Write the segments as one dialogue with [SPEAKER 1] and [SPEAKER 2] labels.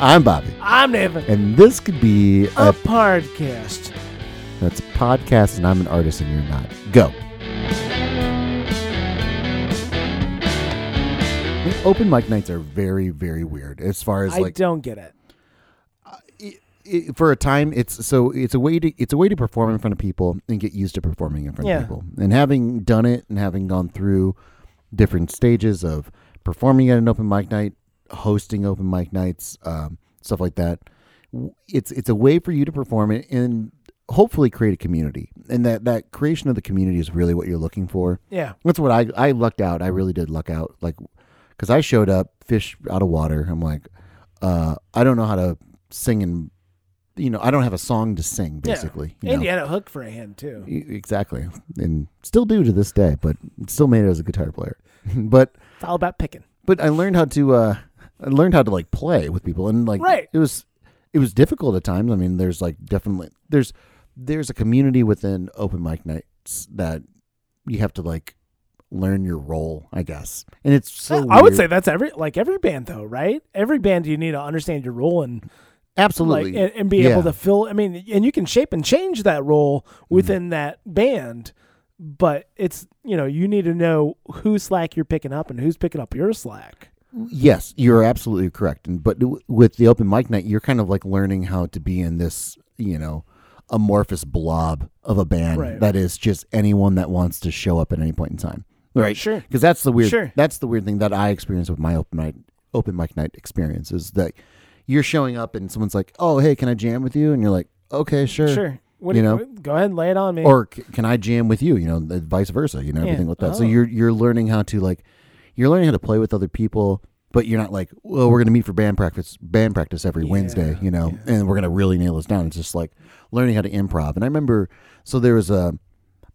[SPEAKER 1] I'm Bobby,
[SPEAKER 2] I'm Nathan.
[SPEAKER 1] and this could be
[SPEAKER 2] A
[SPEAKER 1] a
[SPEAKER 2] podcast.
[SPEAKER 1] that's a podcast, and I'm an artist, and you're not. Go. Open mic nights are very, very weird as far as
[SPEAKER 2] I
[SPEAKER 1] like
[SPEAKER 2] don't get it.
[SPEAKER 1] it, for a time it's so it's a way to it's a way to perform in front of people and get used to performing in front
[SPEAKER 2] Yeah.
[SPEAKER 1] of people and having done it and having gone through different stages of performing at an open mic night hosting open mic nights um, stuff like that w- it's it's a way for you to perform it and hopefully create a community and that that creation of the community is really what you're looking for
[SPEAKER 2] Yeah.
[SPEAKER 1] that's what I I lucked out.
[SPEAKER 2] Mm.
[SPEAKER 1] I really did luck out, like because I showed up fish out of water. I'm like, uh, I don't know how to sing and you know I don't have a song to sing
[SPEAKER 2] Yeah.
[SPEAKER 1] basically. you
[SPEAKER 2] And
[SPEAKER 1] know?
[SPEAKER 2] you had a hook for a hand too.
[SPEAKER 1] E- exactly, and still do to this day, but still made it as a guitar player. but
[SPEAKER 2] It's all about picking.
[SPEAKER 1] but I learned how to uh, I learned how to like play with people and like
[SPEAKER 2] Right.
[SPEAKER 1] it was it was difficult at times. I mean, there's like definitely there's there's a community within open mic nights that you have to like learn your role, I guess. And it's so
[SPEAKER 2] I would
[SPEAKER 1] weird.
[SPEAKER 2] say that's every like every band though, right? Every band you need to understand your role and
[SPEAKER 1] absolutely
[SPEAKER 2] like and, and be
[SPEAKER 1] Yeah. Mm-hmm.
[SPEAKER 2] able to fill. I mean, and you can shape and change that role within that band, but it's you know you need to know whose slack you're picking up and who's picking up your slack.
[SPEAKER 1] Yes, you're absolutely correct. And but w- with the open mic night, you're kind of like learning how to be in this, you know, amorphous blob of a band
[SPEAKER 2] Right.
[SPEAKER 1] that is just anyone that wants to show up at any point in time. Right.
[SPEAKER 2] Sure.
[SPEAKER 1] Because that's the weird
[SPEAKER 2] Sure.
[SPEAKER 1] that's the weird thing that I experienced with my open mic open mic night experience is that you're showing up and someone's like, "Oh, hey, can I jam with you?" and you're like, "Okay, sure."
[SPEAKER 2] Sure. What
[SPEAKER 1] You
[SPEAKER 2] do
[SPEAKER 1] know?
[SPEAKER 2] go ahead and lay it on me.
[SPEAKER 1] Or c- can I jam with you? You know, the- vice versa. You know,
[SPEAKER 2] Yeah.
[SPEAKER 1] everything like that. So
[SPEAKER 2] Oh.
[SPEAKER 1] you're you're learning how to like, you're learning how to play with other people, but you're not like, well, we're gonna meet for band practice, band practice every Wednesday. You know, and we're gonna really nail this down. It's just like learning how to improv. And I remember, so there was a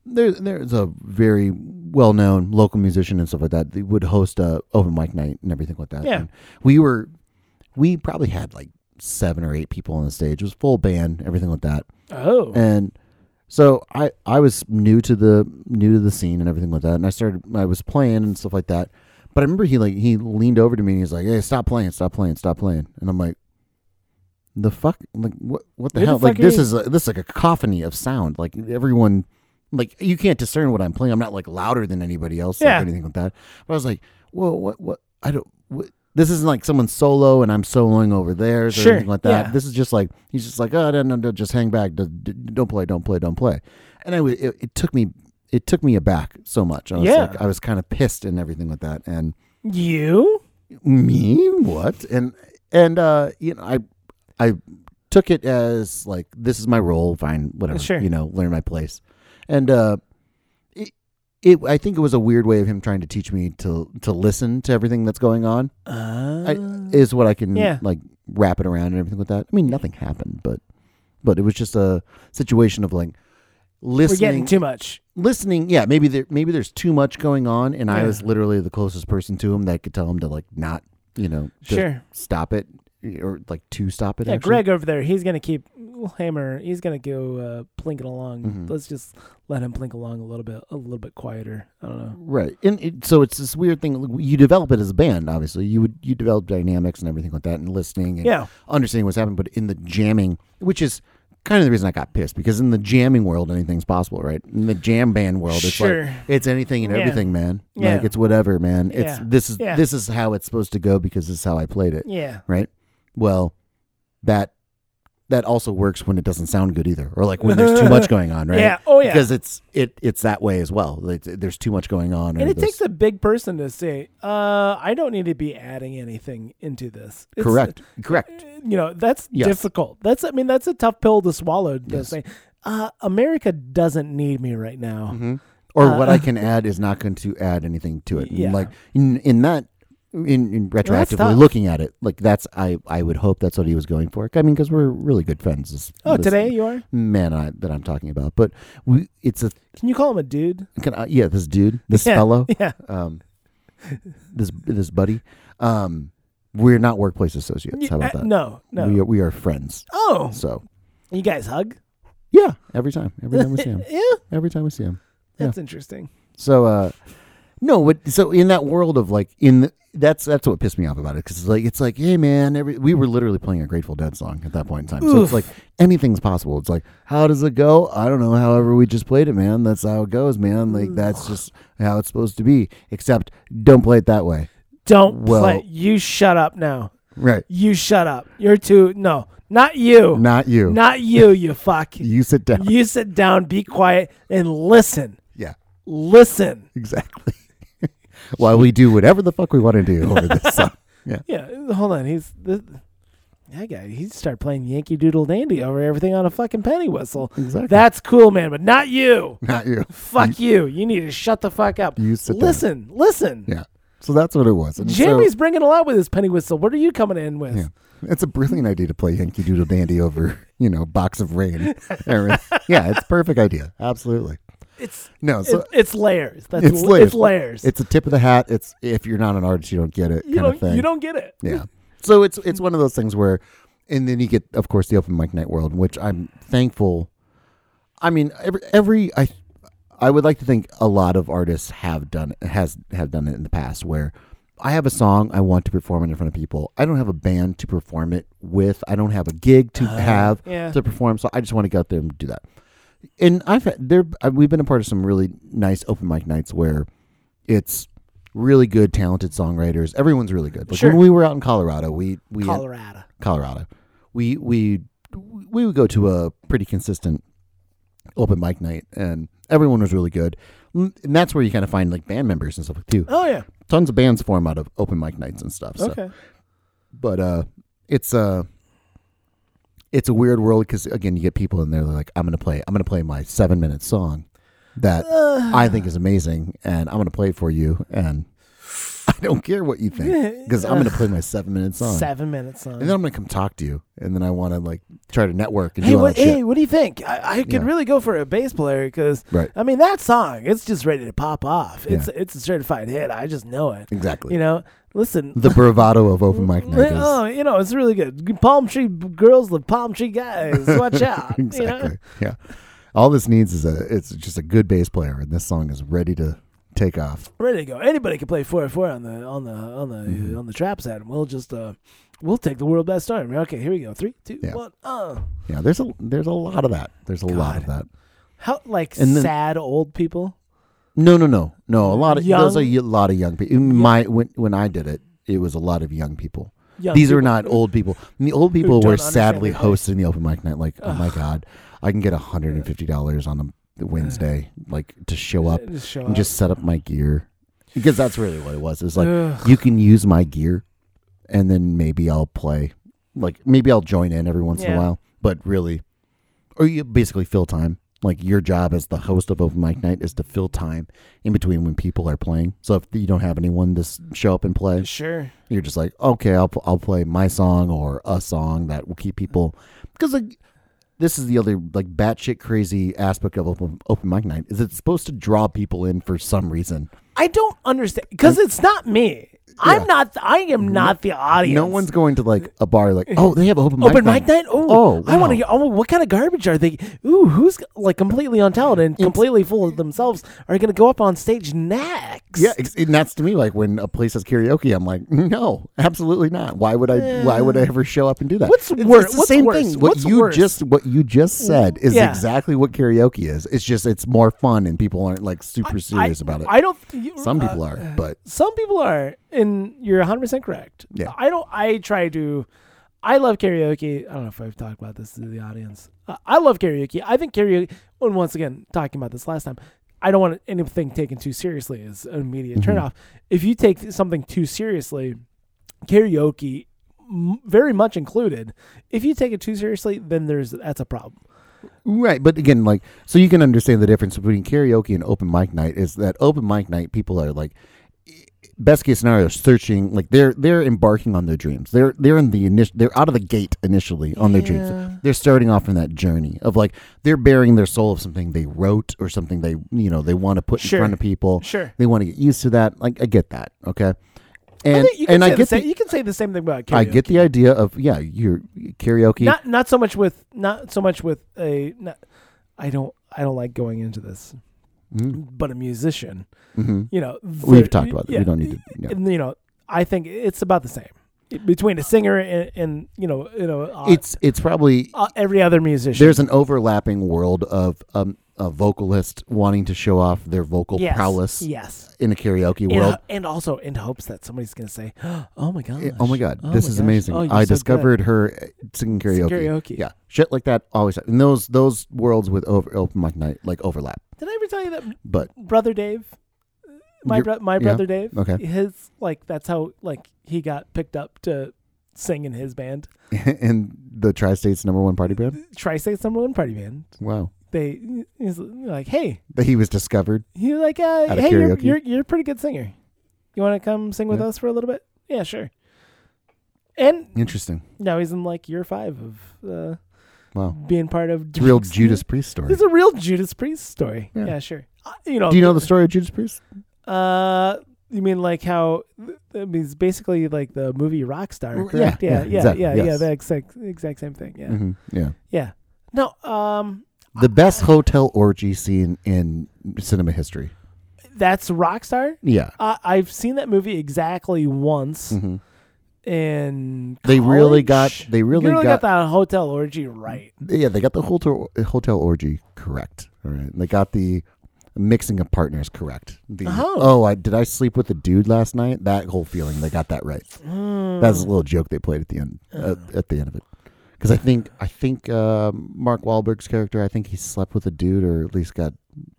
[SPEAKER 1] there there's a very well known local musician and stuff like that. They would host a open mic night and everything like that.
[SPEAKER 2] Yeah.
[SPEAKER 1] And we were we probably had like seven or eight people on the stage. It was full band, everything like that
[SPEAKER 2] oh,
[SPEAKER 1] and so I I was new to the new to the scene and everything like that, and I started I was playing and stuff like that. But I remember he like he leaned over to me and he's like, "Hey, stop playing, stop playing, stop playing," and I'm like, "The fuck, like what what the
[SPEAKER 2] Who the
[SPEAKER 1] hell?
[SPEAKER 2] fuck
[SPEAKER 1] like
[SPEAKER 2] are
[SPEAKER 1] this
[SPEAKER 2] you?"
[SPEAKER 1] is a, this is like a cacophony of sound. Like everyone, like you can't discern what I'm playing. I'm not like louder than anybody else
[SPEAKER 2] Yeah.
[SPEAKER 1] like, or anything like that. But I was like, "Whoa, what what I don't." What, this isn't like someone solo and I'm soloing over theirs or
[SPEAKER 2] Sure,
[SPEAKER 1] anything like that.
[SPEAKER 2] yeah.
[SPEAKER 1] This is just like he's just like, oh no, no, no just hang back, D- d- don't play, don't play, don't play. And I, w- it, it took me, it took me aback so much. I was
[SPEAKER 2] Yeah.
[SPEAKER 1] like, I was kind of pissed and everything like that. And
[SPEAKER 2] you
[SPEAKER 1] me, what? And and uh, you know, I, I took it as like this is my role, fine, whatever,
[SPEAKER 2] Sure.
[SPEAKER 1] you know, learn my place. And uh, it, it, I think it was a weird way of him trying to teach me to to listen to everything that's going on.
[SPEAKER 2] uh,
[SPEAKER 1] I, is what I can
[SPEAKER 2] Yeah.
[SPEAKER 1] like wrap it around and everything like that. I mean, nothing happened, but but it was just a situation of like
[SPEAKER 2] we're
[SPEAKER 1] listening,
[SPEAKER 2] getting too much.
[SPEAKER 1] listening. Yeah, maybe there maybe there's too much going on, and I
[SPEAKER 2] Yeah.
[SPEAKER 1] was literally the closest person to him that could tell him to like not, you know, to
[SPEAKER 2] Sure.
[SPEAKER 1] stop it or like to stop it.
[SPEAKER 2] Yeah,
[SPEAKER 1] actually.
[SPEAKER 2] Greg over there, he's gonna keep hammer. He's gonna go uh, plinking along.
[SPEAKER 1] Mhm.
[SPEAKER 2] Let's just let him plink along a little bit, a little bit quieter. I don't know.
[SPEAKER 1] Right, and it, so it's this weird thing. You develop it as a band, obviously. You would you develop dynamics and everything like that, and listening. And,
[SPEAKER 2] Yeah,
[SPEAKER 1] understanding what's happening, but in the jamming, which is kind of the reason I got pissed because in the jamming world, anything's possible, right? In the jam band world, it's
[SPEAKER 2] sure.
[SPEAKER 1] like it's anything and
[SPEAKER 2] Yeah.
[SPEAKER 1] everything, man. Like
[SPEAKER 2] Yeah.
[SPEAKER 1] it's whatever, man. It's
[SPEAKER 2] Yeah.
[SPEAKER 1] this is
[SPEAKER 2] Yeah.
[SPEAKER 1] this is how it's supposed to go because this is how I played it,
[SPEAKER 2] yeah,
[SPEAKER 1] right? Well, that that also works when it doesn't sound good either, or like when there's too much going on, right?
[SPEAKER 2] yeah. Oh yeah.
[SPEAKER 1] Because it's it it's that way as well. Like, there's too much going on, or
[SPEAKER 2] and it
[SPEAKER 1] there's-
[SPEAKER 2] takes a big person to say, uh, "I don't need to be adding anything into this." It's- uh,
[SPEAKER 1] correct, correct.
[SPEAKER 2] You know, that's
[SPEAKER 1] Yes.
[SPEAKER 2] difficult. That's I mean, that's a tough pill to swallow. To
[SPEAKER 1] Yes.
[SPEAKER 2] say, uh, America doesn't need me right now.
[SPEAKER 1] Mm-hmm. or what I can add is not going to add anything to it. And,
[SPEAKER 2] Uh, Yeah.
[SPEAKER 1] Like in, in that, in, in retroactively
[SPEAKER 2] tough.
[SPEAKER 1] looking at it, like that's I I would hope that's what he was going for. I mean, because we're really good friends. This,
[SPEAKER 2] Oh,
[SPEAKER 1] this
[SPEAKER 2] today you are.
[SPEAKER 1] man I, that I'm talking about, but we it's a
[SPEAKER 2] Can you call him a dude?
[SPEAKER 1] can I, yeah this dude this
[SPEAKER 2] Yeah.
[SPEAKER 1] fellow
[SPEAKER 2] Yeah.
[SPEAKER 1] um this this buddy um we're not workplace associates. How about
[SPEAKER 2] Uh,
[SPEAKER 1] that?
[SPEAKER 2] No, no.
[SPEAKER 1] We are, we are friends.
[SPEAKER 2] oh,
[SPEAKER 1] So
[SPEAKER 2] you guys hug?
[SPEAKER 1] yeah, every time every time we see him
[SPEAKER 2] yeah,
[SPEAKER 1] every time we see him.
[SPEAKER 2] that's interesting.
[SPEAKER 1] So, uh, No, but so in that world of like in the, that's that's what pissed me off about it because it's like it's like hey man, every, we were literally playing a Grateful Dead song at that point in time, so it's
[SPEAKER 2] Oof.
[SPEAKER 1] like anything's possible. It's like how does it go? I don't know. However, we just played it, man. That's how it goes, man. Like that's just how it's supposed to be. Except don't play it that way.
[SPEAKER 2] Don't
[SPEAKER 1] Well-
[SPEAKER 2] play. You shut up now.
[SPEAKER 1] Right?
[SPEAKER 2] You shut up. You're too. No, not you.
[SPEAKER 1] Not you.
[SPEAKER 2] Not you, you fuck.
[SPEAKER 1] you sit down.
[SPEAKER 2] you sit down, be quiet, and listen.
[SPEAKER 1] yeah,
[SPEAKER 2] Listen.
[SPEAKER 1] exactly. While we do whatever the fuck we want to do over this song. Yeah.
[SPEAKER 2] Yeah, hold on. He's. This, that guy, he started playing Yankee Doodle Dandy over everything on a fucking penny whistle.
[SPEAKER 1] Exactly.
[SPEAKER 2] That's cool, man, but not you.
[SPEAKER 1] Not you.
[SPEAKER 2] Fuck you. You need to shut the fuck up.
[SPEAKER 1] You sit down.
[SPEAKER 2] listen, listen.
[SPEAKER 1] Yeah. So that's what it was. And so-
[SPEAKER 2] Jamie's bringing a lot with his penny whistle. What are you coming in with?
[SPEAKER 1] Yeah. It's a brilliant idea to play Yankee Doodle Dandy over, you know, Box of Rain. yeah, it's a perfect idea. Absolutely.
[SPEAKER 2] It's
[SPEAKER 1] No, so
[SPEAKER 2] it- it's layers. That's
[SPEAKER 1] It's
[SPEAKER 2] it's
[SPEAKER 1] layers.
[SPEAKER 2] layers. It's layers.
[SPEAKER 1] it's a tip of the hat. It's if you're not an artist, you don't get it
[SPEAKER 2] you
[SPEAKER 1] kind
[SPEAKER 2] don't
[SPEAKER 1] of thing.
[SPEAKER 2] you don't get it.
[SPEAKER 1] Yeah. So it's it's one of those things where, and then you get, of course, the open mic night world, which I'm thankful. I mean, every every I, I would like to think a lot of artists have done has have done it in the past where. I have a song I want to perform it in front of people. I don't have a band to perform it with. I don't have a gig to have
[SPEAKER 2] Uh, yeah.
[SPEAKER 1] to perform, so I just want to go out there and do that. And I've had, there I- we've been a part of some really nice open mic nights where it's really good, talented songwriters. Everyone's really good. Like
[SPEAKER 2] Sure.
[SPEAKER 1] when we were out in Colorado, we we
[SPEAKER 2] Colorado.
[SPEAKER 1] Colorado, we we we would go to a pretty consistent open mic night, and everyone was really good. And that's where you kind of find like band members and stuff too.
[SPEAKER 2] Oh yeah.
[SPEAKER 1] Tons of bands form out of open mic nights and stuff. So
[SPEAKER 2] Okay.
[SPEAKER 1] but uh it's uh it's a weird world because again you get people in there they're like i'm gonna play i'm gonna play my seven minute song that i think is amazing and i'm gonna play it for you and i don't care what you think because i'm gonna play my seven minute song
[SPEAKER 2] Seven minutes on.
[SPEAKER 1] and then i'm gonna come talk to you and then i want to like try to network and
[SPEAKER 2] Hey,
[SPEAKER 1] do all
[SPEAKER 2] what,
[SPEAKER 1] that
[SPEAKER 2] hey,
[SPEAKER 1] shit
[SPEAKER 2] what do you think? I, I could
[SPEAKER 1] Yeah.
[SPEAKER 2] really go for a bass player because
[SPEAKER 1] Right.
[SPEAKER 2] I mean that song, it's just ready to pop off. It's it's a certified hit. I just know it.
[SPEAKER 1] exactly
[SPEAKER 2] You know, listen,
[SPEAKER 1] the bravado of open mic night is
[SPEAKER 2] oh, you know, it's really good. Palm tree b- girls love palm tree guys. Watch out.
[SPEAKER 1] exactly
[SPEAKER 2] You know?
[SPEAKER 1] yeah all this needs is a it's just a good bass player and this song is ready to take off
[SPEAKER 2] Ready to go. Anybody can play four four on the on the on the
[SPEAKER 1] Mm-hmm.
[SPEAKER 2] on the trap set, and we'll just uh we'll take the world best starter. Okay, here we go. Three, two, one.
[SPEAKER 1] Yeah.
[SPEAKER 2] Uh.
[SPEAKER 1] Yeah, there's a there's a lot of that. There's a lot of that.
[SPEAKER 2] How like
[SPEAKER 1] And then-
[SPEAKER 2] sad old people?
[SPEAKER 1] No, no, no, no. A lot of
[SPEAKER 2] Young-
[SPEAKER 1] those are a lot of young people. In my when when I did it, it was a lot of young people.
[SPEAKER 2] Young
[SPEAKER 1] These are
[SPEAKER 2] people
[SPEAKER 1] not
[SPEAKER 2] who-
[SPEAKER 1] old people. And the old people were
[SPEAKER 2] don't understand
[SPEAKER 1] sadly
[SPEAKER 2] their life.
[SPEAKER 1] hosting the open mic night. Like, oh my god, I can get hundred and fifty dollars on a Wednesday, like to show up
[SPEAKER 2] Just show
[SPEAKER 1] and
[SPEAKER 2] up.
[SPEAKER 1] just set up my gear, because that's really what it was. It was like
[SPEAKER 2] Ugh.
[SPEAKER 1] you can use my gear, and then maybe I'll play. Like maybe I'll join in every once in a
[SPEAKER 2] Yeah.
[SPEAKER 1] while, but really, or you basically fill time. Like your job as the host of open mic night is to fill time in between when people are playing. So if you don't have anyone to s- show up and play,
[SPEAKER 2] sure.
[SPEAKER 1] you're just like, okay, I'll pl- I'll play my song or a song that will
[SPEAKER 2] Mm-hmm.
[SPEAKER 1] keep people because like this is the other like batshit crazy aspect of open, open mic night is it's supposed to draw people in for some reason.
[SPEAKER 2] I don't understand because it's not me.
[SPEAKER 1] Yeah.
[SPEAKER 2] I'm not. th- I am not the audience.
[SPEAKER 1] No one's going to like a bar like, oh, they have open mic
[SPEAKER 2] Open
[SPEAKER 1] night.
[SPEAKER 2] mic night? Ooh,
[SPEAKER 1] Oh,
[SPEAKER 2] I want
[SPEAKER 1] wow.
[SPEAKER 2] to. Oh, what kind of garbage are they? Ooh, who's like completely untalented and completely full of themselves are going to go up on stage next?
[SPEAKER 1] Yeah, ex- and that's to me like when a place has karaoke, I'm like, no, absolutely not. Why would I? Why would I ever show up and do that?
[SPEAKER 2] What's
[SPEAKER 1] it's,
[SPEAKER 2] wor-
[SPEAKER 1] it's the
[SPEAKER 2] what's
[SPEAKER 1] same
[SPEAKER 2] worse?
[SPEAKER 1] thing. What
[SPEAKER 2] What's
[SPEAKER 1] you
[SPEAKER 2] worse?
[SPEAKER 1] just what you just said is
[SPEAKER 2] Yeah.
[SPEAKER 1] exactly what karaoke is. It's just it's more fun and people aren't like super serious
[SPEAKER 2] I,
[SPEAKER 1] about it.
[SPEAKER 2] I don't. You,
[SPEAKER 1] Some
[SPEAKER 2] uh,
[SPEAKER 1] people are, but
[SPEAKER 2] some people are, and you're 100 percent correct.
[SPEAKER 1] Yeah.
[SPEAKER 2] I don't. I try to. I love karaoke. I don't know if I've talked about this to the audience. Uh, I love karaoke. I think karaoke. And once again, talking about this last time, I don't want anything taken too seriously as an immediate
[SPEAKER 1] Mm-hmm.
[SPEAKER 2] turnoff. If you take something too seriously, karaoke, m- very much included. If you take it too seriously, then there's that's a problem.
[SPEAKER 1] Right, but again, like, so you can understand the difference between karaoke and open mic night is that open mic night people are like, best case scenario, searching like they're they're embarking on their dreams. They're they're in the initial they're out of the gate initially on their
[SPEAKER 2] Yeah.
[SPEAKER 1] dreams. They're starting off from that journey of like they're bearing their soul of something they wrote or something they you know they want to put
[SPEAKER 2] Sure.
[SPEAKER 1] in front of people.
[SPEAKER 2] Sure.
[SPEAKER 1] they want to get used to that. Like I get that, okay, and
[SPEAKER 2] I think you can
[SPEAKER 1] and
[SPEAKER 2] say
[SPEAKER 1] I
[SPEAKER 2] the
[SPEAKER 1] get
[SPEAKER 2] same-
[SPEAKER 1] the,
[SPEAKER 2] you can say the same thing about karaoke.
[SPEAKER 1] I get the idea of yeah, your karaoke.
[SPEAKER 2] not not so much with not so much with a not, I don't I don't like going into this
[SPEAKER 1] Mm-hmm.
[SPEAKER 2] but a musician.
[SPEAKER 1] hmm
[SPEAKER 2] You know, the-
[SPEAKER 1] We've talked about it. We don't need to. Yeah.
[SPEAKER 2] And, you know, I think it's about the same between a singer and, and you know, you know, uh,
[SPEAKER 1] It's it's probably
[SPEAKER 2] uh, every other musician.
[SPEAKER 1] there's an overlapping world of um, a vocalist wanting to show off their vocal
[SPEAKER 2] yes,
[SPEAKER 1] prowess
[SPEAKER 2] Yes.
[SPEAKER 1] in a karaoke
[SPEAKER 2] And,
[SPEAKER 1] world.
[SPEAKER 2] and also in hopes that somebody's going to say, "Oh my god!
[SPEAKER 1] Eh, Oh my god, this is amazing!
[SPEAKER 2] Oh, you're
[SPEAKER 1] I
[SPEAKER 2] so good."
[SPEAKER 1] discovered her eh, singing
[SPEAKER 2] It's
[SPEAKER 1] karaoke.
[SPEAKER 2] karaoke.
[SPEAKER 1] Yeah, shit like that always. happen- And those those worlds with over, open mic night like overlap.
[SPEAKER 2] Did I ever tell you that
[SPEAKER 1] But
[SPEAKER 2] brother Dave? My
[SPEAKER 1] Your-
[SPEAKER 2] bro- my
[SPEAKER 1] yeah,
[SPEAKER 2] brother Dave.
[SPEAKER 1] okay.
[SPEAKER 2] His like that's how like he got picked up to sing in his band,
[SPEAKER 1] and the tri-state's number one party band.
[SPEAKER 2] Tri-State's number one party band.
[SPEAKER 1] Wow,
[SPEAKER 2] They he's like, hey,
[SPEAKER 1] that he was discovered.
[SPEAKER 2] He was like, uh,
[SPEAKER 1] At a
[SPEAKER 2] hey, you're,
[SPEAKER 1] karaoke?
[SPEAKER 2] you're you're a pretty good singer. You want to come sing with
[SPEAKER 1] Yeah.
[SPEAKER 2] us for a little bit? Yeah, sure. And
[SPEAKER 1] Interesting.
[SPEAKER 2] now he's in like year five of uh,
[SPEAKER 1] Wow,
[SPEAKER 2] being part of
[SPEAKER 1] it's a real Judas Priest story.
[SPEAKER 2] It's a real Judas Priest story.
[SPEAKER 1] Yeah.
[SPEAKER 2] Yeah, sure. Uh, you know,
[SPEAKER 1] Do you know the story of Judas Priest?
[SPEAKER 2] Uh, you mean like how? I mean, it's basically like the movie
[SPEAKER 1] Well,
[SPEAKER 2] Rockstar, correct?
[SPEAKER 1] yeah,
[SPEAKER 2] Yeah, yeah,
[SPEAKER 1] yeah,
[SPEAKER 2] yeah,
[SPEAKER 1] exactly,
[SPEAKER 2] yeah.
[SPEAKER 1] yes.
[SPEAKER 2] the exact exact same thing. Yeah,
[SPEAKER 1] hmm Yeah.
[SPEAKER 2] yeah. No, um,
[SPEAKER 1] The best hotel orgy scene in cinema history.
[SPEAKER 2] that's Rockstar.
[SPEAKER 1] Yeah.
[SPEAKER 2] Uh, I've seen that movie exactly once.
[SPEAKER 1] hmm
[SPEAKER 2] in
[SPEAKER 1] They really
[SPEAKER 2] college?
[SPEAKER 1] got- they really
[SPEAKER 2] You
[SPEAKER 1] got-
[SPEAKER 2] that hotel orgy right.
[SPEAKER 1] Yeah, they got the hotel hotel orgy correct. All right, they got the mixing of partners correct. The,
[SPEAKER 2] Oh.
[SPEAKER 1] I did I sleep with a dude last night? That whole feeling, they got that right. Mm.
[SPEAKER 2] Hmm.
[SPEAKER 1] That's a
[SPEAKER 2] Mm.
[SPEAKER 1] little joke they played at the end uh, at the end of it. Because I think I think uh, Mark Wahlberg's character, I think he slept with a dude or at least got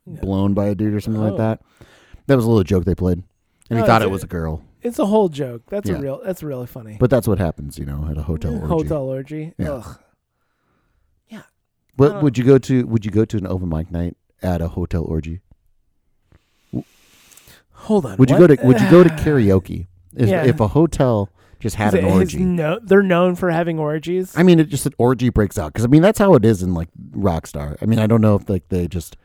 [SPEAKER 2] Yeah.
[SPEAKER 1] blown by a dude or something
[SPEAKER 2] Oh.
[SPEAKER 1] like that. That was a little joke they played, and he
[SPEAKER 2] Oh,
[SPEAKER 1] thought
[SPEAKER 2] is
[SPEAKER 1] it
[SPEAKER 2] it-
[SPEAKER 1] was a girl.
[SPEAKER 2] It's a whole joke. That's
[SPEAKER 1] Yeah.
[SPEAKER 2] a real. That's really funny.
[SPEAKER 1] But that's what happens, you know, at a hotel orgy.
[SPEAKER 2] hotel orgy.
[SPEAKER 1] Yeah.
[SPEAKER 2] Ugh. I
[SPEAKER 1] What
[SPEAKER 2] don't-
[SPEAKER 1] would you go to? Would you go to an open mic night at a hotel orgy?
[SPEAKER 2] Hold on.
[SPEAKER 1] Would you go to Would you go to karaoke? If,
[SPEAKER 2] Yeah.
[SPEAKER 1] if a hotel just had an orgy,
[SPEAKER 2] No, they're known for having orgies.
[SPEAKER 1] I mean, it just an orgy breaks out because I mean that's how it is in like Rockstar. I mean, I don't know if like they just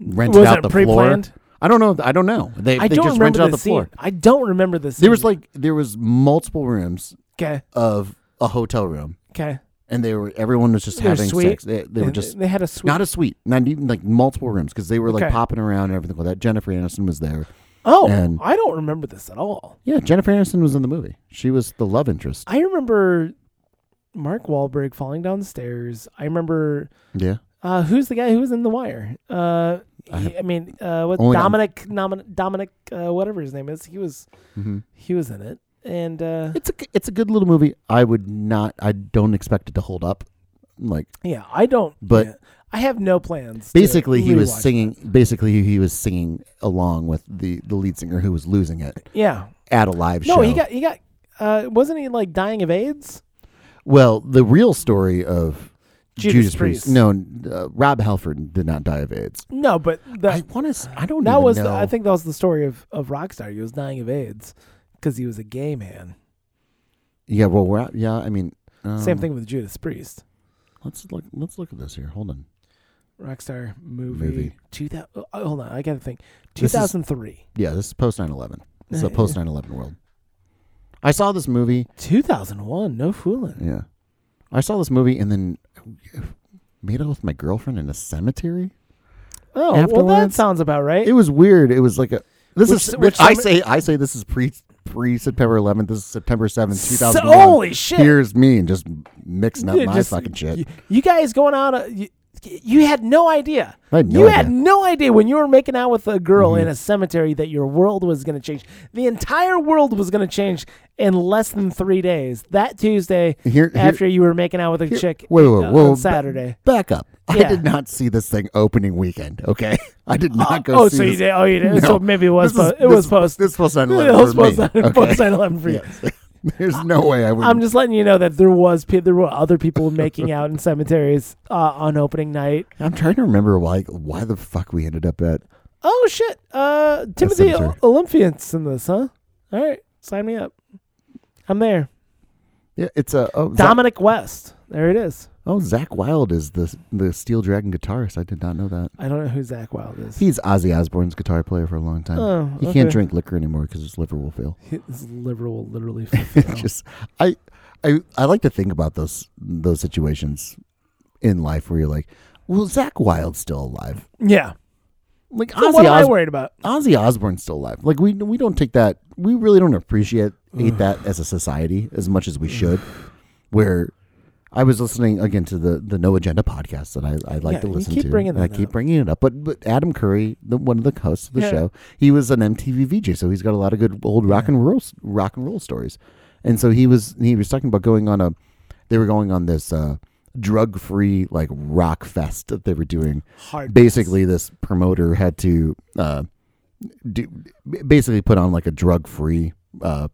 [SPEAKER 1] rented
[SPEAKER 2] Was
[SPEAKER 1] out
[SPEAKER 2] it
[SPEAKER 1] the
[SPEAKER 2] pre-planned?
[SPEAKER 1] floor. I don't know. I don't know. They,
[SPEAKER 2] I
[SPEAKER 1] they
[SPEAKER 2] don't
[SPEAKER 1] just
[SPEAKER 2] remember
[SPEAKER 1] rented out
[SPEAKER 2] the
[SPEAKER 1] the floor.
[SPEAKER 2] scene. I don't remember this.
[SPEAKER 1] There was like there was multiple rooms
[SPEAKER 2] okay,
[SPEAKER 1] of a hotel room,
[SPEAKER 2] okay.
[SPEAKER 1] and they were everyone was just
[SPEAKER 2] They're
[SPEAKER 1] having
[SPEAKER 2] sweet.
[SPEAKER 1] sex. They, they were just
[SPEAKER 2] they had a sweet.
[SPEAKER 1] not a suite, not even like multiple rooms because they were like
[SPEAKER 2] Okay.
[SPEAKER 1] popping around and everything like that. Jennifer Aniston was there.
[SPEAKER 2] oh,
[SPEAKER 1] and-
[SPEAKER 2] I don't remember this at all.
[SPEAKER 1] Yeah, Jennifer Aniston was in the movie. She was the love interest.
[SPEAKER 2] I remember Mark Wahlberg falling down the stairs. I remember
[SPEAKER 1] Yeah.
[SPEAKER 2] Uh, who's the guy who was in The Wire? Uh,
[SPEAKER 1] I
[SPEAKER 2] he- I, mean, uh, what
[SPEAKER 1] only-
[SPEAKER 2] Dominic, Nomin, Dominic, uh, whatever his name is, he was
[SPEAKER 1] Mm-hmm.
[SPEAKER 2] he was in it, and uh,
[SPEAKER 1] It's a g- it's a good little movie. I would not. I don't expect it to hold up. Like
[SPEAKER 2] yeah, I don't,
[SPEAKER 1] But-
[SPEAKER 2] yeah, I have no plans. to
[SPEAKER 1] basically, he was
[SPEAKER 2] rewatch
[SPEAKER 1] singing. Basically, he was singing along with the the lead singer who was losing it
[SPEAKER 2] that. Yeah,
[SPEAKER 1] at a live
[SPEAKER 2] no,
[SPEAKER 1] show.
[SPEAKER 2] he got he got. Uh, wasn't he like dying of AIDS?
[SPEAKER 1] well. The real story of
[SPEAKER 2] Judas
[SPEAKER 1] Judas,
[SPEAKER 2] Priest.
[SPEAKER 1] Priest. No, uh, Rob Halford did not die of AIDS.
[SPEAKER 2] No, but
[SPEAKER 1] I
[SPEAKER 2] that
[SPEAKER 1] want to. I don't.
[SPEAKER 2] that
[SPEAKER 1] even
[SPEAKER 2] was
[SPEAKER 1] know.
[SPEAKER 2] the, I think that was the story of of Rockstar. He was dying of AIDS because he was a gay man.
[SPEAKER 1] Yeah. Well, we're at, yeah. I mean, um,
[SPEAKER 2] Same thing with Judas Priest.
[SPEAKER 1] Let's look. Let's look at this here. Hold on.
[SPEAKER 2] Rockstar movie,
[SPEAKER 1] Movie.
[SPEAKER 2] two thousand. Oh, hold on, I gotta think. Two
[SPEAKER 1] This is-
[SPEAKER 2] thousand three.
[SPEAKER 1] Yeah, this is post 9-11. This is a
[SPEAKER 2] Yeah.
[SPEAKER 1] post 9-11 world. I saw this movie.
[SPEAKER 2] 2001, no fooling.
[SPEAKER 1] Yeah. I saw this movie and then made out with my girlfriend in a cemetery.
[SPEAKER 2] Oh, well, that
[SPEAKER 1] Afterwards-
[SPEAKER 2] sounds about right.
[SPEAKER 1] It was weird. It was like a this
[SPEAKER 2] Which-
[SPEAKER 1] is
[SPEAKER 2] which
[SPEAKER 1] I
[SPEAKER 2] cemet-
[SPEAKER 1] say I say this is pre pre September 11th. This is September 7th,
[SPEAKER 2] So-
[SPEAKER 1] 2001.
[SPEAKER 2] holy shit!
[SPEAKER 1] Here's me and just mixing up
[SPEAKER 2] Yeah,
[SPEAKER 1] my
[SPEAKER 2] just-
[SPEAKER 1] fucking shit.
[SPEAKER 2] You, you guys going out? Uh, you, you had no idea.
[SPEAKER 1] I had no
[SPEAKER 2] you
[SPEAKER 1] idea. Mm-hmm.
[SPEAKER 2] had no idea when you were making out with a girl in a cemetery that your world was going to change. The entire world was going to change in less than three days. That Tuesday,
[SPEAKER 1] Here- here-
[SPEAKER 2] after you were making out with a
[SPEAKER 1] Here-
[SPEAKER 2] chick
[SPEAKER 1] wait, wait,
[SPEAKER 2] uh,
[SPEAKER 1] whoa,
[SPEAKER 2] on
[SPEAKER 1] ba-
[SPEAKER 2] Saturday.
[SPEAKER 1] Back up.
[SPEAKER 2] Yeah.
[SPEAKER 1] I did not see this thing opening weekend. Okay, I did not go.
[SPEAKER 2] oh,
[SPEAKER 1] see
[SPEAKER 2] so you
[SPEAKER 1] this.
[SPEAKER 2] did. Oh, you did.
[SPEAKER 1] No.
[SPEAKER 2] So maybe it was.
[SPEAKER 1] This is-
[SPEAKER 2] po- it was
[SPEAKER 1] this-
[SPEAKER 2] post.
[SPEAKER 1] This post 9
[SPEAKER 2] it was post. Post 9/11 for you.
[SPEAKER 1] Yes. There's no way I would.
[SPEAKER 2] I'm just letting you know that there was pe- there were other people making out in cemeteries uh, on opening night.
[SPEAKER 1] I'm trying to remember why why the fuck we ended up at.
[SPEAKER 2] Oh shit! Uh, Timothy
[SPEAKER 1] cemetery.
[SPEAKER 2] Olympians in this, huh? All right, sign me up. I'm there.
[SPEAKER 1] Yeah, it's a oh, Zach,
[SPEAKER 2] Dominic West. There it is.
[SPEAKER 1] oh Zach Wild is the the Steel Dragon guitarist. I did not know that.
[SPEAKER 2] I don't know who Zach Wild is.
[SPEAKER 1] He's Ozzy Osbourne's guitar player for a long time.
[SPEAKER 2] Oh,
[SPEAKER 1] he can't
[SPEAKER 2] okay.
[SPEAKER 1] drink liquor anymore because his liver will fail.
[SPEAKER 2] His liver will literally. fulfill.
[SPEAKER 1] just I, I I like to think about those those situations in life where you're like, well, Zach Wild's still alive.
[SPEAKER 2] yeah.
[SPEAKER 1] like
[SPEAKER 2] So
[SPEAKER 1] Ozzy,
[SPEAKER 2] what am I
[SPEAKER 1] Os-
[SPEAKER 2] worried about?
[SPEAKER 1] Ozzy Osbourne's still alive. Like we we don't take that. We really don't appreciate hate that as a society as much as we should. Where I was listening again to the the No Agenda podcast that I, I like
[SPEAKER 2] Yeah,
[SPEAKER 1] to
[SPEAKER 2] you
[SPEAKER 1] listen
[SPEAKER 2] keep
[SPEAKER 1] to.
[SPEAKER 2] bringing
[SPEAKER 1] and I
[SPEAKER 2] that
[SPEAKER 1] keep
[SPEAKER 2] up.
[SPEAKER 1] bringing it up. But but Adam Curry, the, one of the hosts of the
[SPEAKER 2] Yeah.
[SPEAKER 1] show, he was an MTV VJ, so he's got a lot of good old rock and roll s- rock and roll stories. And so he was he was talking about going on a they were going on this uh, drug free like rock fest that they were doing
[SPEAKER 2] Hard.
[SPEAKER 1] basically this promoter had to uh, do, basically put on like a drug free uh,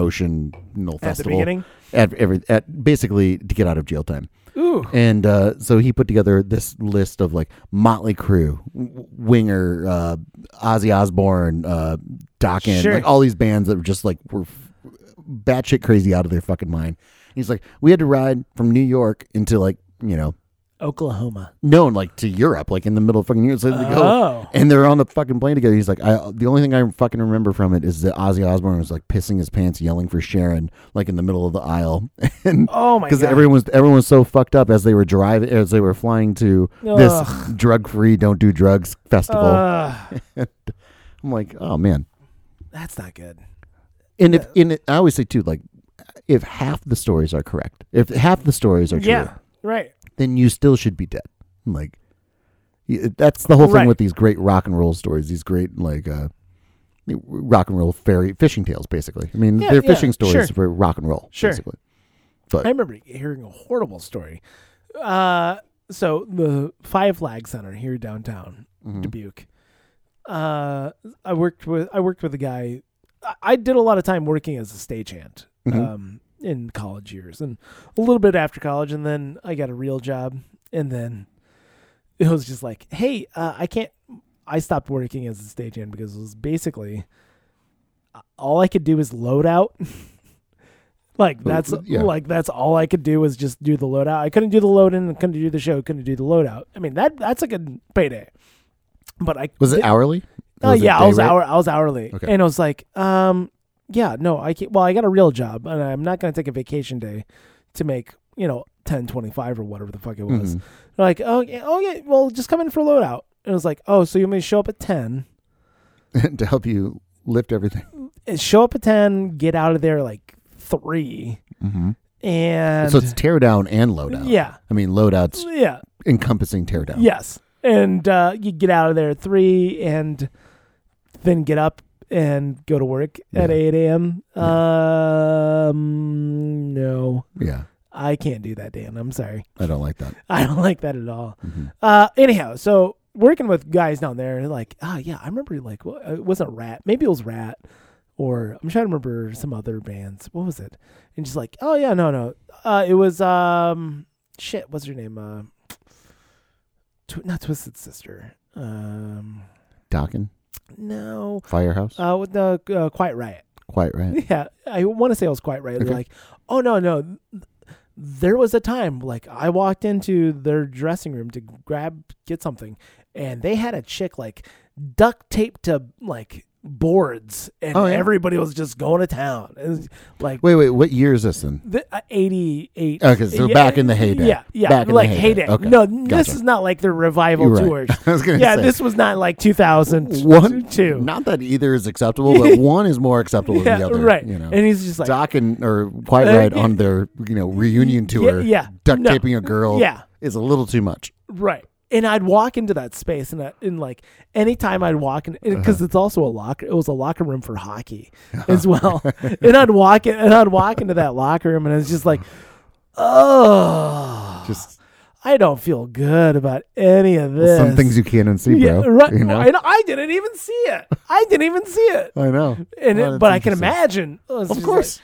[SPEAKER 1] promotional
[SPEAKER 2] at the
[SPEAKER 1] festival
[SPEAKER 2] beginning.
[SPEAKER 1] at every at basically to get out of jail time.
[SPEAKER 2] Ooh,
[SPEAKER 1] And uh, so he put together this list of like Motley Crue, W- Winger, uh, Ozzy Osbourne, uh, Dokken,
[SPEAKER 2] Sure.
[SPEAKER 1] like all these bands that were just like were f- batshit crazy out of their fucking mind. He's like, we had to ride from New York into like you know
[SPEAKER 2] Oklahoma.
[SPEAKER 1] known like to Europe, like in the middle of fucking Europe. So they go
[SPEAKER 2] Oh,
[SPEAKER 1] and they're on the fucking plane together. He's like, I the only thing I fucking remember from it is that Ozzy Osbourne was like pissing his pants, yelling for Sharon, like in the middle of the aisle, and
[SPEAKER 2] oh my god.
[SPEAKER 1] because everyone was everyone was so fucked up as they were driving as they were flying to this drug free, don't do drugs festival.
[SPEAKER 2] Uh. Ugh,
[SPEAKER 1] I'm like, oh man.
[SPEAKER 2] that's not good.
[SPEAKER 1] And if in it, I always say too, like if half the stories are correct, if half the stories are true,
[SPEAKER 2] Yeah, right.
[SPEAKER 1] then you still should be dead. Like y- that's the whole
[SPEAKER 2] Right.
[SPEAKER 1] thing with these great rock and roll stories. These great like uh, rock and roll fairy fishing tales, basically. I mean,
[SPEAKER 2] Yeah,
[SPEAKER 1] they're
[SPEAKER 2] yeah,
[SPEAKER 1] fishing stories
[SPEAKER 2] sure.
[SPEAKER 1] for rock and roll,
[SPEAKER 2] Sure.
[SPEAKER 1] basically.
[SPEAKER 2] I remember hearing a horrible story. Uh, so the Five Flag Center here downtown Dubuque. Uh, I worked with I worked with a guy. I, I did a lot of time working as a stagehand um, in college years and a little bit after college, and then I got a real job, and then it was just like, hey, uh, I can't. I stopped working as a stagehand because it was basically all I could do is load out. like that's
[SPEAKER 1] yeah.
[SPEAKER 2] like that's all I could do was just do the load out. I couldn't do the load in, couldn't do the show, couldn't do the load out. I mean that that's a good payday. But I
[SPEAKER 1] Was it hourly?
[SPEAKER 2] Oh
[SPEAKER 1] Was it
[SPEAKER 2] yeah, I
[SPEAKER 1] day
[SPEAKER 2] was
[SPEAKER 1] rate?
[SPEAKER 2] hour I was hourly.
[SPEAKER 1] Okay.
[SPEAKER 2] And I was like, um yeah, no, I can't well, I got a real job and I'm not gonna take a vacation day to make, you know, ten twenty five or whatever the fuck it was.
[SPEAKER 1] Mhm.
[SPEAKER 2] They're like, oh yeah, oh yeah, well just come in for load out. And it was like, oh, so you want me to show up at ten
[SPEAKER 1] to help you lift everything.
[SPEAKER 2] and Eh, show up at ten, get out of there like three
[SPEAKER 1] Mm-hmm.
[SPEAKER 2] and
[SPEAKER 1] So it's tear down and loadout.
[SPEAKER 2] yeah.
[SPEAKER 1] I mean, loadout's
[SPEAKER 2] Yeah.
[SPEAKER 1] encompassing tear down.
[SPEAKER 2] Yes. And uh, you get out of there at three and then get up and go to work at
[SPEAKER 1] Yeah.
[SPEAKER 2] 8 a.m. Um, no,
[SPEAKER 1] Yeah.
[SPEAKER 2] I can't do that, Dan. I'm sorry.
[SPEAKER 1] I don't like that.
[SPEAKER 2] I don't like that at all.
[SPEAKER 1] Mhm.
[SPEAKER 2] Uh, anyhow, so working with guys down there, and like, oh, yeah, I remember, like, well, it wasn't Rat. Maybe it was Rat. Or I'm trying to remember some other bands. What was it? And just like, oh, yeah, no, no. Uh, it was, um, shit, what's her name? Uh, tw- not Twisted Sister. Um,
[SPEAKER 1] Docking,
[SPEAKER 2] no.
[SPEAKER 1] firehouse,
[SPEAKER 2] Uh, with the uh, Quiet Riot.
[SPEAKER 1] quiet riot.
[SPEAKER 2] Yeah, I want to say I was quite right. They're
[SPEAKER 1] Okay.
[SPEAKER 2] Like, oh no, no, th- there was a time like I walked into their dressing room to grab get something, and they had a chick like duct taped to like boards, and
[SPEAKER 1] Oh, yeah.
[SPEAKER 2] everybody was just going to town. It was, like
[SPEAKER 1] Wait, wait. What year is this in?
[SPEAKER 2] the, uh, 88
[SPEAKER 1] Okay, so they're back in the heyday.
[SPEAKER 2] yeah yeah
[SPEAKER 1] Back in the
[SPEAKER 2] like
[SPEAKER 1] heyday. Okay,
[SPEAKER 2] no this
[SPEAKER 1] gotcha.
[SPEAKER 2] is not like their revival
[SPEAKER 1] You're right.
[SPEAKER 2] tours
[SPEAKER 1] I was gonna
[SPEAKER 2] yeah
[SPEAKER 1] say.
[SPEAKER 2] this was not like 2000
[SPEAKER 1] one
[SPEAKER 2] two.
[SPEAKER 1] Not that either is acceptable, but one is more acceptable than
[SPEAKER 2] yeah
[SPEAKER 1] the other.
[SPEAKER 2] right
[SPEAKER 1] You know,
[SPEAKER 2] and he's just like
[SPEAKER 1] Doc and or Quiet
[SPEAKER 2] Uh,
[SPEAKER 1] Riot
[SPEAKER 2] yeah.
[SPEAKER 1] on their you know reunion tour,
[SPEAKER 2] yeah.
[SPEAKER 1] duct
[SPEAKER 2] No.
[SPEAKER 1] taping a girl,
[SPEAKER 2] Yeah.
[SPEAKER 1] is a little too much.
[SPEAKER 2] Right. And I'd walk into that space, and I, and like anytime I'd walk in,
[SPEAKER 1] Uh-huh.
[SPEAKER 2] because it's also a locker. It was a locker room for hockey as well. and I'd walk in, and I'd walk into that locker room, and it's just like, oh,
[SPEAKER 1] Just
[SPEAKER 2] I don't feel good about any of this.
[SPEAKER 1] some things you can't unsee,
[SPEAKER 2] yeah,
[SPEAKER 1] bro.
[SPEAKER 2] right.
[SPEAKER 1] You know?
[SPEAKER 2] And I didn't even see it. I didn't even see it.
[SPEAKER 1] I know.
[SPEAKER 2] And
[SPEAKER 1] Well,
[SPEAKER 2] it,
[SPEAKER 1] that's
[SPEAKER 2] but I can
[SPEAKER 1] interesting.
[SPEAKER 2] imagine. It was
[SPEAKER 1] Of
[SPEAKER 2] just
[SPEAKER 1] course,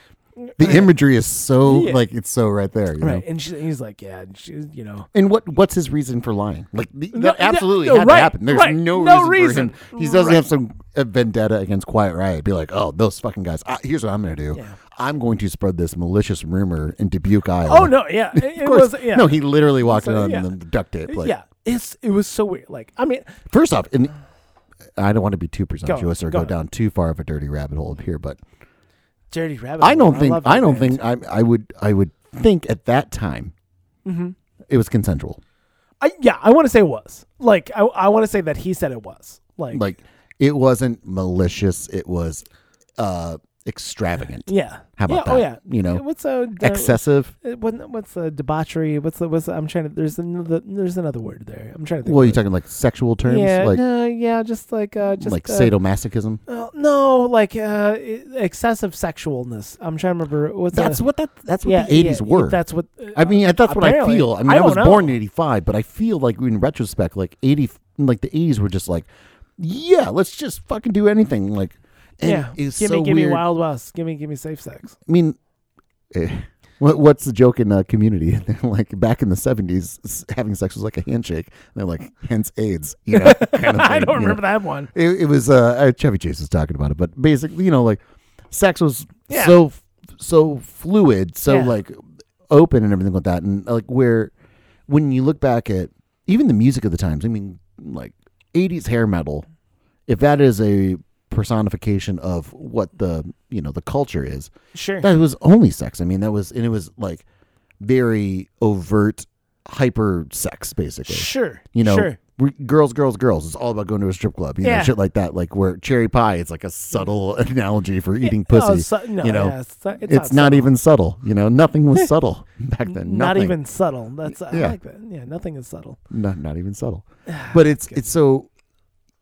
[SPEAKER 1] the imagery is so
[SPEAKER 2] Yeah.
[SPEAKER 1] like it's so right there. You
[SPEAKER 2] like-
[SPEAKER 1] know?
[SPEAKER 2] right. And she, he's like, yeah, and she, you know,
[SPEAKER 1] And what what's his reason for lying? Like the,
[SPEAKER 2] No,
[SPEAKER 1] that absolutely
[SPEAKER 2] no,
[SPEAKER 1] had
[SPEAKER 2] right,
[SPEAKER 1] to happen. There's
[SPEAKER 2] right,
[SPEAKER 1] no, reason,
[SPEAKER 2] no
[SPEAKER 1] for
[SPEAKER 2] reason.
[SPEAKER 1] him. He doesn't
[SPEAKER 2] Right.
[SPEAKER 1] have some uh, vendetta against Quiet Riot. Be like, oh, those fucking guys. I, here's what I'm going to do.
[SPEAKER 2] Yeah.
[SPEAKER 1] I'm going to spread this malicious rumor in Dubuque, Iowa.
[SPEAKER 2] oh no, yeah, it,
[SPEAKER 1] Of course.
[SPEAKER 2] was, yeah,
[SPEAKER 1] No, he literally walked in
[SPEAKER 2] like,
[SPEAKER 1] on
[SPEAKER 2] yeah.
[SPEAKER 1] the duct tape. Like,
[SPEAKER 2] yeah. It's it was so weird. Like, I mean,
[SPEAKER 1] First off, in, I don't want to be too presumptuous or go,
[SPEAKER 2] go on.
[SPEAKER 1] down too far of a dirty rabbit hole here, but
[SPEAKER 2] Dirty Rabbit.
[SPEAKER 1] I don't
[SPEAKER 2] Hole.
[SPEAKER 1] think
[SPEAKER 2] love
[SPEAKER 1] I,
[SPEAKER 2] that
[SPEAKER 1] don't
[SPEAKER 2] band.
[SPEAKER 1] think I I would I would think at that time
[SPEAKER 2] Mm-hmm.
[SPEAKER 1] it was consensual.
[SPEAKER 2] I, yeah, I want to say it was. Like, I, I want to say that he said it was. Like,
[SPEAKER 1] Like it wasn't malicious. It was uh extravagant.
[SPEAKER 2] yeah.
[SPEAKER 1] How about
[SPEAKER 2] yeah,
[SPEAKER 1] that?
[SPEAKER 2] Oh yeah.
[SPEAKER 1] You know,
[SPEAKER 2] What's a eh,
[SPEAKER 1] excessive.
[SPEAKER 2] what's a debauchery? What's the what's the, I'm trying to there's another there's another word there. I'm trying to think.
[SPEAKER 1] Well,
[SPEAKER 2] of
[SPEAKER 1] you
[SPEAKER 2] it.
[SPEAKER 1] talking like sexual terms,
[SPEAKER 2] Yeah,
[SPEAKER 1] like
[SPEAKER 2] no, yeah, just like uh, just
[SPEAKER 1] like
[SPEAKER 2] uh,
[SPEAKER 1] sadomasochism.
[SPEAKER 2] uh, no, like uh, i- excessive sexualness. I'm trying to remember what's
[SPEAKER 1] That's
[SPEAKER 2] that?
[SPEAKER 1] what that. That's what
[SPEAKER 2] yeah,
[SPEAKER 1] the '80s
[SPEAKER 2] yeah,
[SPEAKER 1] were.
[SPEAKER 2] That's what uh,
[SPEAKER 1] I mean, that's what I
[SPEAKER 2] apparently.
[SPEAKER 1] feel. I mean,
[SPEAKER 2] I
[SPEAKER 1] I, was
[SPEAKER 2] don't
[SPEAKER 1] born in
[SPEAKER 2] know.
[SPEAKER 1] '85, but I feel like in retrospect, like '80, like the '80s were just like, yeah, let's just fucking do anything. Like, and
[SPEAKER 2] yeah,
[SPEAKER 1] it's
[SPEAKER 2] give
[SPEAKER 1] so
[SPEAKER 2] me give
[SPEAKER 1] weird.
[SPEAKER 2] me Wild West, give me give me safe sex.
[SPEAKER 1] I mean, eh, what, what's the joke in uh, Community? They're like back in the '70s, s- having sex was like a handshake. And they're like, hence AIDS. You know, kind of
[SPEAKER 2] I
[SPEAKER 1] thing,
[SPEAKER 2] don't
[SPEAKER 1] you know?
[SPEAKER 2] remember that one.
[SPEAKER 1] It, it was uh, uh, Chevy Chase was talking about it, but basically, you know, like sex was
[SPEAKER 2] Yeah.
[SPEAKER 1] so so fluid, so
[SPEAKER 2] Yeah.
[SPEAKER 1] like open and everything like that, and like where when you look back at even the music of the times, I mean, like '80s hair metal, if that is a personification of what the you know the culture is,
[SPEAKER 2] Sure.
[SPEAKER 1] that was only sex. I mean, that was and it was like very overt, hyper sex basically
[SPEAKER 2] Sure.
[SPEAKER 1] you know,
[SPEAKER 2] Sure.
[SPEAKER 1] we, girls, girls, girls. It's all about going to a strip club, you
[SPEAKER 2] Yeah.
[SPEAKER 1] know, shit like that. Like where cherry pie, it's like a subtle analogy for eating
[SPEAKER 2] Yeah,
[SPEAKER 1] pussy.
[SPEAKER 2] Oh, su- no,
[SPEAKER 1] you know,
[SPEAKER 2] yeah, it's, not-
[SPEAKER 1] it's not even subtle, you know. Nothing was subtle back
[SPEAKER 2] subtle.
[SPEAKER 1] then.
[SPEAKER 2] not
[SPEAKER 1] Nothing.
[SPEAKER 2] even subtle. That's I
[SPEAKER 1] Yeah.
[SPEAKER 2] like that. Yeah, nothing is subtle.
[SPEAKER 1] not, not even subtle.
[SPEAKER 2] Ah,
[SPEAKER 1] But it's it's so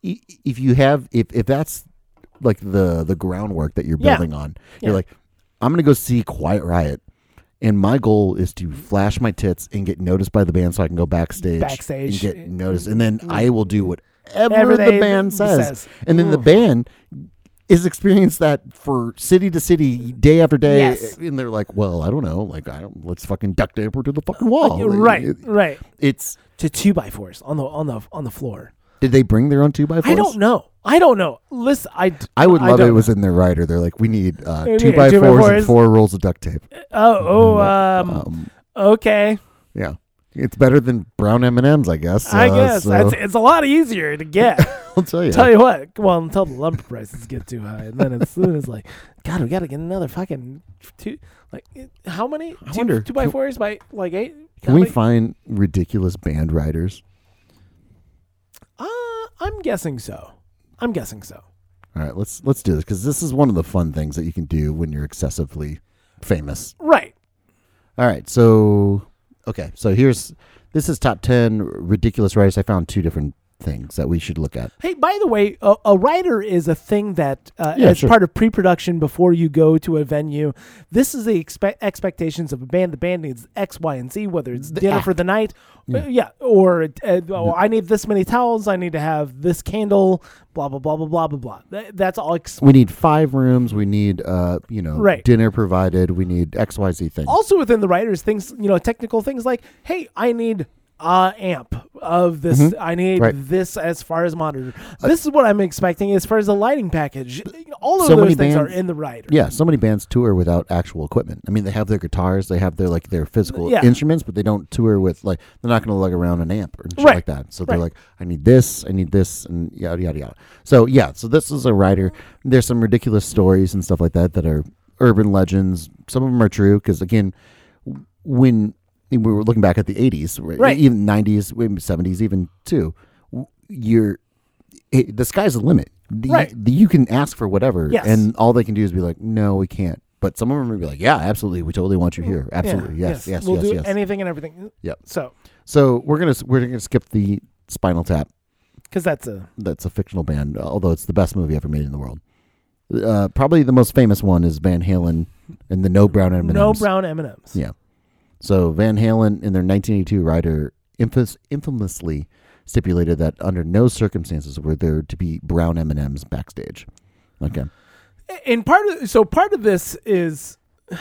[SPEAKER 1] i- if you have if if that's like the the groundwork that you're
[SPEAKER 2] Yeah.
[SPEAKER 1] building on,
[SPEAKER 2] Yeah.
[SPEAKER 1] you're like, I'm gonna go see Quiet Riot. And my goal is to flash my tits and get noticed by the band, so I can go backstage,
[SPEAKER 2] Backstage. Mm-hmm.
[SPEAKER 1] and get noticed, and then I will do whatever the
[SPEAKER 2] Everything
[SPEAKER 1] band says.
[SPEAKER 2] says.
[SPEAKER 1] And then the
[SPEAKER 2] Mm.
[SPEAKER 1] band is experienced that for city to city, day after day,
[SPEAKER 2] Yes.
[SPEAKER 1] and they're like, "Well, I don't know, like, I don't, let's fucking duct tape her to the fucking wall."
[SPEAKER 2] right,
[SPEAKER 1] It-
[SPEAKER 2] right.
[SPEAKER 1] it's
[SPEAKER 2] To two by fours on the on the on the floor.
[SPEAKER 1] did they bring their own two by fours?
[SPEAKER 2] I don't know. I don't know. Listen, I d-
[SPEAKER 1] I would love
[SPEAKER 2] don't
[SPEAKER 1] it. was in their writer. They're like, "We need
[SPEAKER 2] We
[SPEAKER 1] uh,
[SPEAKER 2] need
[SPEAKER 1] two by
[SPEAKER 2] two by
[SPEAKER 1] fours
[SPEAKER 2] fours.
[SPEAKER 1] and four rolls of duct tape."
[SPEAKER 2] know. Oh, oh, um,
[SPEAKER 1] Um,
[SPEAKER 2] okay.
[SPEAKER 1] yeah, it's better than brown M and M's, I guess.
[SPEAKER 2] I
[SPEAKER 1] uh,
[SPEAKER 2] guess
[SPEAKER 1] so-
[SPEAKER 2] that's it's a lot easier to get.
[SPEAKER 1] I'll tell you.
[SPEAKER 2] Tell you what, well, until the lumber prices get too high, and then as soon as like, God, we gotta get another fucking two. Like, it- how many?
[SPEAKER 1] I
[SPEAKER 2] two,
[SPEAKER 1] wonder,
[SPEAKER 2] two by
[SPEAKER 1] can-
[SPEAKER 2] fours by like eight.
[SPEAKER 1] Can
[SPEAKER 2] How
[SPEAKER 1] we
[SPEAKER 2] many-
[SPEAKER 1] find ridiculous band writers?
[SPEAKER 2] Uh, I'm guessing so. I'm guessing so.
[SPEAKER 1] All right, let's let's do this because this is one of the fun things that you can do when you're excessively famous.
[SPEAKER 2] Right.
[SPEAKER 1] All right, so okay, so here's this is top ten ridiculous writers. I found two different things that we should look at.
[SPEAKER 2] Hey, by the way, a, a writer is a thing that uh,
[SPEAKER 1] Yeah,
[SPEAKER 2] as
[SPEAKER 1] sure.
[SPEAKER 2] part of pre-production before you go to a venue. This is the expe- expectations of a band. The band needs X, Y, and Z. Whether it's dinner for the night, uh, yeah, or uh, oh, I need this many towels. I need to have this candle. Blah blah blah blah blah blah blah. Th- that's all. Ex-
[SPEAKER 1] We need five rooms. We need uh, you know,
[SPEAKER 2] Right.
[SPEAKER 1] dinner provided. We need X Y Z thing.
[SPEAKER 2] also within the writers, things you know, technical things like, hey, I need. Uh, amp of this. I need
[SPEAKER 1] Mm-hmm. Right. Uh,
[SPEAKER 2] this as far as monitor. This is what I'm expecting as far as the lighting package. All of
[SPEAKER 1] so
[SPEAKER 2] those
[SPEAKER 1] many
[SPEAKER 2] things
[SPEAKER 1] bands-
[SPEAKER 2] are in the writer.
[SPEAKER 1] yeah, so many bands tour without actual equipment. I mean, they have their guitars, they have their like their physical
[SPEAKER 2] Yeah.
[SPEAKER 1] instruments, but they don't tour with like they're not going to lug around an amp or shit
[SPEAKER 2] Right.
[SPEAKER 1] like that. So they're
[SPEAKER 2] Right.
[SPEAKER 1] like, I need this, I need this, and yada yada yada. So yeah, so this is a writer. There's some ridiculous stories and stuff like that that are urban legends. Some of them are true because again, w- when we were looking back at the 80s, right,
[SPEAKER 2] Right.
[SPEAKER 1] even 90s, maybe 70s, even too, w- you're it, the sky's the limit. The-
[SPEAKER 2] Right.
[SPEAKER 1] the- you can ask for whatever,
[SPEAKER 2] Yes.
[SPEAKER 1] and all they can do is be like, "No, we can't." But some of them will be like, "Yeah, absolutely, we totally want you here. Absolutely,
[SPEAKER 2] Yeah,
[SPEAKER 1] yes, yes, yes,
[SPEAKER 2] We'll
[SPEAKER 1] yes."
[SPEAKER 2] do anything and everything.
[SPEAKER 1] Yep.
[SPEAKER 2] So,
[SPEAKER 1] so we're gonna s- we're gonna skip the Spinal Tap.
[SPEAKER 2] because that's a
[SPEAKER 1] That's a fictional band, although it's the best movie ever made in the world. Uh, probably the most famous one is Van Halen and the No Brown M&Ms.
[SPEAKER 2] no brown M and M's.
[SPEAKER 1] Yeah. So Van Halen, in their 1982 rider, infamous, infamously stipulated that under no circumstances were there to be brown M and M's backstage. Okay.
[SPEAKER 2] And part of so part of this is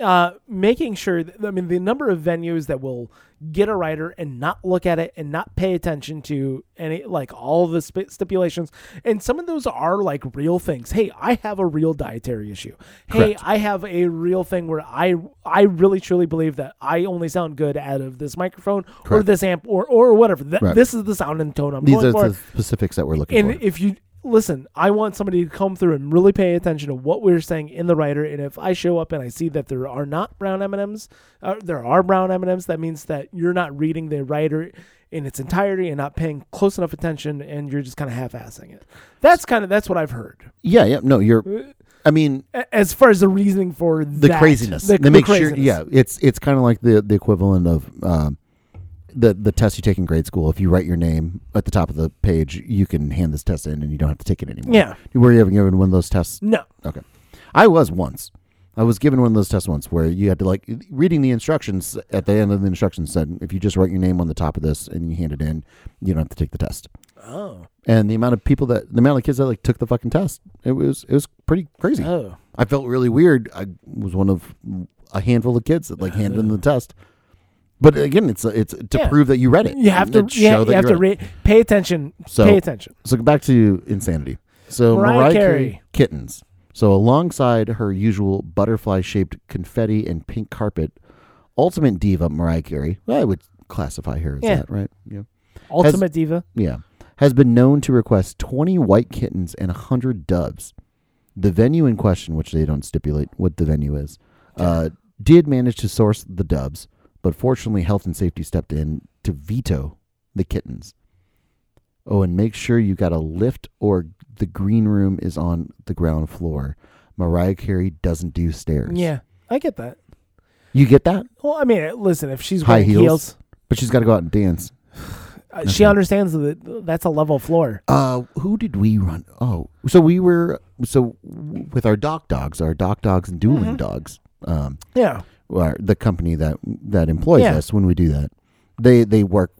[SPEAKER 2] uh, making sure. That, I mean, the number of venues that will get a writer and not look at it and not pay attention to any like all the sp- stipulations, and some of those are like real things. Hey, I have a real dietary issue. Hey,
[SPEAKER 1] Correct.
[SPEAKER 2] I have a real thing where I I really truly believe that I only sound good out of this microphone or
[SPEAKER 1] Correct.
[SPEAKER 2] this amp or or whatever. Th-
[SPEAKER 1] Right.
[SPEAKER 2] This is the sound and tone I'm
[SPEAKER 1] These
[SPEAKER 2] going
[SPEAKER 1] are
[SPEAKER 2] for.
[SPEAKER 1] the specifics that we're looking
[SPEAKER 2] and
[SPEAKER 1] for.
[SPEAKER 2] if you listen, I want somebody to come through and really pay attention to what we're saying in the writer. And if I show up and I see that there are not brown M&Ms, uh, there are brown M&Ms, that means that you're not reading the writer in its entirety and not paying close enough attention and you're just kind of half-assing it. That's kind of that's what I've heard.
[SPEAKER 1] Yeah, yeah. No,
[SPEAKER 2] Uh,
[SPEAKER 1] you're. I mean,
[SPEAKER 2] A- As far as the reasoning for
[SPEAKER 1] the craziness.
[SPEAKER 2] The,
[SPEAKER 1] They
[SPEAKER 2] the
[SPEAKER 1] make
[SPEAKER 2] craziness.
[SPEAKER 1] sure. Yeah, it's it's kind of like the the equivalent of um, the the test you take in grade school. If you write your name at the top of the page, you can hand this test in and you don't have to take it anymore.
[SPEAKER 2] Yeah.
[SPEAKER 1] Were you ever given one of those tests?
[SPEAKER 2] No.
[SPEAKER 1] Okay, I was once. I was given one of those tests once where you had to like reading the instructions at the end of the instructions said if you just write your name on the top of this and you hand it in, you don't have to take the test.
[SPEAKER 2] Oh.
[SPEAKER 1] And the amount of people that the amount of kids that like took the fucking test, it was it was pretty crazy.
[SPEAKER 2] Oh.
[SPEAKER 1] I felt really weird. I was one of a handful of kids that like handed in the test. But again, it's it's to
[SPEAKER 2] Yeah.
[SPEAKER 1] prove that you read it.
[SPEAKER 2] You have to
[SPEAKER 1] And
[SPEAKER 2] yeah, you
[SPEAKER 1] that
[SPEAKER 2] have
[SPEAKER 1] you
[SPEAKER 2] to
[SPEAKER 1] read it.
[SPEAKER 2] re- pay attention.
[SPEAKER 1] So-
[SPEAKER 2] pay attention.
[SPEAKER 1] So back to insanity. So
[SPEAKER 2] Mariah
[SPEAKER 1] Mariah, Carey.
[SPEAKER 2] Carey.
[SPEAKER 1] kittens. So alongside her usual butterfly-shaped confetti and pink carpet, ultimate diva Mariah Carey. I would classify her as
[SPEAKER 2] Yeah.
[SPEAKER 1] that, right? Yeah.
[SPEAKER 2] Ultimate diva.
[SPEAKER 1] Yeah. Has been known to request 20 white kittens and 100 doves. The venue in question, which they don't stipulate what the venue is, uh, did manage to source the doves, but fortunately, health and safety stepped in to veto the kittens. Oh, and make sure you got a lift or the green room is on the ground floor. Mariah Carey doesn't do stairs.
[SPEAKER 2] Yeah. I get that.
[SPEAKER 1] You get that?
[SPEAKER 2] Well, I mean, listen, if she's
[SPEAKER 1] High
[SPEAKER 2] wearing
[SPEAKER 1] heels?
[SPEAKER 2] heels
[SPEAKER 1] But she's got to go out and dance.
[SPEAKER 2] Uh, she understands that that's a level floor.
[SPEAKER 1] Uh, who did we run? Oh, so we were so with our doc dogs, our doc dogs and dueling
[SPEAKER 2] Mm-hmm.
[SPEAKER 1] dogs. Um,
[SPEAKER 2] Yeah.
[SPEAKER 1] are the company that that employs
[SPEAKER 2] Yeah.
[SPEAKER 1] us when we do that, they they work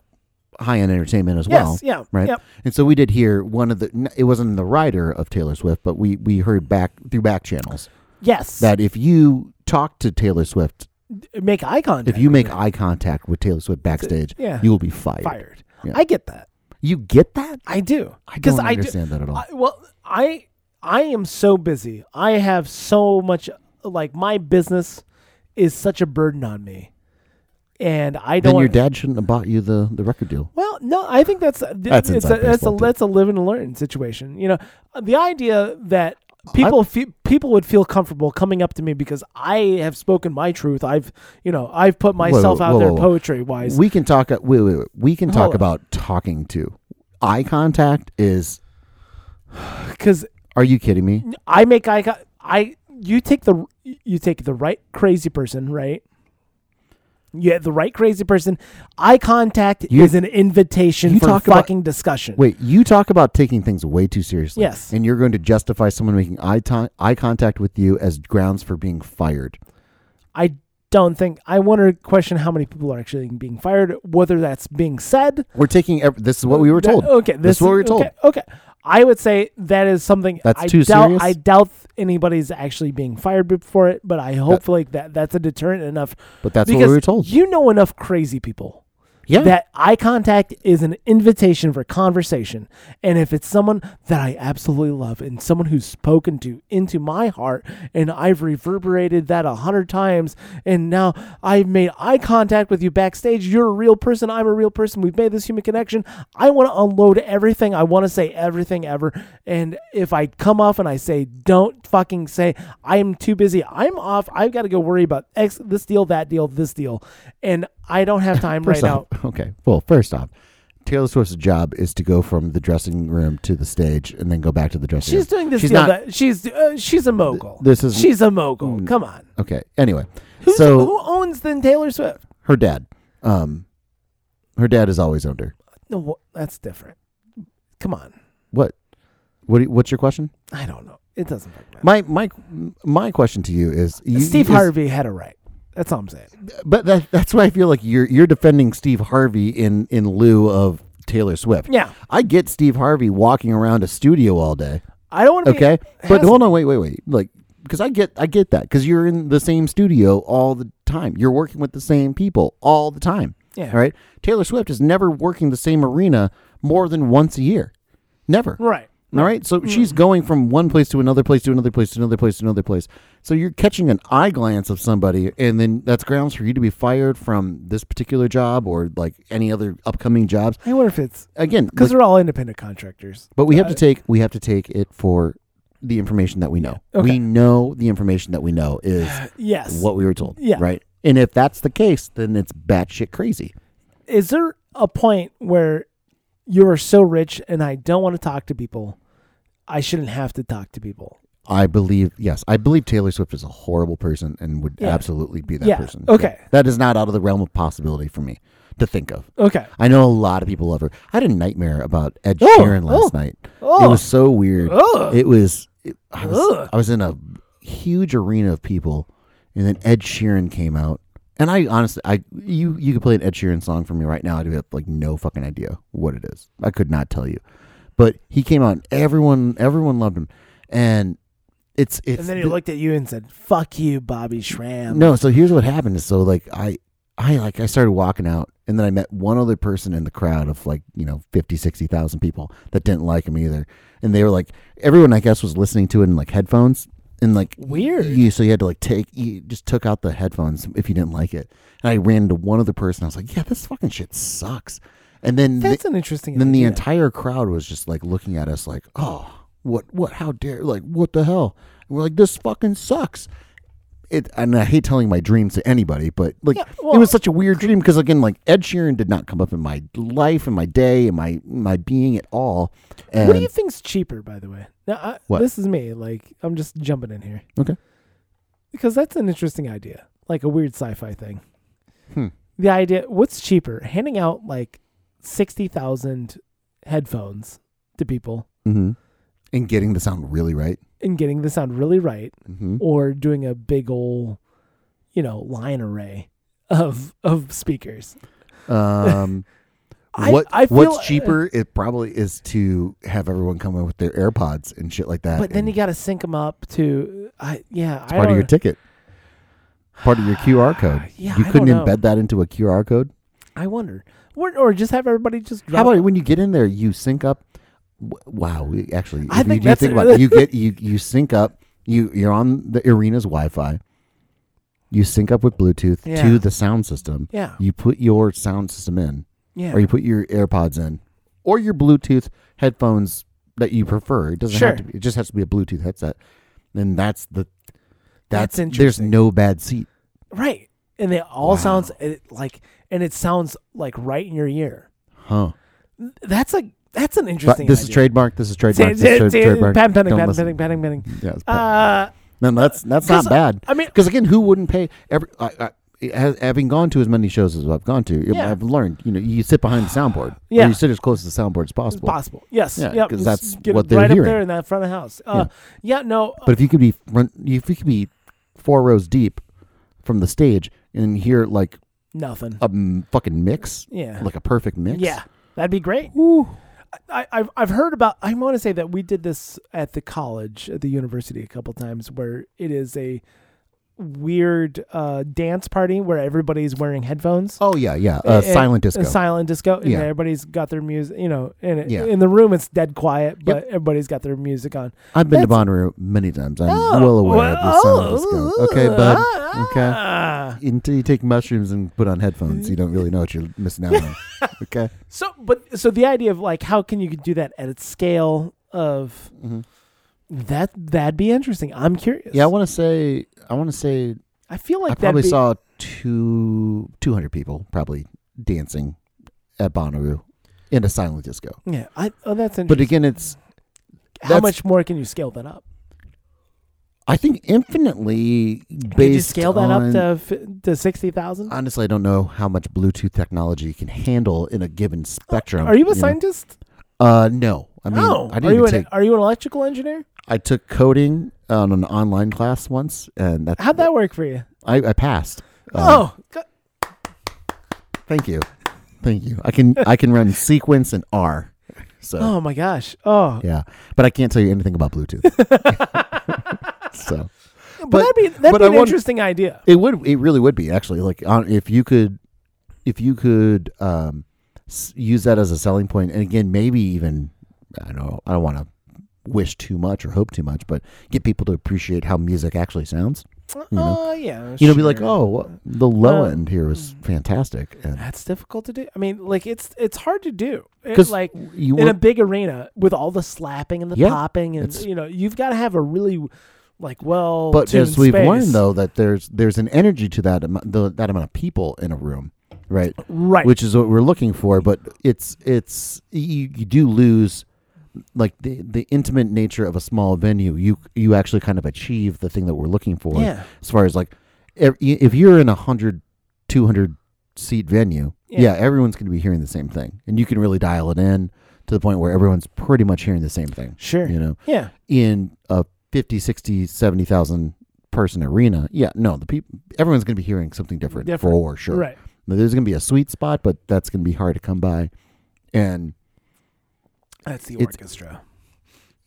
[SPEAKER 1] high end entertainment as well.
[SPEAKER 2] yes. Yeah.
[SPEAKER 1] Right.
[SPEAKER 2] Yep.
[SPEAKER 1] And so we did hear one of the. n- It wasn't the writer of Taylor Swift, but we we heard back through back channels
[SPEAKER 2] Yes.
[SPEAKER 1] that if you talk to Taylor Swift,
[SPEAKER 2] make eye contact.
[SPEAKER 1] if you make
[SPEAKER 2] with
[SPEAKER 1] eye contact with Taylor Swift backstage,
[SPEAKER 2] yeah.
[SPEAKER 1] you will be fired.
[SPEAKER 2] her, fired,
[SPEAKER 1] Yeah.
[SPEAKER 2] I get that.
[SPEAKER 1] You get that?
[SPEAKER 2] I do.
[SPEAKER 1] I
[SPEAKER 2] 'Cause
[SPEAKER 1] don't
[SPEAKER 2] I do-
[SPEAKER 1] understand that at all.
[SPEAKER 2] I, well, I I am so busy. I have so much like my business is such a burden on me, and I don't.
[SPEAKER 1] then your
[SPEAKER 2] want-
[SPEAKER 1] dad shouldn't have bought you the the record deal.
[SPEAKER 2] Well, no, I think that's uh,
[SPEAKER 1] That's
[SPEAKER 2] it's a,
[SPEAKER 1] inside
[SPEAKER 2] that's a
[SPEAKER 1] baseball, too.
[SPEAKER 2] that's a live and learn situation. You know, Uh, the idea that people fe- people would feel comfortable coming up to me because I have spoken my truth. I've you know I've put myself out
[SPEAKER 1] whoa,
[SPEAKER 2] there
[SPEAKER 1] whoa, whoa.
[SPEAKER 2] poetry wise.
[SPEAKER 1] We can talk. uh, Wait, wait, wait. We can
[SPEAKER 2] Hold
[SPEAKER 1] talk
[SPEAKER 2] on.
[SPEAKER 1] about talking to. Eye contact is.
[SPEAKER 2] Because
[SPEAKER 1] Are you kidding me?
[SPEAKER 2] I make eye con- I you take the you take the right crazy person right. Yeah, the right crazy person. Eye contact
[SPEAKER 1] You-
[SPEAKER 2] is an invitation
[SPEAKER 1] you
[SPEAKER 2] for
[SPEAKER 1] talk about-
[SPEAKER 2] fucking discussion.
[SPEAKER 1] Wait, you talk about taking things way too seriously.
[SPEAKER 2] Yes.
[SPEAKER 1] And you're going to justify someone making eye, to- eye contact with you as grounds for being fired.
[SPEAKER 2] I don't think I want to question how many people are actually being fired, whether that's being said.
[SPEAKER 1] We're taking. Ev- this is what we were
[SPEAKER 2] That- oh,
[SPEAKER 1] told.
[SPEAKER 2] okay,
[SPEAKER 1] This, is what we were told.
[SPEAKER 2] Okay, okay. I would say that is something
[SPEAKER 1] That's
[SPEAKER 2] I
[SPEAKER 1] too
[SPEAKER 2] doubt,
[SPEAKER 1] serious?
[SPEAKER 2] I doubt anybody's actually being fired before it, but I hopefully that that's a deterrent enough.
[SPEAKER 1] But that's what
[SPEAKER 2] because
[SPEAKER 1] we were told.
[SPEAKER 2] You know enough crazy people
[SPEAKER 1] yeah.
[SPEAKER 2] that eye contact is an invitation for conversation. And if it's someone that I absolutely love and someone who's spoken to into my heart, and I've reverberated that a hundred times, and now I've made eye contact with you backstage, you're a real person, I'm a real person, we've made this human connection. I want to unload everything, I want to say everything ever. And if I come off and I say, don't fucking say, I'm too busy, I'm off, I've got to go worry about X, this deal, that deal, this deal, and I don't have time right
[SPEAKER 1] First
[SPEAKER 2] now.
[SPEAKER 1] off, Okay. Well, first off, Taylor Swift's job is to go from the dressing room to the stage and then go back to the dressing room.
[SPEAKER 2] She's doing this
[SPEAKER 1] She's
[SPEAKER 2] deal
[SPEAKER 1] not-
[SPEAKER 2] that she's uh, she's a mogul.
[SPEAKER 1] this is-
[SPEAKER 2] she's a mogul. Come on,
[SPEAKER 1] Okay. Anyway.
[SPEAKER 2] Who's,
[SPEAKER 1] Mm. so
[SPEAKER 2] who owns then Taylor Swift?
[SPEAKER 1] her dad. Um, her dad has always owned her.
[SPEAKER 2] No, wh- that's different. Come on,
[SPEAKER 1] What? What? do you- What's your question?
[SPEAKER 2] I don't know. It doesn't fucking matter.
[SPEAKER 1] My my my question to you is you,
[SPEAKER 2] Steve
[SPEAKER 1] is-
[SPEAKER 2] Harvey had a right. That's all I'm saying.
[SPEAKER 1] but that, that's why I feel like you're you're defending Steve Harvey in in lieu of Taylor Swift.
[SPEAKER 2] Yeah.
[SPEAKER 1] I get Steve Harvey walking around a studio all day.
[SPEAKER 2] I don't want to.
[SPEAKER 1] Okay,
[SPEAKER 2] be,
[SPEAKER 1] but
[SPEAKER 2] has-
[SPEAKER 1] hold on, wait, wait, wait. Like, because I get I get that because you're in the same studio all the time. You're working with the same people all the time.
[SPEAKER 2] Yeah.
[SPEAKER 1] All right. Taylor Swift is never working the same arena more than once a year. Never.
[SPEAKER 2] right.
[SPEAKER 1] All right. So
[SPEAKER 2] Hmm.
[SPEAKER 1] she's going from one place to another place to another place to another place to another place. So you're catching an eye glance of somebody, and then that's grounds for you to be fired from this particular job or like any other upcoming jobs.
[SPEAKER 2] I wonder if it's
[SPEAKER 1] Again,
[SPEAKER 2] because
[SPEAKER 1] like-
[SPEAKER 2] they're all independent contractors.
[SPEAKER 1] but we have to
[SPEAKER 2] uh,
[SPEAKER 1] take we have to take it for the information that we know.
[SPEAKER 2] Okay.
[SPEAKER 1] We know the information that we know is
[SPEAKER 2] Yes.
[SPEAKER 1] what we were told.
[SPEAKER 2] Yeah.
[SPEAKER 1] Right. And if that's the case, then it's batshit crazy.
[SPEAKER 2] is there a point where you are so rich and I don't want to talk to people? I shouldn't have to talk to people.
[SPEAKER 1] I believe yes, I believe Taylor Swift is a horrible person and would
[SPEAKER 2] Yeah.
[SPEAKER 1] absolutely be that
[SPEAKER 2] Yeah.
[SPEAKER 1] person.
[SPEAKER 2] Okay.
[SPEAKER 1] That is not out of the realm of possibility for me to think of.
[SPEAKER 2] Okay.
[SPEAKER 1] I know a lot of people love her. I had a nightmare about Ed
[SPEAKER 2] Oh,
[SPEAKER 1] Sheeran last
[SPEAKER 2] oh,
[SPEAKER 1] night. It
[SPEAKER 2] Oh,
[SPEAKER 1] was so weird.
[SPEAKER 2] Ugh.
[SPEAKER 1] It was. It, I
[SPEAKER 2] Ugh.
[SPEAKER 1] was. I was in a huge arena of people, and then Ed Sheeran came out. And I honestly, I you you could play an Ed Sheeran song for me right now. I'd have like no fucking idea what it is. I could not tell you. But he came out, and everyone everyone loved him, and it's it's.
[SPEAKER 2] and then he
[SPEAKER 1] the-
[SPEAKER 2] looked at you and said, "Fuck you, Bobby Shram."
[SPEAKER 1] no, so here's what happened. is So like I I like I started walking out and then I met one other person in the crowd of like, you know, 50, 60,000 people that didn't like him either. And they were like everyone I guess was listening to it in like headphones and like
[SPEAKER 2] Weird.
[SPEAKER 1] You so you had to like take you just took out the headphones if you didn't like it. And I ran into one other person. I was like, "Yeah, this fucking shit sucks." And then the-
[SPEAKER 2] That's an interesting.
[SPEAKER 1] then the
[SPEAKER 2] idea.
[SPEAKER 1] entire crowd was just like looking at us like, oh, what, what, how dare, like, what the hell? And we're like, this fucking sucks. It, and I hate telling my dreams to anybody, but like,
[SPEAKER 2] Yeah,
[SPEAKER 1] it
[SPEAKER 2] well-
[SPEAKER 1] was such a weird dream because again, like Ed Sheeran did not come up in my life and my day and my my being at all. And
[SPEAKER 2] What do you think's cheaper, by the way? Now, I,
[SPEAKER 1] What?
[SPEAKER 2] this is me. Like, I'm just jumping in here.
[SPEAKER 1] Okay.
[SPEAKER 2] Because that's an interesting idea, like a weird sci-fi thing.
[SPEAKER 1] Hmm.
[SPEAKER 2] The idea: what's cheaper, handing out like sixty thousand headphones to people
[SPEAKER 1] hmm and getting the sound really right.
[SPEAKER 2] and getting the sound really right,
[SPEAKER 1] hmm
[SPEAKER 2] or doing a big ol', you know, line array of of speakers?
[SPEAKER 1] Um,
[SPEAKER 2] I-
[SPEAKER 1] what
[SPEAKER 2] I feel- uh,
[SPEAKER 1] what's cheaper? It probably is to have everyone come in with their AirPods and shit like that.
[SPEAKER 2] But then
[SPEAKER 1] and-
[SPEAKER 2] you got to sync them up to, uh, I yeah, I
[SPEAKER 1] part of
[SPEAKER 2] don't-
[SPEAKER 1] your ticket, part of your QR code.
[SPEAKER 2] Yeah,
[SPEAKER 1] you
[SPEAKER 2] I
[SPEAKER 1] couldn't
[SPEAKER 2] don't know.
[SPEAKER 1] embed that into a QR code.
[SPEAKER 2] I wonder, or, or just have everybody just
[SPEAKER 1] How
[SPEAKER 2] drop
[SPEAKER 1] about when you get in there, you sync up? W- Wow, we- actually,
[SPEAKER 2] I
[SPEAKER 1] if
[SPEAKER 2] think
[SPEAKER 1] you do
[SPEAKER 2] that's-
[SPEAKER 1] think about it, you get you you sync up. You you're on the arena's Wi-Fi. You sync up with Bluetooth
[SPEAKER 2] Yeah.
[SPEAKER 1] to the sound system.
[SPEAKER 2] Yeah,
[SPEAKER 1] You put your sound system in,
[SPEAKER 2] yeah.
[SPEAKER 1] or you put your AirPods in, or your Bluetooth headphones that you prefer. It doesn't
[SPEAKER 2] Sure.
[SPEAKER 1] have to. Be, it just has to be a Bluetooth headset. And that's the
[SPEAKER 2] That's
[SPEAKER 1] There's
[SPEAKER 2] interesting.
[SPEAKER 1] no bad seat.
[SPEAKER 2] Right. And it all
[SPEAKER 1] Wow.
[SPEAKER 2] sounds it, like, and it sounds like right in your ear.
[SPEAKER 1] Huh.
[SPEAKER 2] That's a that's an
[SPEAKER 1] But
[SPEAKER 2] interesting.
[SPEAKER 1] this is
[SPEAKER 2] idea.
[SPEAKER 1] trademark. This is
[SPEAKER 2] Say-
[SPEAKER 1] trademark. This
[SPEAKER 2] say-
[SPEAKER 1] is
[SPEAKER 2] say-
[SPEAKER 1] tra- trademark.
[SPEAKER 2] Patent pending,
[SPEAKER 1] Don't
[SPEAKER 2] patent
[SPEAKER 1] listen.
[SPEAKER 2] pending, patent pending.
[SPEAKER 1] Yeah, it's patent.
[SPEAKER 2] Uh,
[SPEAKER 1] no, that's that's not
[SPEAKER 2] 'cause, uh,
[SPEAKER 1] bad.
[SPEAKER 2] I mean,
[SPEAKER 1] Because again, who wouldn't pay? Every I, I, ha- having gone to as many shows as I've gone to,
[SPEAKER 2] Yeah.
[SPEAKER 1] I've learned. You know, you sit behind the soundboard. or
[SPEAKER 2] Yeah.
[SPEAKER 1] you sit as close to the soundboard as
[SPEAKER 2] it's
[SPEAKER 1] possible.
[SPEAKER 2] possible. Yes.
[SPEAKER 1] Yeah,
[SPEAKER 2] Yep.
[SPEAKER 1] 'cause
[SPEAKER 2] Just
[SPEAKER 1] that's
[SPEAKER 2] get
[SPEAKER 1] what
[SPEAKER 2] it
[SPEAKER 1] they're
[SPEAKER 2] right
[SPEAKER 1] hearing.
[SPEAKER 2] up there in that front of house. Uh, yeah. No.
[SPEAKER 1] But if you could be front, if you could be four rows deep from the stage and hear like
[SPEAKER 2] Nothing.
[SPEAKER 1] a m- fucking mix,
[SPEAKER 2] Yeah.
[SPEAKER 1] like a perfect mix.
[SPEAKER 2] Yeah. That'd be great.
[SPEAKER 1] Woo.
[SPEAKER 2] I, I've I've heard about. I want to say that we did this at the college, at the university, a couple times, where it is a weird uh, dance party where everybody's wearing headphones.
[SPEAKER 1] Oh yeah, yeah.
[SPEAKER 2] A-
[SPEAKER 1] Uh,
[SPEAKER 2] a-
[SPEAKER 1] silent
[SPEAKER 2] a
[SPEAKER 1] disco.
[SPEAKER 2] silent disco, and
[SPEAKER 1] Yeah.
[SPEAKER 2] everybody's got their music. You know, and it,
[SPEAKER 1] Yeah.
[SPEAKER 2] in the room it's dead quiet, but everybody's got their music on.
[SPEAKER 1] I've been to
[SPEAKER 2] that's- Oh,
[SPEAKER 1] Bonnaroo many times. I'm well aware of the silent disco. Okay, bud. Okay.
[SPEAKER 2] okay.
[SPEAKER 1] Until you take mushrooms and put on
[SPEAKER 2] Mm-hmm.
[SPEAKER 1] headphones, you don't really know what you're missing out on. Okay.
[SPEAKER 2] So, but so the idea of like how can you do that at its scale of
[SPEAKER 1] Mhm.
[SPEAKER 2] that that'd be interesting. I'm curious.
[SPEAKER 1] Yeah, I want to say I want to say
[SPEAKER 2] I feel like
[SPEAKER 1] I
[SPEAKER 2] that'd
[SPEAKER 1] probably
[SPEAKER 2] be-
[SPEAKER 1] saw two two hundred people probably dancing at Bonnaroo in a silent disco.
[SPEAKER 2] Yeah, I, oh, that's interesting.
[SPEAKER 1] But again, it's
[SPEAKER 2] how
[SPEAKER 1] that's-
[SPEAKER 2] much more can you scale that up?
[SPEAKER 1] I think infinitely based
[SPEAKER 2] Could you scale
[SPEAKER 1] on-
[SPEAKER 2] that up to f- to sixty thousand?
[SPEAKER 1] Honestly, I don't know how much Bluetooth technology can handle in a given spectrum.
[SPEAKER 2] Are you a
[SPEAKER 1] know?
[SPEAKER 2] scientist?
[SPEAKER 1] Uh, no. I mean,
[SPEAKER 2] no.
[SPEAKER 1] I didn't
[SPEAKER 2] are you
[SPEAKER 1] even
[SPEAKER 2] an
[SPEAKER 1] take.
[SPEAKER 2] are you an electrical engineer?
[SPEAKER 1] I took coding on an online class once, and that's
[SPEAKER 2] How'd that work for you?
[SPEAKER 1] I, I passed. Um,
[SPEAKER 2] oh, go-
[SPEAKER 1] Thank you, thank you. I can I can run sequence and R, so
[SPEAKER 2] oh my gosh. Oh,
[SPEAKER 1] yeah, but I can't tell you anything about Bluetooth. so
[SPEAKER 2] but,
[SPEAKER 1] but-
[SPEAKER 2] that'd be that'd
[SPEAKER 1] but
[SPEAKER 2] be
[SPEAKER 1] I
[SPEAKER 2] an
[SPEAKER 1] wonder-
[SPEAKER 2] interesting idea.
[SPEAKER 1] it would it really would be actually like on, if you could if you could um, s- use that as a selling point, and again maybe even I don't know I don't want to wish too much or hope too much, but get people to appreciate how music actually sounds. You know?
[SPEAKER 2] Uh, yeah.
[SPEAKER 1] You know, be like,
[SPEAKER 2] sure.
[SPEAKER 1] oh, wha- the low
[SPEAKER 2] Um,
[SPEAKER 1] end here was fantastic, and
[SPEAKER 2] That's difficult to do. I mean, like it's it's hard to do. It-
[SPEAKER 1] because
[SPEAKER 2] like
[SPEAKER 1] you
[SPEAKER 2] in a
[SPEAKER 1] were,
[SPEAKER 2] big arena with all the slapping and the
[SPEAKER 1] Yeah,
[SPEAKER 2] popping and
[SPEAKER 1] it's-
[SPEAKER 2] you know, you've got to have a really like well
[SPEAKER 1] but as
[SPEAKER 2] tuned
[SPEAKER 1] we've
[SPEAKER 2] space.
[SPEAKER 1] learned though that there's there's an energy to that amo- the, that amount of people in a room, right?
[SPEAKER 2] Right.
[SPEAKER 1] Which is what we're looking for, but it's it's you, you do lose like the the intimate nature of a small venue. You you actually kind of achieve the thing that we're looking for.
[SPEAKER 2] yeah.
[SPEAKER 1] as far as like ev- y- if you're in a 100 200 seat venue
[SPEAKER 2] Yeah.
[SPEAKER 1] yeah, everyone's going to be hearing the same thing and you can really dial it in to the point where everyone's pretty much hearing the same thing
[SPEAKER 2] Sure.
[SPEAKER 1] you know
[SPEAKER 2] Yeah.
[SPEAKER 1] in a 50 60 70,000 person arena yeah no the people everyone's going to be hearing something different,
[SPEAKER 2] Different.
[SPEAKER 1] for sure
[SPEAKER 2] Right.
[SPEAKER 1] Now, there's going to be a sweet spot but that's going to be hard to come by and
[SPEAKER 2] That's the
[SPEAKER 1] It's-
[SPEAKER 2] orchestra.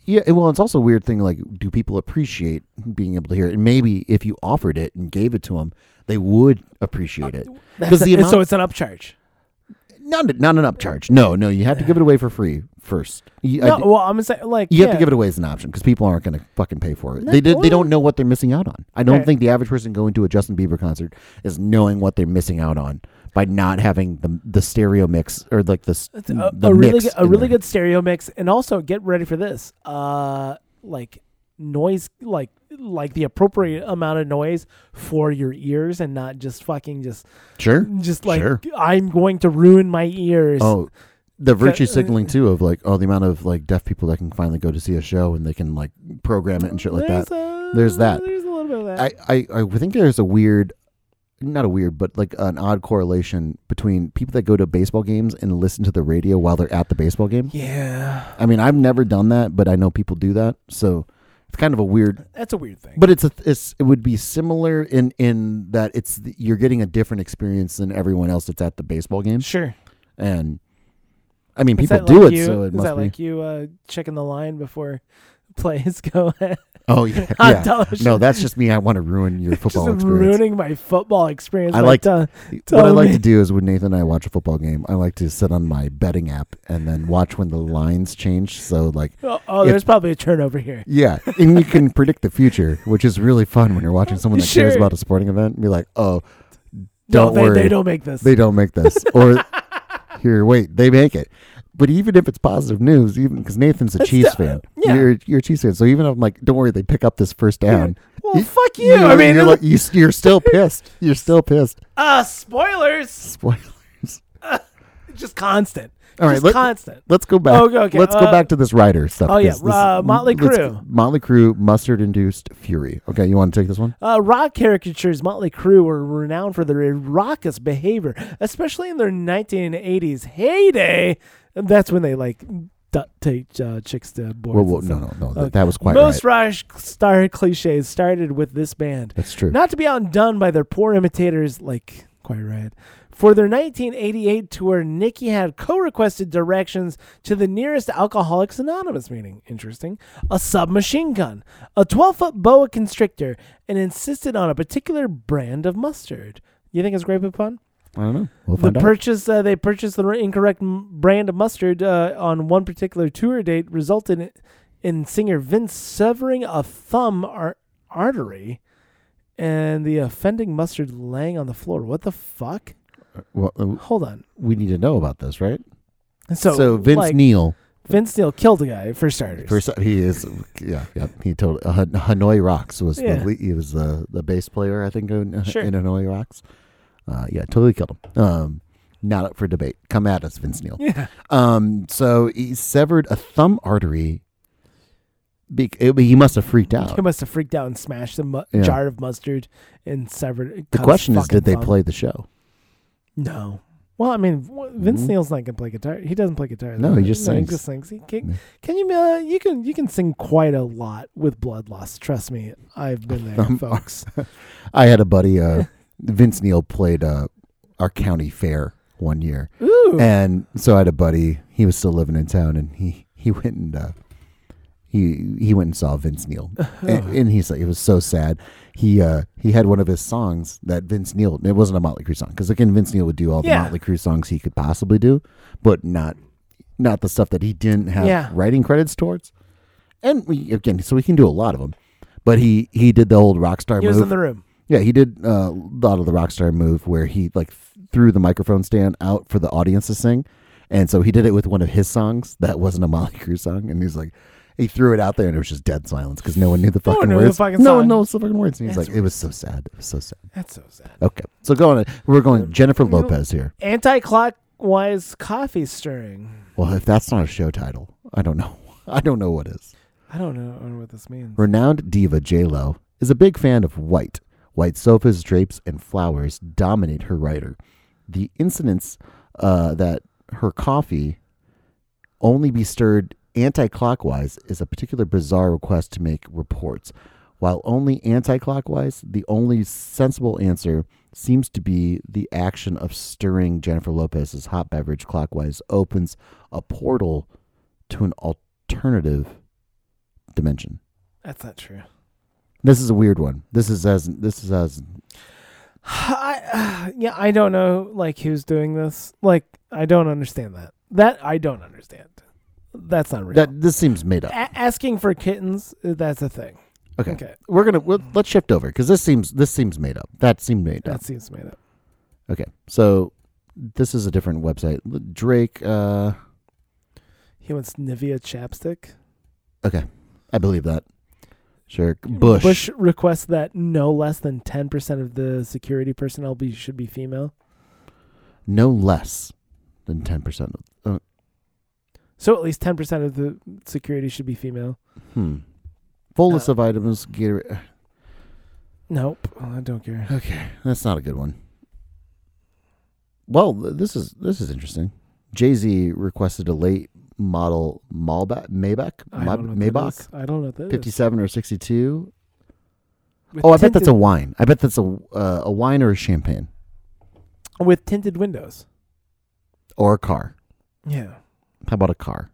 [SPEAKER 1] yeah, and well, it's also a weird thing. Like, do people appreciate being able to hear it? And maybe if you offered it and gave it to them, they would appreciate it.
[SPEAKER 2] That's
[SPEAKER 1] 'Cause the
[SPEAKER 2] a- so
[SPEAKER 1] amount-
[SPEAKER 2] it's an upcharge.
[SPEAKER 1] Not not an upcharge. No, no, you have to give it away for free first. You, I
[SPEAKER 2] No,
[SPEAKER 1] d-
[SPEAKER 2] well, I'm saying like
[SPEAKER 1] you
[SPEAKER 2] yeah,
[SPEAKER 1] have to give it away as an option because people aren't going to fucking pay for it.
[SPEAKER 2] No,
[SPEAKER 1] they did,
[SPEAKER 2] well-
[SPEAKER 1] they don't know what they're missing out on. I don't
[SPEAKER 2] Okay.
[SPEAKER 1] think the average person going to a Justin Bieber concert is knowing what they're missing out on by not having the the stereo mix or like this
[SPEAKER 2] It's a,
[SPEAKER 1] the
[SPEAKER 2] a really
[SPEAKER 1] mix
[SPEAKER 2] good, a
[SPEAKER 1] in
[SPEAKER 2] really
[SPEAKER 1] there.
[SPEAKER 2] good stereo mix, and also get ready for this. Uh, like noise, like like the appropriate amount of noise for your ears, and not just fucking just
[SPEAKER 1] sure
[SPEAKER 2] just like
[SPEAKER 1] Sure.
[SPEAKER 2] I'm going to ruin my ears.
[SPEAKER 1] Oh, the virtue
[SPEAKER 2] uh,
[SPEAKER 1] signaling too of like oh the amount of like deaf people that can finally go to see a show and they can like program it and shit like
[SPEAKER 2] there's
[SPEAKER 1] that.
[SPEAKER 2] A,
[SPEAKER 1] There's that.
[SPEAKER 2] There's a little bit of that.
[SPEAKER 1] I, I I think there's a weird, not a weird, but like an odd correlation between people that go to baseball games and listen to the radio while they're at the baseball game.
[SPEAKER 2] yeah,
[SPEAKER 1] I mean, I've never done that, but I know people do that, so it's kind of a weird.
[SPEAKER 2] that's a weird thing.
[SPEAKER 1] But it's a it's it would be similar in in that it's the, you're getting a different experience than everyone else that's at the baseball game,
[SPEAKER 2] sure,
[SPEAKER 1] and I mean
[SPEAKER 2] Is
[SPEAKER 1] people
[SPEAKER 2] that
[SPEAKER 1] do
[SPEAKER 2] like
[SPEAKER 1] it,
[SPEAKER 2] you-
[SPEAKER 1] so it
[SPEAKER 2] is
[SPEAKER 1] must
[SPEAKER 2] that
[SPEAKER 1] be.
[SPEAKER 2] like you uh, checking the line before plays go
[SPEAKER 1] oh yeah,
[SPEAKER 2] on
[SPEAKER 1] yeah.
[SPEAKER 2] television?
[SPEAKER 1] No, that's just me. I want to ruin your football
[SPEAKER 2] just
[SPEAKER 1] experience.
[SPEAKER 2] ruining my football experience.
[SPEAKER 1] I
[SPEAKER 2] by
[SPEAKER 1] like-
[SPEAKER 2] tell-
[SPEAKER 1] what I
[SPEAKER 2] Tell
[SPEAKER 1] like
[SPEAKER 2] me.
[SPEAKER 1] to do is when Nathan and I watch a football game, I like to sit on my betting app and then watch when the lines change. So like,
[SPEAKER 2] Oh, oh,
[SPEAKER 1] If-
[SPEAKER 2] there's probably a turnover here.
[SPEAKER 1] yeah, and you can predict the future, which is really fun when you're watching someone that cares
[SPEAKER 2] Sure.
[SPEAKER 1] about a sporting event. And be like, oh,
[SPEAKER 2] No,
[SPEAKER 1] Don't
[SPEAKER 2] they, they
[SPEAKER 1] worry.
[SPEAKER 2] don't make this.
[SPEAKER 1] they don't make this, or here, wait, they make it. But even if it's positive news, even because Nathan's a
[SPEAKER 2] It's
[SPEAKER 1] Chiefs
[SPEAKER 2] still- uh,
[SPEAKER 1] fan,
[SPEAKER 2] yeah.
[SPEAKER 1] you're you're a Chiefs fan. So even if I'm like, don't worry, they pick up this first down.
[SPEAKER 2] well,
[SPEAKER 1] You-
[SPEAKER 2] fuck you. I mean,
[SPEAKER 1] you're like, you, you're still pissed. You're still pissed.
[SPEAKER 2] uh, spoilers.
[SPEAKER 1] Spoilers.
[SPEAKER 2] Just constant.
[SPEAKER 1] All right,
[SPEAKER 2] Just
[SPEAKER 1] let-
[SPEAKER 2] constant.
[SPEAKER 1] Let's go back.
[SPEAKER 2] Oh, okay, okay.
[SPEAKER 1] Let's
[SPEAKER 2] Uh,
[SPEAKER 1] go back to this rider stuff.
[SPEAKER 2] oh, yeah,
[SPEAKER 1] 'cause this-
[SPEAKER 2] uh, Motley
[SPEAKER 1] let's-
[SPEAKER 2] Crue.
[SPEAKER 1] Motley Crue, mustard induced fury. Okay, you want to take this one?
[SPEAKER 2] Uh, rock caricatures Motley Crue were renowned for their raucous behavior, especially in their 1980s heyday. And that's when they like duct taped uh, chicks to boards.
[SPEAKER 1] Well,
[SPEAKER 2] and
[SPEAKER 1] well,
[SPEAKER 2] stuff.
[SPEAKER 1] no, no, no.
[SPEAKER 2] Okay.
[SPEAKER 1] That, that was quite
[SPEAKER 2] Most
[SPEAKER 1] right.
[SPEAKER 2] rock star cliches started with this band.
[SPEAKER 1] That's true.
[SPEAKER 2] Not to be outdone by their poor imitators, like quite right. For their 1988 tour, Nikki had co-requested directions to the nearest Alcoholics Anonymous meeting. Interesting. A submachine gun, a 12-foot boa constrictor, and insisted on a particular brand of mustard. You think it's grape upon?
[SPEAKER 1] I don't know. We'll
[SPEAKER 2] The
[SPEAKER 1] find out.
[SPEAKER 2] purchase uh, they purchased the incorrect m- brand of mustard uh, on one particular tour date resulted in, in singer Vince severing a thumb ar- artery and the offending mustard laying on the floor. What the fuck?
[SPEAKER 1] well, uh,
[SPEAKER 2] Hold on.
[SPEAKER 1] we need to know about this, right?
[SPEAKER 2] So,
[SPEAKER 1] Vince
[SPEAKER 2] like,
[SPEAKER 1] Neal,
[SPEAKER 2] Vince Neil killed a guy for starters.
[SPEAKER 1] first, he is, yeah, yeah. He totally uh, Hanoi Rocks was
[SPEAKER 2] Yeah.
[SPEAKER 1] the lead, he was the the bass player, I think, in,
[SPEAKER 2] Sure.
[SPEAKER 1] in Hanoi Rocks. Uh, yeah, totally killed him. Um, not up for debate. Come at us, Vince Neal.
[SPEAKER 2] yeah.
[SPEAKER 1] Um, so he severed a thumb artery. Bec- it- he must have freaked out.
[SPEAKER 2] He must have freaked out and smashed the mu-
[SPEAKER 1] Yeah.
[SPEAKER 2] jar of mustard and severed.
[SPEAKER 1] The
[SPEAKER 2] cut his
[SPEAKER 1] question is,
[SPEAKER 2] fucking
[SPEAKER 1] did they
[SPEAKER 2] thumb.
[SPEAKER 1] play the show?
[SPEAKER 2] No. Well, I mean, w- Vince
[SPEAKER 1] Mm.
[SPEAKER 2] Neal's not gonna play guitar. He doesn't play guitar.
[SPEAKER 1] No, he just sings.
[SPEAKER 2] He just sings. He can,
[SPEAKER 1] Yeah.
[SPEAKER 2] can you? Uh, you can. You can sing quite a lot with blood loss. Trust me, I've been there,
[SPEAKER 1] Um,
[SPEAKER 2] folks.
[SPEAKER 1] I had a buddy. Uh, Vince Neil played uh, our county fair one year,
[SPEAKER 2] Ooh,
[SPEAKER 1] and so I had a buddy. He was still living in town, and he he went and uh, he he went and saw Vince Neil,
[SPEAKER 2] Uh-huh.
[SPEAKER 1] and, and he's like, it was so sad. He uh, he had one of his songs that Vince Neil. It wasn't a Motley Crue song because again, Vince Neil would do all the
[SPEAKER 2] Yeah.
[SPEAKER 1] Motley Crue songs he could possibly do, but not not the stuff that he didn't have
[SPEAKER 2] Yeah.
[SPEAKER 1] writing credits towards. and we again, so we can do a lot of them. But he he did the old Rockstar
[SPEAKER 2] He was
[SPEAKER 1] move.
[SPEAKER 2] in the room.
[SPEAKER 1] yeah, he did uh, a lot of the Rockstar move where he like threw the microphone stand out for the audience to sing, and so he did it with one of his songs that wasn't a Molly Crew song, and he's like. He threw it out there and it was just dead silence because no one knew the
[SPEAKER 2] No one
[SPEAKER 1] fucking
[SPEAKER 2] knew the
[SPEAKER 1] words.
[SPEAKER 2] fucking
[SPEAKER 1] no one
[SPEAKER 2] song.
[SPEAKER 1] knows the fucking words. And he's
[SPEAKER 2] That's
[SPEAKER 1] like, it was so sad. It was so sad.
[SPEAKER 2] That's so sad.
[SPEAKER 1] Okay, so going, we're going Jennifer Lopez here.
[SPEAKER 2] Anti-clockwise coffee stirring.
[SPEAKER 1] Well, if that's not a show title, I don't know. I don't know what is.
[SPEAKER 2] I don't know I don't know what this means.
[SPEAKER 1] Renowned diva J Lo is a big fan of white. White sofas, drapes, and flowers dominate her writer. The incidents uh, that her coffee only be stirred anti-clockwise is a particular bizarre request to make reports. While only anti-clockwise, the only sensible answer seems to be the action of stirring Jennifer Lopez's hot beverage clockwise opens a portal to an alternative dimension.
[SPEAKER 2] That's not true.
[SPEAKER 1] This is a weird one. This is as this is as
[SPEAKER 2] I, yeah, I don't know like who's doing this. Like I don't understand that. That I don't understand. That's not real.
[SPEAKER 1] that. This seems made up.
[SPEAKER 2] A- asking for kittens, uh, that's a thing.
[SPEAKER 1] Okay,
[SPEAKER 2] Okay.
[SPEAKER 1] we're gonna we'll, let's shift over because this seems this seems made up. That seemed made up.
[SPEAKER 2] That seems made up.
[SPEAKER 1] Okay, so this is a different website. L- Drake. Uh,
[SPEAKER 2] He wants Nivea chapstick.
[SPEAKER 1] okay, I believe that. Sure, Bush.
[SPEAKER 2] Bush requests that no less than 10% of the security personnel be, should be female.
[SPEAKER 1] No less than ten percent. Uh,
[SPEAKER 2] So at least 10% of the security should be female.
[SPEAKER 1] hmm. Full
[SPEAKER 2] Uh.
[SPEAKER 1] list of items. uh, Get,
[SPEAKER 2] Nope. Oh, I don't care.
[SPEAKER 1] okay, that's not a good one. Well, th- this is this is interesting. Jay Z requested a late model Malbec Maybach
[SPEAKER 2] I
[SPEAKER 1] Ma-
[SPEAKER 2] don't know what that
[SPEAKER 1] Maybach.
[SPEAKER 2] is. I don't know what that is.
[SPEAKER 1] 57 or 62
[SPEAKER 2] With
[SPEAKER 1] oh i bet that's a
[SPEAKER 2] tinted-
[SPEAKER 1] wine i bet that's a uh, a wine or a champagne
[SPEAKER 2] with tinted windows.
[SPEAKER 1] or a car
[SPEAKER 2] Yeah.
[SPEAKER 1] how about a car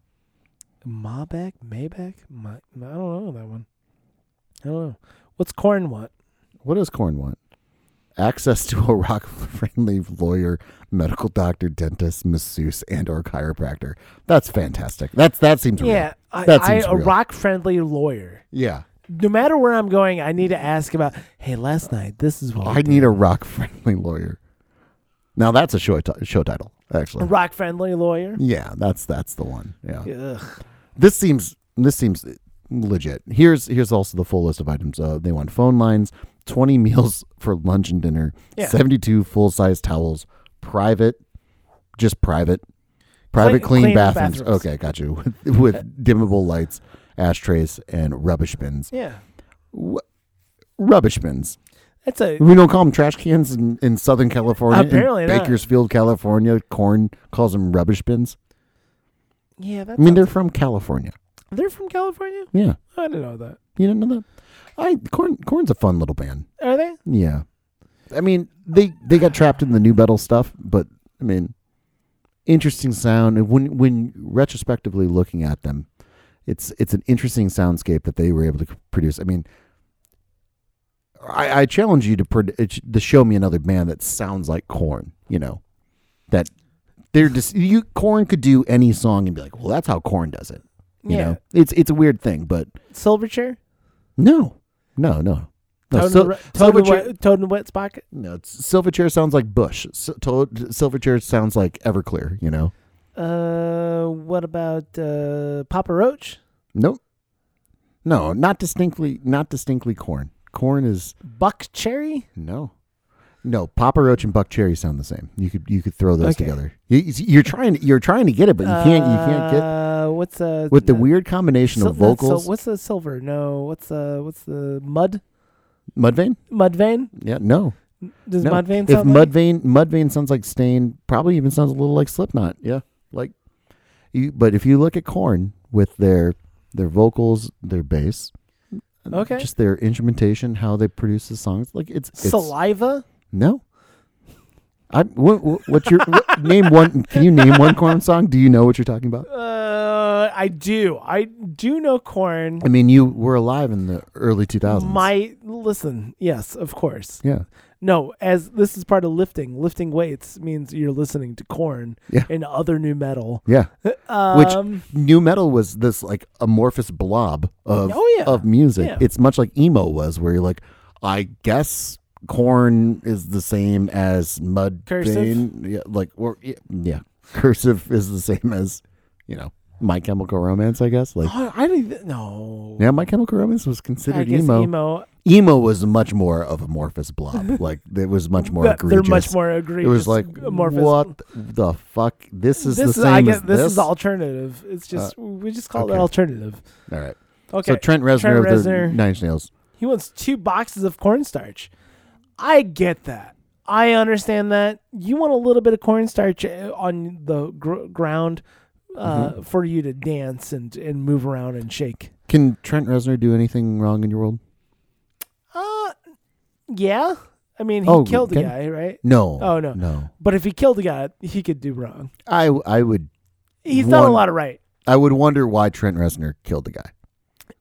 [SPEAKER 2] Maybach, Maybach. Ma- I don't know that one. I don't know. What's corn? What?
[SPEAKER 1] what does corn want access to a rock friendly lawyer medical doctor dentist masseuse and or chiropractor that's fantastic that's that seems real.
[SPEAKER 2] Yeah, I,
[SPEAKER 1] That
[SPEAKER 2] I
[SPEAKER 1] seems
[SPEAKER 2] a
[SPEAKER 1] real.
[SPEAKER 2] rock friendly lawyer.
[SPEAKER 1] yeah
[SPEAKER 2] No matter where I'm going, I need to ask about. Hey, last night this is what
[SPEAKER 1] i need a rock friendly lawyer now that's a show, ti- show title actually
[SPEAKER 2] rock friendly lawyer.
[SPEAKER 1] yeah that's that's the one yeah
[SPEAKER 2] Ugh.
[SPEAKER 1] this seems this seems legit. Here's here's also the full list of items. Uh, they want phone lines, twenty meals for lunch and dinner,
[SPEAKER 2] Yeah.
[SPEAKER 1] seventy two full size towels, private, just private, private clean,
[SPEAKER 2] Clean- clean
[SPEAKER 1] bathrooms.
[SPEAKER 2] bathrooms.
[SPEAKER 1] Okay, got you with, with dimmable lights, ashtrays, and rubbish bins.
[SPEAKER 2] Yeah,
[SPEAKER 1] Wh- Rubbish bins.
[SPEAKER 2] that's a
[SPEAKER 1] We don't call them trash cans in, in Southern California. In
[SPEAKER 2] Apparently not.
[SPEAKER 1] Bakersfield, California, corn calls them rubbish bins.
[SPEAKER 2] yeah. That's
[SPEAKER 1] I mean, they're from California.
[SPEAKER 2] they're from California.
[SPEAKER 1] Yeah.
[SPEAKER 2] I didn't know that.
[SPEAKER 1] You didn't know that? I Corn Corn's a fun little band.
[SPEAKER 2] Are they?
[SPEAKER 1] Yeah, I mean they they got trapped in the new metal stuff, but I mean, interesting sound. And When when retrospectively looking at them, it's it's an interesting soundscape that they were able to produce. I mean, I, I challenge you to prod- to show me another band that sounds like Corn. You know, that they're just you. Corn could do any song and be like, well, that's how Corn does it. You
[SPEAKER 2] yeah.
[SPEAKER 1] know, it's it's a weird thing, but
[SPEAKER 2] Silverchair.
[SPEAKER 1] no, no, no. No,
[SPEAKER 2] Toad in
[SPEAKER 1] Sil-
[SPEAKER 2] the Re- Toad in the
[SPEAKER 1] Silverchair-
[SPEAKER 2] Wet- Toad in the wet pocket.
[SPEAKER 1] no, it's, Silverchair sounds like Bush. S- to- Silverchair sounds like Everclear. You know?
[SPEAKER 2] Uh, what about uh Papa Roach?
[SPEAKER 1] Nope. No, not distinctly. Not distinctly corn. Corn is
[SPEAKER 2] Buck Cherry.
[SPEAKER 1] no, no. Papa Roach and Buck Cherry sound the same. You could you could throw those
[SPEAKER 2] Okay.
[SPEAKER 1] together. You, you're trying to, you're trying to get it, but you can't. You can't get
[SPEAKER 2] Uh, what's uh
[SPEAKER 1] with the
[SPEAKER 2] uh,
[SPEAKER 1] weird combination
[SPEAKER 2] sil-
[SPEAKER 1] of
[SPEAKER 2] not sil-
[SPEAKER 1] vocals.
[SPEAKER 2] what's the silver? No. What's the what's the mud
[SPEAKER 1] Mudvayne?
[SPEAKER 2] mud vein?
[SPEAKER 1] Yeah, no.
[SPEAKER 2] Does
[SPEAKER 1] no.
[SPEAKER 2] mud vein
[SPEAKER 1] if
[SPEAKER 2] sound like?
[SPEAKER 1] Mudvayne Mudvayne sounds like Stain, probably even sounds a little like Slipknot. Yeah, like you. But if you look at Corn with their their vocals, their bass,
[SPEAKER 2] Okay.
[SPEAKER 1] just their instrumentation, how they produce the songs, like it's, it's
[SPEAKER 2] saliva?
[SPEAKER 1] no. I what, what- what's your what, name one? Can you name one Corn song? Do you know what you're talking about?
[SPEAKER 2] Uh, I do. I do know corn.
[SPEAKER 1] I mean, you were alive in the early 2000s.
[SPEAKER 2] My listen, yes, of course.
[SPEAKER 1] yeah.
[SPEAKER 2] No, as this is part of lifting. Lifting weights means you're listening to corn
[SPEAKER 1] Yeah.
[SPEAKER 2] and other new metal.
[SPEAKER 1] Yeah.
[SPEAKER 2] Um,
[SPEAKER 1] New metal was this like amorphous blob of
[SPEAKER 2] Oh, yeah.
[SPEAKER 1] of music.
[SPEAKER 2] Yeah.
[SPEAKER 1] It's much like emo was where you're like I guess corn is the same as mud
[SPEAKER 2] Cursive?
[SPEAKER 1] yeah, like or yeah, yeah. Cursive is the same as, you know, My Chemical Romance, I guess. Like
[SPEAKER 2] oh, I don't even know.
[SPEAKER 1] yeah, My Chemical Romance was
[SPEAKER 2] I
[SPEAKER 1] considered
[SPEAKER 2] guess
[SPEAKER 1] emo.
[SPEAKER 2] emo.
[SPEAKER 1] emo. was much more of amorphous blob. like it was much more
[SPEAKER 2] But
[SPEAKER 1] egregious.
[SPEAKER 2] They're much more egregious.
[SPEAKER 1] it was like
[SPEAKER 2] amorphous.
[SPEAKER 1] what the fuck? This is
[SPEAKER 2] This is,
[SPEAKER 1] the same
[SPEAKER 2] I guess,
[SPEAKER 1] as
[SPEAKER 2] this,
[SPEAKER 1] this. Uh,
[SPEAKER 2] is alternative. It's just we just call it
[SPEAKER 1] okay.
[SPEAKER 2] alternative.
[SPEAKER 1] All right.
[SPEAKER 2] Okay.
[SPEAKER 1] So Trent Reznor
[SPEAKER 2] Trent
[SPEAKER 1] of the
[SPEAKER 2] Reznor.
[SPEAKER 1] Nine Inch Nails.
[SPEAKER 2] He wants two boxes of cornstarch. I get that. I understand that. You want a little bit of cornstarch uh, on the gr- ground uh,
[SPEAKER 1] Mm-hmm.
[SPEAKER 2] for you to dance and, and move around and shake.
[SPEAKER 1] Can Trent Reznor do anything wrong in your world?
[SPEAKER 2] Uh, yeah. I mean, he
[SPEAKER 1] Oh,
[SPEAKER 2] killed the
[SPEAKER 1] can-
[SPEAKER 2] guy, right?
[SPEAKER 1] No.
[SPEAKER 2] Oh, no.
[SPEAKER 1] No.
[SPEAKER 2] But if he killed the guy, he could do wrong.
[SPEAKER 1] I I would
[SPEAKER 2] He's done a
[SPEAKER 1] One-
[SPEAKER 2] lot of right.
[SPEAKER 1] I would wonder why Trent Reznor killed the guy.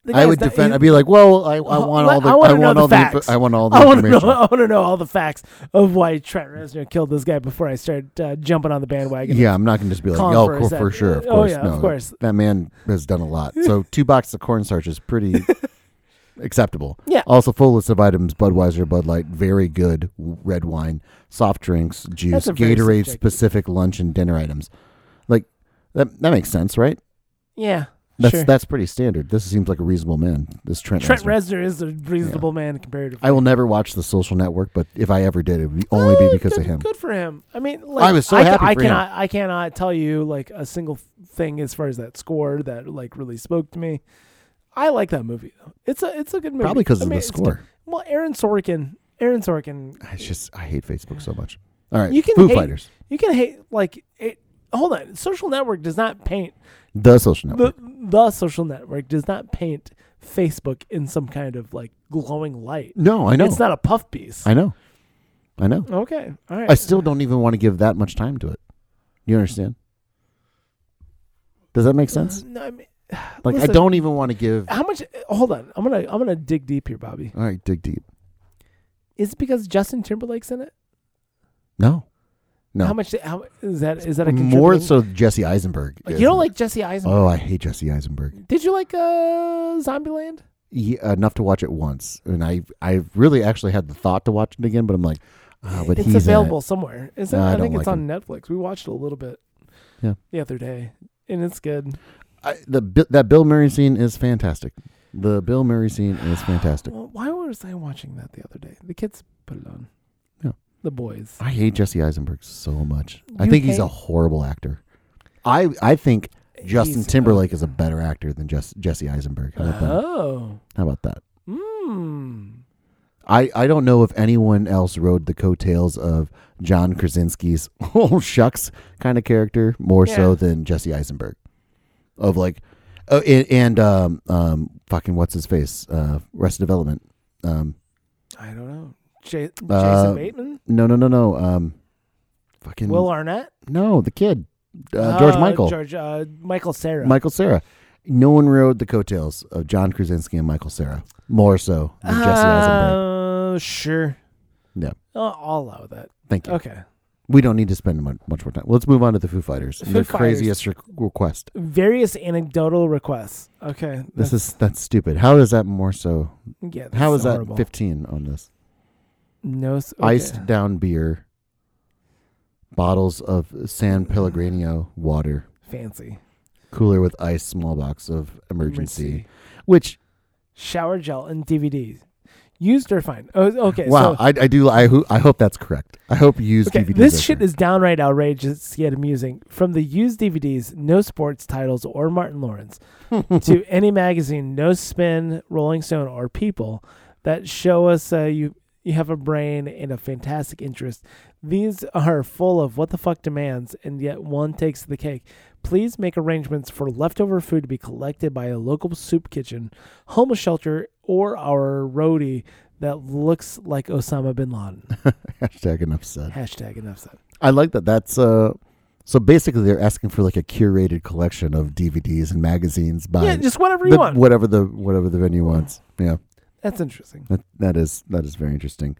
[SPEAKER 2] The
[SPEAKER 1] I
[SPEAKER 2] guy's
[SPEAKER 1] would
[SPEAKER 2] not-
[SPEAKER 1] defend.
[SPEAKER 2] he-
[SPEAKER 1] I'd be like, well, I, I
[SPEAKER 2] Uh,
[SPEAKER 1] want
[SPEAKER 2] let-
[SPEAKER 1] all the
[SPEAKER 2] I
[SPEAKER 1] I
[SPEAKER 2] wanna know
[SPEAKER 1] want
[SPEAKER 2] the
[SPEAKER 1] all the info-
[SPEAKER 2] facts.
[SPEAKER 1] I want all the
[SPEAKER 2] I want to know.
[SPEAKER 1] information.
[SPEAKER 2] I want to know all the facts of why Trent Reznor killed this guy before I start uh, jumping on the bandwagon.
[SPEAKER 1] Yeah, I'm not going to just be like,
[SPEAKER 2] Calm
[SPEAKER 1] oh,
[SPEAKER 2] for a
[SPEAKER 1] cool,
[SPEAKER 2] sec.
[SPEAKER 1] for sure, of
[SPEAKER 2] Oh,
[SPEAKER 1] course.
[SPEAKER 2] yeah,
[SPEAKER 1] no,
[SPEAKER 2] of course.
[SPEAKER 1] That man has done a lot. So two boxes of cornstarch is pretty acceptable.
[SPEAKER 2] Yeah.
[SPEAKER 1] Also, full list of items: Budweiser, Bud Light, very good red wine, soft drinks, juice,
[SPEAKER 2] a very
[SPEAKER 1] Gatorade
[SPEAKER 2] subjective-
[SPEAKER 1] specific lunch and dinner items. Like that. That makes sense, right?
[SPEAKER 2] Yeah,
[SPEAKER 1] That's
[SPEAKER 2] sure.
[SPEAKER 1] that's pretty standard. This seems like a reasonable man. This Trent.
[SPEAKER 2] Trent
[SPEAKER 1] Reznor.
[SPEAKER 2] Reznor is a reasonable man comparatively.
[SPEAKER 1] I will never watch The Social Network, but if I ever did, it would only be
[SPEAKER 2] Oh,
[SPEAKER 1] because of
[SPEAKER 2] good-
[SPEAKER 1] him.
[SPEAKER 2] Good for him. I mean, like,
[SPEAKER 1] I was so
[SPEAKER 2] ca-
[SPEAKER 1] happy
[SPEAKER 2] I
[SPEAKER 1] for him.
[SPEAKER 2] cannot, I cannot tell you like a single thing as far as that score that like really spoke to me. I like that movie though. It's a, it's a good movie.
[SPEAKER 1] Probably because
[SPEAKER 2] I
[SPEAKER 1] of the
[SPEAKER 2] mean, it's
[SPEAKER 1] score.
[SPEAKER 2] good. Well, Aaron Sorkin, Aaron Sorkin,
[SPEAKER 1] I just I hate Facebook so much. All right,
[SPEAKER 2] You can
[SPEAKER 1] Foo
[SPEAKER 2] hate-
[SPEAKER 1] Fighters,
[SPEAKER 2] you can hate like it. Hold on, Social Network does not paint
[SPEAKER 1] The Social Network.
[SPEAKER 2] the the Social Network does not paint Facebook in some kind of like glowing light.
[SPEAKER 1] No, I know.
[SPEAKER 2] It's not a puff piece.
[SPEAKER 1] I know. I know.
[SPEAKER 2] okay, all right.
[SPEAKER 1] I still don't even want to give that much time to it. You understand? Does that make sense?
[SPEAKER 2] No, I mean,
[SPEAKER 1] Like I
[SPEAKER 2] listen.
[SPEAKER 1] don't even want to give.
[SPEAKER 2] how much hold on i'm gonna i'm gonna dig deep here bobby
[SPEAKER 1] All right, dig deep.
[SPEAKER 2] is it because justin timberlake's in it
[SPEAKER 1] No, no.
[SPEAKER 2] how much how is that is that a
[SPEAKER 1] More
[SPEAKER 2] contributing-
[SPEAKER 1] so, Jesse Eisenberg.
[SPEAKER 2] Like,
[SPEAKER 1] is-
[SPEAKER 2] you don't like jesse eisenberg
[SPEAKER 1] Oh, I hate Jesse Eisenberg.
[SPEAKER 2] did you like uh zombieland
[SPEAKER 1] He, enough to watch it once, and I, I really actually had the thought to watch it again, but I'm like, ah, but
[SPEAKER 2] it's
[SPEAKER 1] he's in it.
[SPEAKER 2] available somewhere is it,
[SPEAKER 1] No, I
[SPEAKER 2] i,
[SPEAKER 1] don't
[SPEAKER 2] think it's
[SPEAKER 1] like
[SPEAKER 2] on netflix we watched it a little bit
[SPEAKER 1] Yeah.
[SPEAKER 2] the other day and it's good
[SPEAKER 1] I, the Bi- that Bill Murray scene is fantastic. The Bill Murray scene is fantastic.
[SPEAKER 2] well, why was i watching that the other day the kids put it on
[SPEAKER 1] Yeah.
[SPEAKER 2] the boys
[SPEAKER 1] I hate Jesse Eisenberg so much. I
[SPEAKER 2] You
[SPEAKER 1] think he's a
[SPEAKER 2] hate-
[SPEAKER 1] horrible actor. I I think Justin
[SPEAKER 2] He's-
[SPEAKER 1] Timberlake is a better actor than just Jesse Eisenberg. How about that?
[SPEAKER 2] oh
[SPEAKER 1] How about that?
[SPEAKER 2] mm.
[SPEAKER 1] I, I don't know if anyone else rode the coattails of John Krasinski's oh shucks kind of character more so
[SPEAKER 2] Yeah.
[SPEAKER 1] than Jesse Eisenberg, of like, oh, and, and um um fucking what's his face uh Rest Development um
[SPEAKER 2] i don't know J- jason
[SPEAKER 1] Uh,
[SPEAKER 2] bateman
[SPEAKER 1] No, no, no, no. Um, fucking
[SPEAKER 2] will arnett
[SPEAKER 1] no, the kid, uh, George
[SPEAKER 2] Uh,
[SPEAKER 1] Michael,
[SPEAKER 2] George uh, Michael Sarah.
[SPEAKER 1] Michael Sarah. No one rode the coattails of John Krasinski and Michael Sarah more so than Jesse
[SPEAKER 2] Oh,
[SPEAKER 1] Eisenberg.
[SPEAKER 2] Uh, sure.
[SPEAKER 1] Yeah.
[SPEAKER 2] I'll, I'll allow that.
[SPEAKER 1] Thank you.
[SPEAKER 2] Okay.
[SPEAKER 1] We don't need to spend mu- much more time. Let's move on to the Foo Fighters.
[SPEAKER 2] Foo
[SPEAKER 1] the
[SPEAKER 2] Fighters.
[SPEAKER 1] craziest re- request.
[SPEAKER 2] Various anecdotal requests. Okay.
[SPEAKER 1] This is that's stupid. How is that more so?
[SPEAKER 2] is yeah.
[SPEAKER 1] How is that
[SPEAKER 2] horrible.
[SPEAKER 1] fifteen on this?
[SPEAKER 2] No. s- Okay.
[SPEAKER 1] Iced down beer, bottles of San Pellegrino water,
[SPEAKER 2] Fancy.
[SPEAKER 1] cooler with ice, small box of emergency. which
[SPEAKER 2] Shower gel and DVDs. Used or fine. Oh, okay.
[SPEAKER 1] Wow,
[SPEAKER 2] So,
[SPEAKER 1] I, I do. I ho- I hope that's correct. I hope you use
[SPEAKER 2] okay.
[SPEAKER 1] DVDs.
[SPEAKER 2] This shit is downright outrageous yet amusing. From the used DVDs, no sports titles or Martin Lawrence, to any magazine, no spin, Rolling Stone, or People that show us uh, you you have a brain and a fantastic interest. These are full of what the fuck demands, and yet one takes the cake. Please make arrangements for leftover food to be collected by a local soup kitchen, homeless shelter, or our roadie that looks like Osama bin Laden.
[SPEAKER 1] hashtag enough said.
[SPEAKER 2] Hashtag enough said.
[SPEAKER 1] I like that. That's uh, So basically, they're asking for like a curated collection of DVDs and magazines by
[SPEAKER 2] yeah, just whatever you
[SPEAKER 1] the,
[SPEAKER 2] want.
[SPEAKER 1] whatever the whatever the venue wants. Yeah,
[SPEAKER 2] That's interesting.
[SPEAKER 1] that, that is that is very interesting.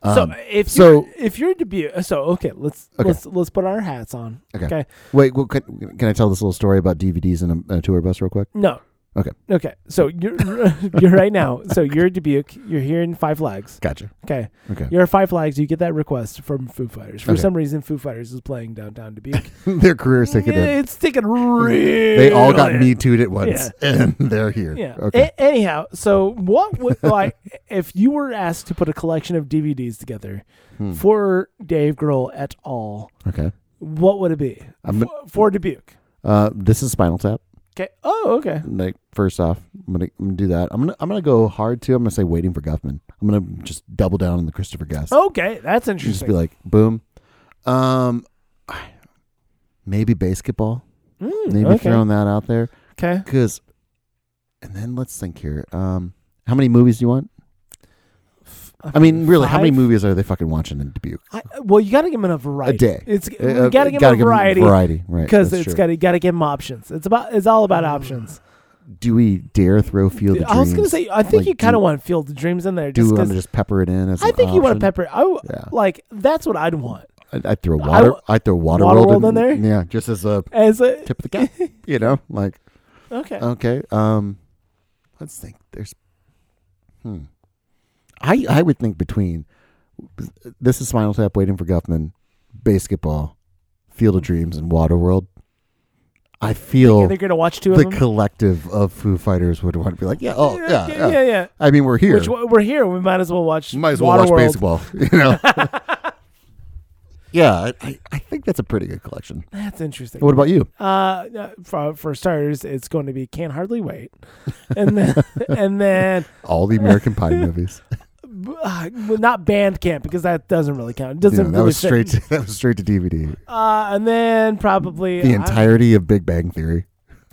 [SPEAKER 1] Um,
[SPEAKER 2] so if
[SPEAKER 1] so-
[SPEAKER 2] so if you're debut, so okay, let's
[SPEAKER 1] Okay.
[SPEAKER 2] let's let's put our hats on.
[SPEAKER 1] Okay. wait, well, can, can I tell this little story about DVDs and a, a tour bus real quick?
[SPEAKER 2] No.
[SPEAKER 1] Okay.
[SPEAKER 2] Okay. So you're you're right now. So you're at Dubuque. You're here in Five Flags.
[SPEAKER 1] Gotcha.
[SPEAKER 2] Okay.
[SPEAKER 1] Okay,
[SPEAKER 2] You're at Five Flags. You get that request from Foo Fighters. For
[SPEAKER 1] Okay.
[SPEAKER 2] some reason, Foo Fighters is playing downtown Dubuque.
[SPEAKER 1] their careers take it.
[SPEAKER 2] Yeah,
[SPEAKER 1] in.
[SPEAKER 2] it's taking really.
[SPEAKER 1] They all got me tooed at once,
[SPEAKER 2] Yeah.
[SPEAKER 1] and they're here.
[SPEAKER 2] Yeah.
[SPEAKER 1] Okay.
[SPEAKER 2] A- anyhow, so what would like if you were asked to put a collection of DVDs together
[SPEAKER 1] Hmm.
[SPEAKER 2] for Dave Grohl et al?
[SPEAKER 1] okay.
[SPEAKER 2] What would it be
[SPEAKER 1] I'm-
[SPEAKER 2] for, for Dubuque?
[SPEAKER 1] Uh, this is Spinal Tap.
[SPEAKER 2] Okay. Oh, okay.
[SPEAKER 1] like first off, I'm gonna, I'm gonna do that. I'm gonna I'm gonna go hard too. I'm gonna say waiting for Guffman. I'm gonna just double down on the Christopher Guest.
[SPEAKER 2] Okay, that's
[SPEAKER 1] And just
[SPEAKER 2] interesting.
[SPEAKER 1] be like boom. Um, maybe basketball.
[SPEAKER 2] Mm,
[SPEAKER 1] Maybe
[SPEAKER 2] okay.
[SPEAKER 1] throwing that out there
[SPEAKER 2] okay.
[SPEAKER 1] because, and then let's think here. Um, how many movies do you want? I mean, really, how many
[SPEAKER 2] Five?
[SPEAKER 1] movies are they fucking watching in Dubuque?
[SPEAKER 2] I, well, you got to give them enough variety.
[SPEAKER 1] day.
[SPEAKER 2] It's
[SPEAKER 1] Uh,
[SPEAKER 2] you got to give
[SPEAKER 1] gotta
[SPEAKER 2] them a variety
[SPEAKER 1] variety, right?
[SPEAKER 2] because
[SPEAKER 1] that's true.
[SPEAKER 2] it's got to got to give them options. It's about it's all about options.
[SPEAKER 1] Do we dare throw Field of Dreams?
[SPEAKER 2] I was gonna say I think
[SPEAKER 1] Like,
[SPEAKER 2] you kind
[SPEAKER 1] do-
[SPEAKER 2] of want Field of Dreams in there
[SPEAKER 1] do
[SPEAKER 2] just
[SPEAKER 1] we want to
[SPEAKER 2] because
[SPEAKER 1] just pepper it in? As
[SPEAKER 2] I
[SPEAKER 1] an
[SPEAKER 2] think you want
[SPEAKER 1] option?
[SPEAKER 2] to pepper. it. I w-
[SPEAKER 1] Yeah.
[SPEAKER 2] like that's what I'd want.
[SPEAKER 1] I'd, I'd throw
[SPEAKER 2] I
[SPEAKER 1] water.
[SPEAKER 2] w-
[SPEAKER 1] I, would throw water,
[SPEAKER 2] Water
[SPEAKER 1] world
[SPEAKER 2] World in there?
[SPEAKER 1] Yeah, just as a
[SPEAKER 2] As a,
[SPEAKER 1] tip of the cap. you know, like
[SPEAKER 2] okay,
[SPEAKER 1] okay. Um, let's think. There's, hmm. I I would think between this is Spinal Tap, Waiting for Guffman, basketball, Field of Dreams, and Waterworld. I
[SPEAKER 2] yeah,
[SPEAKER 1] feel
[SPEAKER 2] they're gonna watch two of
[SPEAKER 1] the
[SPEAKER 2] them.
[SPEAKER 1] collective of Foo Fighters would want to be like, yeah, oh yeah,
[SPEAKER 2] yeah,
[SPEAKER 1] yeah.
[SPEAKER 2] yeah. yeah.
[SPEAKER 1] I mean, we're here.
[SPEAKER 2] Which one- we're here, we might as well watch.
[SPEAKER 1] Might as well watch
[SPEAKER 2] Waterworld.
[SPEAKER 1] baseball. You know. yeah, I- I, I think that's a pretty good collection.
[SPEAKER 2] That's interesting.
[SPEAKER 1] What about you?
[SPEAKER 2] Uh, for, for starters, it's going to be "Can't Hardly Wait," and then and then
[SPEAKER 1] All the American Pie movies.
[SPEAKER 2] uh, well, not band camp because that doesn't really count. It doesn't
[SPEAKER 1] You know, that
[SPEAKER 2] really
[SPEAKER 1] was
[SPEAKER 2] fit.
[SPEAKER 1] straight. To, that was straight to DVD.
[SPEAKER 2] Uh, and then probably
[SPEAKER 1] The
[SPEAKER 2] I-
[SPEAKER 1] entirety of Big Bang Theory.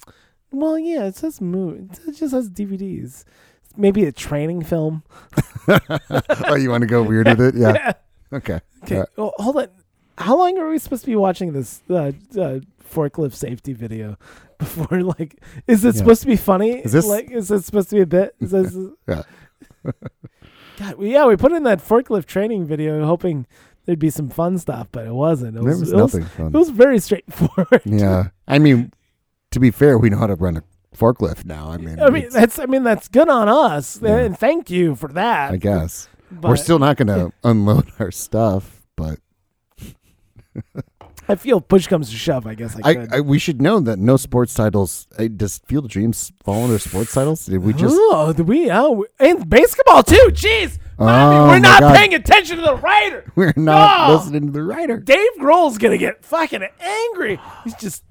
[SPEAKER 2] well, yeah, it says movie. It just has DVDs. Maybe a training film.
[SPEAKER 1] oh, you want to go weird with it? Yeah. Okay.
[SPEAKER 2] Okay,
[SPEAKER 1] Uh,
[SPEAKER 2] well, hold on. How long are we supposed to be watching this uh, uh, forklift safety video before? Like, is it
[SPEAKER 1] Yeah.
[SPEAKER 2] supposed to be funny?
[SPEAKER 1] Is this-
[SPEAKER 2] like, is it supposed to be a bit? Is this,
[SPEAKER 1] Yeah.
[SPEAKER 2] God, we, yeah, we put in that forklift training video hoping there'd be some fun stuff, but it wasn't. It
[SPEAKER 1] there
[SPEAKER 2] was,
[SPEAKER 1] was
[SPEAKER 2] it was-
[SPEAKER 1] nothing fun.
[SPEAKER 2] it was very straightforward.
[SPEAKER 1] yeah. I mean, to be fair, we know how to run a forklift now. I mean,
[SPEAKER 2] I mean,
[SPEAKER 1] it's-
[SPEAKER 2] that's I mean that's good on us,
[SPEAKER 1] Yeah.
[SPEAKER 2] and thank you for that.
[SPEAKER 1] I guess
[SPEAKER 2] But
[SPEAKER 1] we're still not going to unload our stuff, but
[SPEAKER 2] I feel push comes to shove. I guess I,
[SPEAKER 1] I,
[SPEAKER 2] could.
[SPEAKER 1] I we should know that no sports titles. I, does Field of Dreams fall under sports titles? Did we just?
[SPEAKER 2] oh, do we oh, and basketball too. Jeez, Mommy,
[SPEAKER 1] Oh, my
[SPEAKER 2] we're not
[SPEAKER 1] God.
[SPEAKER 2] paying attention to the writer.
[SPEAKER 1] We're not
[SPEAKER 2] No.
[SPEAKER 1] listening to the writer.
[SPEAKER 2] Dave Grohl's gonna get fucking angry. He's just,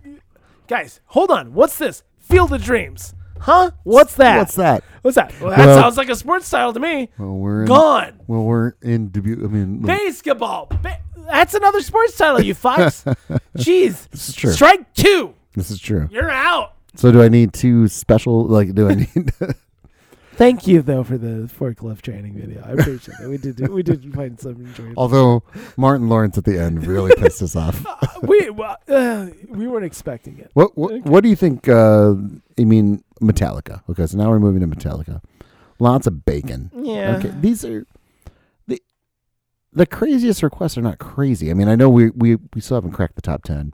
[SPEAKER 2] guys, hold on. What's this? Field of Dreams, huh? What's that?
[SPEAKER 1] What's that?
[SPEAKER 2] What's that? Well, that
[SPEAKER 1] Well-
[SPEAKER 2] sounds like a sports title to me.
[SPEAKER 1] Well, we're in,
[SPEAKER 2] Gone.
[SPEAKER 1] Well, we're in Dubuque. I mean, look,
[SPEAKER 2] Basketball. Ba- that's another sports title, you fox. Jeez.
[SPEAKER 1] This is true.
[SPEAKER 2] Strike two.
[SPEAKER 1] this is true.
[SPEAKER 2] You're out.
[SPEAKER 1] So do I need two special? Like, do I need?
[SPEAKER 2] Thank you though for the forklift training video. I appreciate it. We did we did find some enjoyment.
[SPEAKER 1] Although Martin Lawrence at the end really pissed us off.
[SPEAKER 2] we well, uh, we weren't expecting it.
[SPEAKER 1] What what, what do you think? Uh, I mean, Metallica. Okay, so now we're moving to Metallica. Lots of bacon.
[SPEAKER 2] Yeah.
[SPEAKER 1] Okay, these are the the craziest requests are not crazy. I mean, I know we we we still haven't cracked the top ten.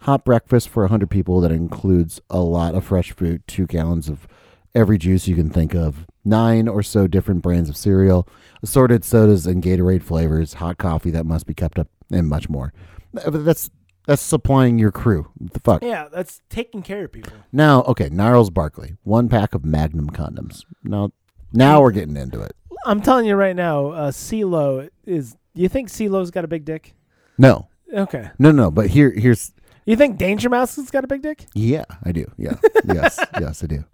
[SPEAKER 1] Hot breakfast for hundred people that includes a lot of fresh fruit, two gallons of every juice you can think of, nine or so different brands of cereal, assorted sodas and Gatorade flavors, hot coffee that must be kept up, and much more. Uh, but That's that's supplying your crew. What the fuck.
[SPEAKER 2] Yeah, that's taking care of people.
[SPEAKER 1] Now, okay, Gnarls Barkley, one pack of Magnum condoms. Now, now we're getting into it.
[SPEAKER 2] I'm telling you right now, uh, CeeLo is. You think CeeLo's got a big dick?
[SPEAKER 1] No,
[SPEAKER 2] Okay.
[SPEAKER 1] No, no, but here, here's
[SPEAKER 2] You think Danger Mouse has got a big dick?
[SPEAKER 1] yeah, I do. Yeah, yes, yes, I do.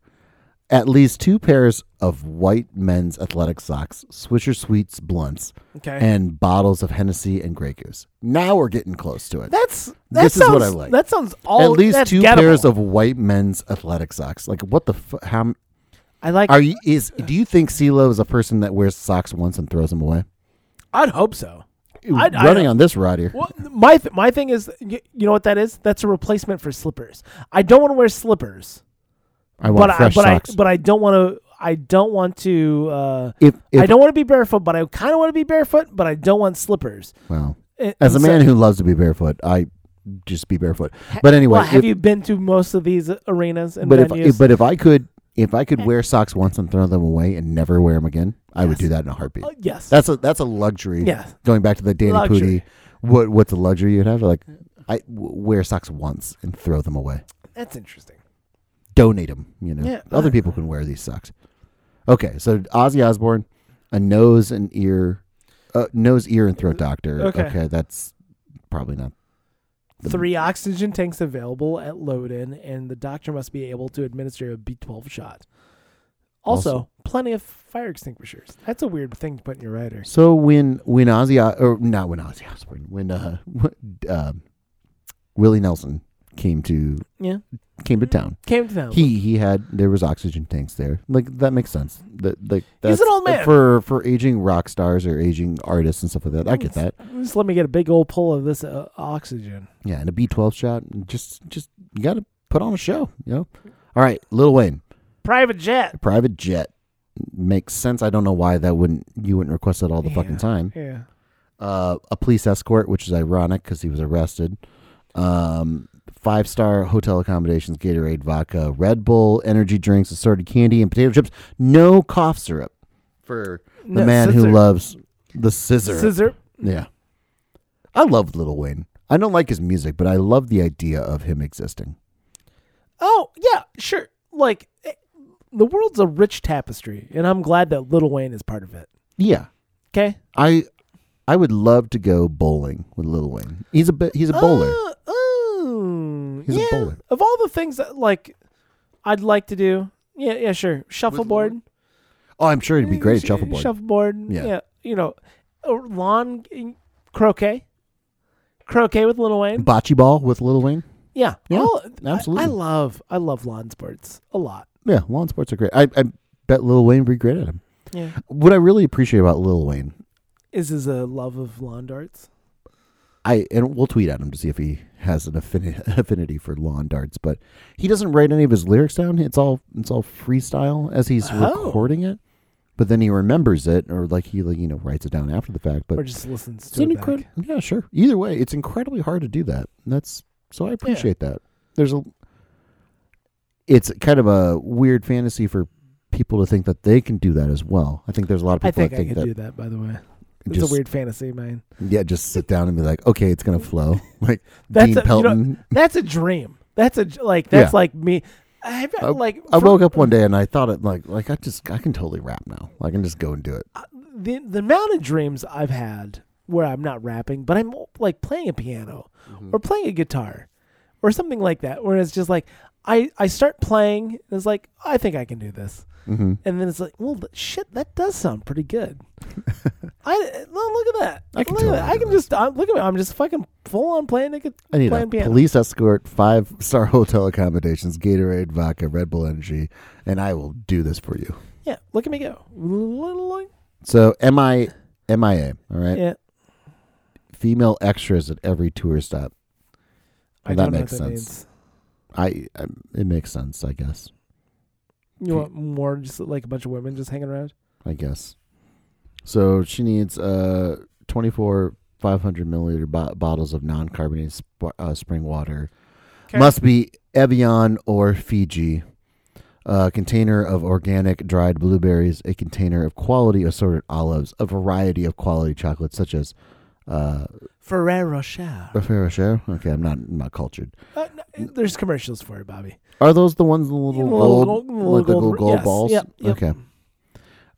[SPEAKER 1] At least two pairs of white men's athletic socks, Swisher Sweets blunts,
[SPEAKER 2] Okay.
[SPEAKER 1] and bottles of Hennessy and Grey Goose. Now we're getting close to it.
[SPEAKER 2] that's that
[SPEAKER 1] This is
[SPEAKER 2] sounds,
[SPEAKER 1] what I like.
[SPEAKER 2] That sounds all
[SPEAKER 1] At least
[SPEAKER 2] that's
[SPEAKER 1] two
[SPEAKER 2] gettable.
[SPEAKER 1] pairs of white men's athletic socks. Like what the fu- how m-
[SPEAKER 2] I like.
[SPEAKER 1] are you is do you think CeeLo is a person that wears socks once and throws them away?
[SPEAKER 2] I'd hope so. I- I
[SPEAKER 1] running
[SPEAKER 2] don't-
[SPEAKER 1] on this rod here.
[SPEAKER 2] Well, my th- my thing is, y- you know what that is? That's a replacement for slippers. I don't want to wear slippers,
[SPEAKER 1] I want
[SPEAKER 2] but
[SPEAKER 1] fresh
[SPEAKER 2] I but
[SPEAKER 1] socks.
[SPEAKER 2] I but I don't want to. I don't want to. Uh,
[SPEAKER 1] if, if
[SPEAKER 2] I don't want to be barefoot, but I kind of want to be barefoot, but I don't want slippers.
[SPEAKER 1] well,
[SPEAKER 2] And-
[SPEAKER 1] as a
[SPEAKER 2] and so-
[SPEAKER 1] man who loves to be barefoot, I just be barefoot. But anyway,
[SPEAKER 2] well, have
[SPEAKER 1] if-
[SPEAKER 2] you been to most of these arenas and
[SPEAKER 1] but if,
[SPEAKER 2] venues?
[SPEAKER 1] if but if I could if I could wear socks once and throw them away and never wear them again, I would
[SPEAKER 2] Yes.
[SPEAKER 1] do that in a heartbeat.
[SPEAKER 2] Uh, yes,
[SPEAKER 1] That's a that's a luxury.
[SPEAKER 2] yes.
[SPEAKER 1] Going back to the Danny Pudi,
[SPEAKER 2] Luxury.
[SPEAKER 1] what what's a luxury you'd have? Like I w- wear socks once and throw them away.
[SPEAKER 2] That's interesting.
[SPEAKER 1] Donate them. You know,
[SPEAKER 2] Yeah.
[SPEAKER 1] other people can wear these socks. Okay, so Ozzy Osbourne, a nose and ear, uh, nose ear and throat doctor.
[SPEAKER 2] Okay.
[SPEAKER 1] that's probably not. the-
[SPEAKER 2] Three oxygen tanks available at load in, and the doctor must be able to administer a B12 shot. Also,
[SPEAKER 1] Also-
[SPEAKER 2] plenty of fire extinguishers. That's a weird thing to put in your rider.
[SPEAKER 1] So when when Ozzy O- or not when Ozzy Osbourne when uh, wh- uh Willie Nelson came to
[SPEAKER 2] Yeah.
[SPEAKER 1] came to town
[SPEAKER 2] Came to them.
[SPEAKER 1] he he had there was oxygen tanks there like that makes sense that like that's
[SPEAKER 2] an old man.
[SPEAKER 1] for for aging rock stars or aging artists and stuff like that I get that
[SPEAKER 2] Just let me get a big old pull of this uh, oxygen.
[SPEAKER 1] yeah and a B twelve shot and just just you got to put on a show you know all right Lil Wayne
[SPEAKER 2] Private jet.
[SPEAKER 1] private jet makes sense I don't know why that wouldn't you wouldn't request it all the fucking
[SPEAKER 2] Yeah.
[SPEAKER 1] time
[SPEAKER 2] Yeah.
[SPEAKER 1] uh, a police escort, which is ironic because he was arrested. Um, Five star hotel accommodations, Gatorade, vodka, Red Bull, energy drinks, assorted candy, and potato chips. No cough syrup for the
[SPEAKER 2] No,
[SPEAKER 1] man who
[SPEAKER 2] scissor.
[SPEAKER 1] loves the scissor.
[SPEAKER 2] Scissor.
[SPEAKER 1] Yeah. I love Little Wayne. I don't like his music, but I love the idea of him existing.
[SPEAKER 2] Oh, yeah, sure. Like, eh, the world's a rich tapestry, and I'm glad that Little Wayne is part of it.
[SPEAKER 1] Yeah.
[SPEAKER 2] Okay?
[SPEAKER 1] I I would love to go bowling with Little Wayne. He's a bi- he's a bowler.
[SPEAKER 2] Oh, oh,
[SPEAKER 1] He's a
[SPEAKER 2] yeah.
[SPEAKER 1] bowler.
[SPEAKER 2] Of all the things that, like, I'd like to do, yeah, yeah, sure. Shuffleboard.
[SPEAKER 1] Oh, I'm sure he'd be great at
[SPEAKER 2] Sh-
[SPEAKER 1] shuffleboard.
[SPEAKER 2] Shuffleboard.
[SPEAKER 1] Yeah.
[SPEAKER 2] Yeah. You know, or lawn eh, croquet. Croquet with Little Wayne.
[SPEAKER 1] Bocce ball with Little Wayne.
[SPEAKER 2] Yeah.
[SPEAKER 1] Mm. Yeah,
[SPEAKER 2] All- I-
[SPEAKER 1] absolutely.
[SPEAKER 2] I, love I love lawn sports a lot.
[SPEAKER 1] Yeah, lawn sports are great. I, I bet Lil Wayne would be great at them.
[SPEAKER 2] Yeah.
[SPEAKER 1] What I really appreciate about Lil Wayne,
[SPEAKER 2] Is his a love of lawn darts?
[SPEAKER 1] I and we'll tweet at him to see if he has an affinity, affinity for lawn darts. But he doesn't write any of his lyrics down. It's all it's all freestyle as he's
[SPEAKER 2] Oh.
[SPEAKER 1] recording it. But then he remembers it, or like he like, you know writes it down after the fact. But
[SPEAKER 2] or just listens
[SPEAKER 1] it's
[SPEAKER 2] to it back?
[SPEAKER 1] incred- yeah, sure. Either way, it's incredibly hard to do that. And That's so I appreciate that. There's a it's kind of a weird fantasy for people to think that they can do that as well. I think there's a lot of
[SPEAKER 2] I
[SPEAKER 1] people
[SPEAKER 2] think
[SPEAKER 1] that
[SPEAKER 2] I
[SPEAKER 1] think
[SPEAKER 2] could
[SPEAKER 1] that
[SPEAKER 2] do that. By the way, it's
[SPEAKER 1] just
[SPEAKER 2] a weird fantasy of mine.
[SPEAKER 1] yeah, just sit down and be like, okay, it's gonna flow. Like Dean
[SPEAKER 2] That's a- you know,
[SPEAKER 1] Pelton.
[SPEAKER 2] That's a dream. That's a j- like. That's
[SPEAKER 1] Yeah.
[SPEAKER 2] like me. I have,
[SPEAKER 1] I-
[SPEAKER 2] like
[SPEAKER 1] I
[SPEAKER 2] for-
[SPEAKER 1] woke up one day and I thought it like like I just I can totally rap now. I can just go and do it.
[SPEAKER 2] uh, the the amount of dreams I've had where I'm not rapping, but I'm like playing a piano
[SPEAKER 1] Mm-hmm.
[SPEAKER 2] or playing a guitar or something like that. Where it's just like I I start playing and it's like "Oh, I think I can do this.
[SPEAKER 1] Mm-hmm.
[SPEAKER 2] And then it's like, well, th- shit, that does sound pretty good. I well, look at that.
[SPEAKER 1] I can
[SPEAKER 2] look at
[SPEAKER 1] totally
[SPEAKER 2] that. I
[SPEAKER 1] do
[SPEAKER 2] can
[SPEAKER 1] that.
[SPEAKER 2] just I'm, look at me. I'm just fucking full on playing the gu-
[SPEAKER 1] I need a
[SPEAKER 2] playing piano.
[SPEAKER 1] police escort, five star hotel accommodations, Gatorade, vodka, Red Bull energy, and I will do this for you.
[SPEAKER 2] Yeah, look at me go. Little-
[SPEAKER 1] So M I M I A, all right.
[SPEAKER 2] Yeah,
[SPEAKER 1] Female extras at every tour stop.
[SPEAKER 2] I
[SPEAKER 1] That
[SPEAKER 2] don't know
[SPEAKER 1] makes
[SPEAKER 2] what that
[SPEAKER 1] sense. I, I it makes sense, I guess.
[SPEAKER 2] Means. You want more? Just like a bunch of women just hanging around.
[SPEAKER 1] I guess. So she needs uh 24 500 milliliter bo- bottles of non-carbonated sp- uh, spring water.
[SPEAKER 2] 'Kay.
[SPEAKER 1] Must be Evian or Fiji. A container of organic dried blueberries, a container of quality assorted olives, a variety of quality chocolates such as uh
[SPEAKER 2] Ferrero Rocher.
[SPEAKER 1] Ferrero Rocher. Okay, I'm not I'm not cultured.
[SPEAKER 2] Uh, no, there's commercials for it, Bobby.
[SPEAKER 1] Are those the ones the little, gold, like the little gold
[SPEAKER 2] yes,
[SPEAKER 1] balls?
[SPEAKER 2] Yep, yep.
[SPEAKER 1] Okay.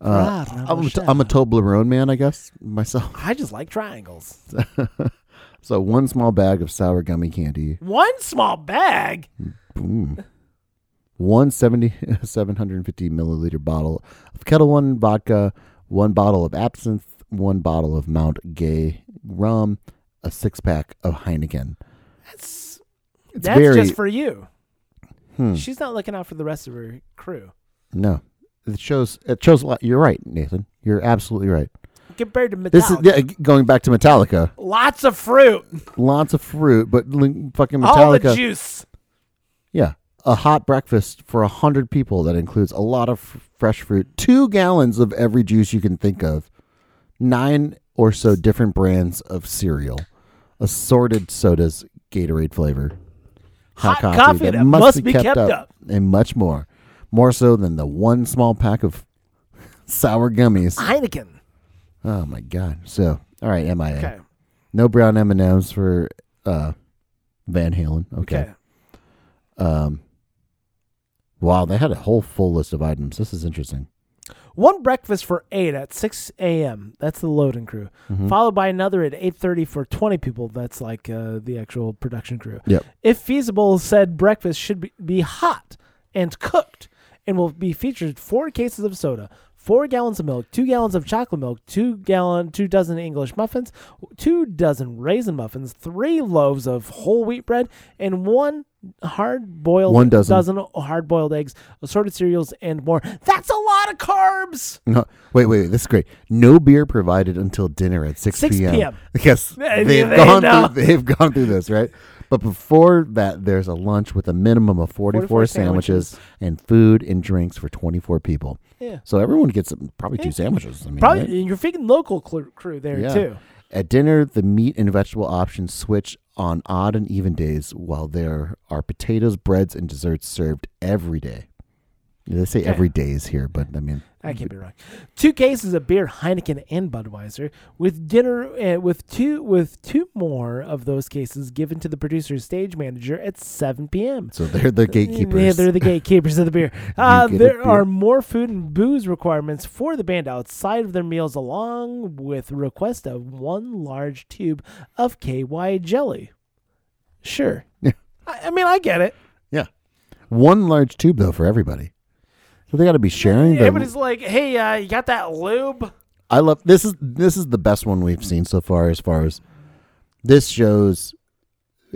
[SPEAKER 1] Uh,
[SPEAKER 2] Ferrero
[SPEAKER 1] I'm, a t-
[SPEAKER 2] Rocher.
[SPEAKER 1] I'm a Toblerone man, I guess myself.
[SPEAKER 2] I just like triangles.
[SPEAKER 1] So one small bag of sour gummy candy.
[SPEAKER 2] One small bag.
[SPEAKER 1] Boom. One 70 750 milliliter bottle of Kettle One vodka, one bottle of absinthe, one bottle of Mount Gay rum, a six pack of Heineken.
[SPEAKER 2] That's
[SPEAKER 1] It's
[SPEAKER 2] that's
[SPEAKER 1] very
[SPEAKER 2] just for you.
[SPEAKER 1] hmm,
[SPEAKER 2] She's not looking out for the rest of her crew.
[SPEAKER 1] no. It shows. It shows a lot. You're right, Nathan. You're absolutely right.
[SPEAKER 2] compared to Metallica.
[SPEAKER 1] This is yeah, going back to Metallica.
[SPEAKER 2] Lots of fruit,
[SPEAKER 1] Lots of fruit, but li- fucking
[SPEAKER 2] all the
[SPEAKER 1] Metallica.
[SPEAKER 2] juice.
[SPEAKER 1] yeah, a hot breakfast for a hundred people that includes a lot of f- fresh fruit, two gallons of every juice you can think of, nine or so different brands of cereal, assorted sodas, Gatorade flavor,
[SPEAKER 2] Hot coffee that must be kept up.
[SPEAKER 1] and much more, more so than the one small pack of sour gummies.
[SPEAKER 2] Heineken.
[SPEAKER 1] Oh my god! So all right, MIA.
[SPEAKER 2] Okay.
[SPEAKER 1] No brown M and M's for uh, Van Halen. Okay.
[SPEAKER 2] Okay.
[SPEAKER 1] Um. Wow, they had a whole full list of items. This is interesting.
[SPEAKER 2] One breakfast for eight at six a.m. That's the loading crew,
[SPEAKER 1] Mm-hmm.
[SPEAKER 2] followed by another at eight thirty for twenty people. That's like uh, the actual production crew.
[SPEAKER 1] Yep.
[SPEAKER 2] If feasible, said breakfast should be, be hot and cooked, and will be featured four cases of soda, four gallons of milk, two gallons of chocolate milk, two gallon, two dozen English muffins, two dozen raisin muffins, three loaves of whole wheat bread, and one hard boiled
[SPEAKER 1] One dozen.
[SPEAKER 2] hard boiled eggs, assorted cereals, and more. That's a lot of carbs.
[SPEAKER 1] No, wait, wait, wait. This is great. No beer provided until dinner at six,
[SPEAKER 2] 6 p.m..
[SPEAKER 1] Yes,
[SPEAKER 2] They-
[SPEAKER 1] they've
[SPEAKER 2] they
[SPEAKER 1] gone
[SPEAKER 2] know.
[SPEAKER 1] through. They've gone through this right. But before that, there's a lunch with a minimum of 44,
[SPEAKER 2] 44
[SPEAKER 1] sandwiches,
[SPEAKER 2] sandwiches.
[SPEAKER 1] and food and drinks for 24 people.
[SPEAKER 2] Yeah.
[SPEAKER 1] So everyone gets probably two sandwiches. I mean,
[SPEAKER 2] Probably
[SPEAKER 1] right?
[SPEAKER 2] and you're feeding local cl- crew there too.
[SPEAKER 1] At dinner, the meat and vegetable options switch on odd and even days, while there are potatoes, breads, and desserts served every day. They say every day is here, but I mean,
[SPEAKER 2] I can't be wrong. Two cases of beer, Heineken and Budweiser, with dinner uh, with two with two more of those cases given to the producer's stage manager at 7 p.m.
[SPEAKER 1] so they're the gatekeepers.
[SPEAKER 2] Yeah, they're the gatekeepers of the beer. Uh,
[SPEAKER 1] get a
[SPEAKER 2] there
[SPEAKER 1] beer.
[SPEAKER 2] are more food and booze requirements for the band outside of their meals, along with request of one large tube of KY jelly. Sure.
[SPEAKER 1] Yeah.
[SPEAKER 2] I, I mean, I get it.
[SPEAKER 1] yeah. One large tube, though, for everybody. So they got to be sharing.
[SPEAKER 2] Everybody's
[SPEAKER 1] The,
[SPEAKER 2] like, "Hey, uh, you got that lube?"
[SPEAKER 1] I love this is this is the best one we've seen so far. As far as this shows,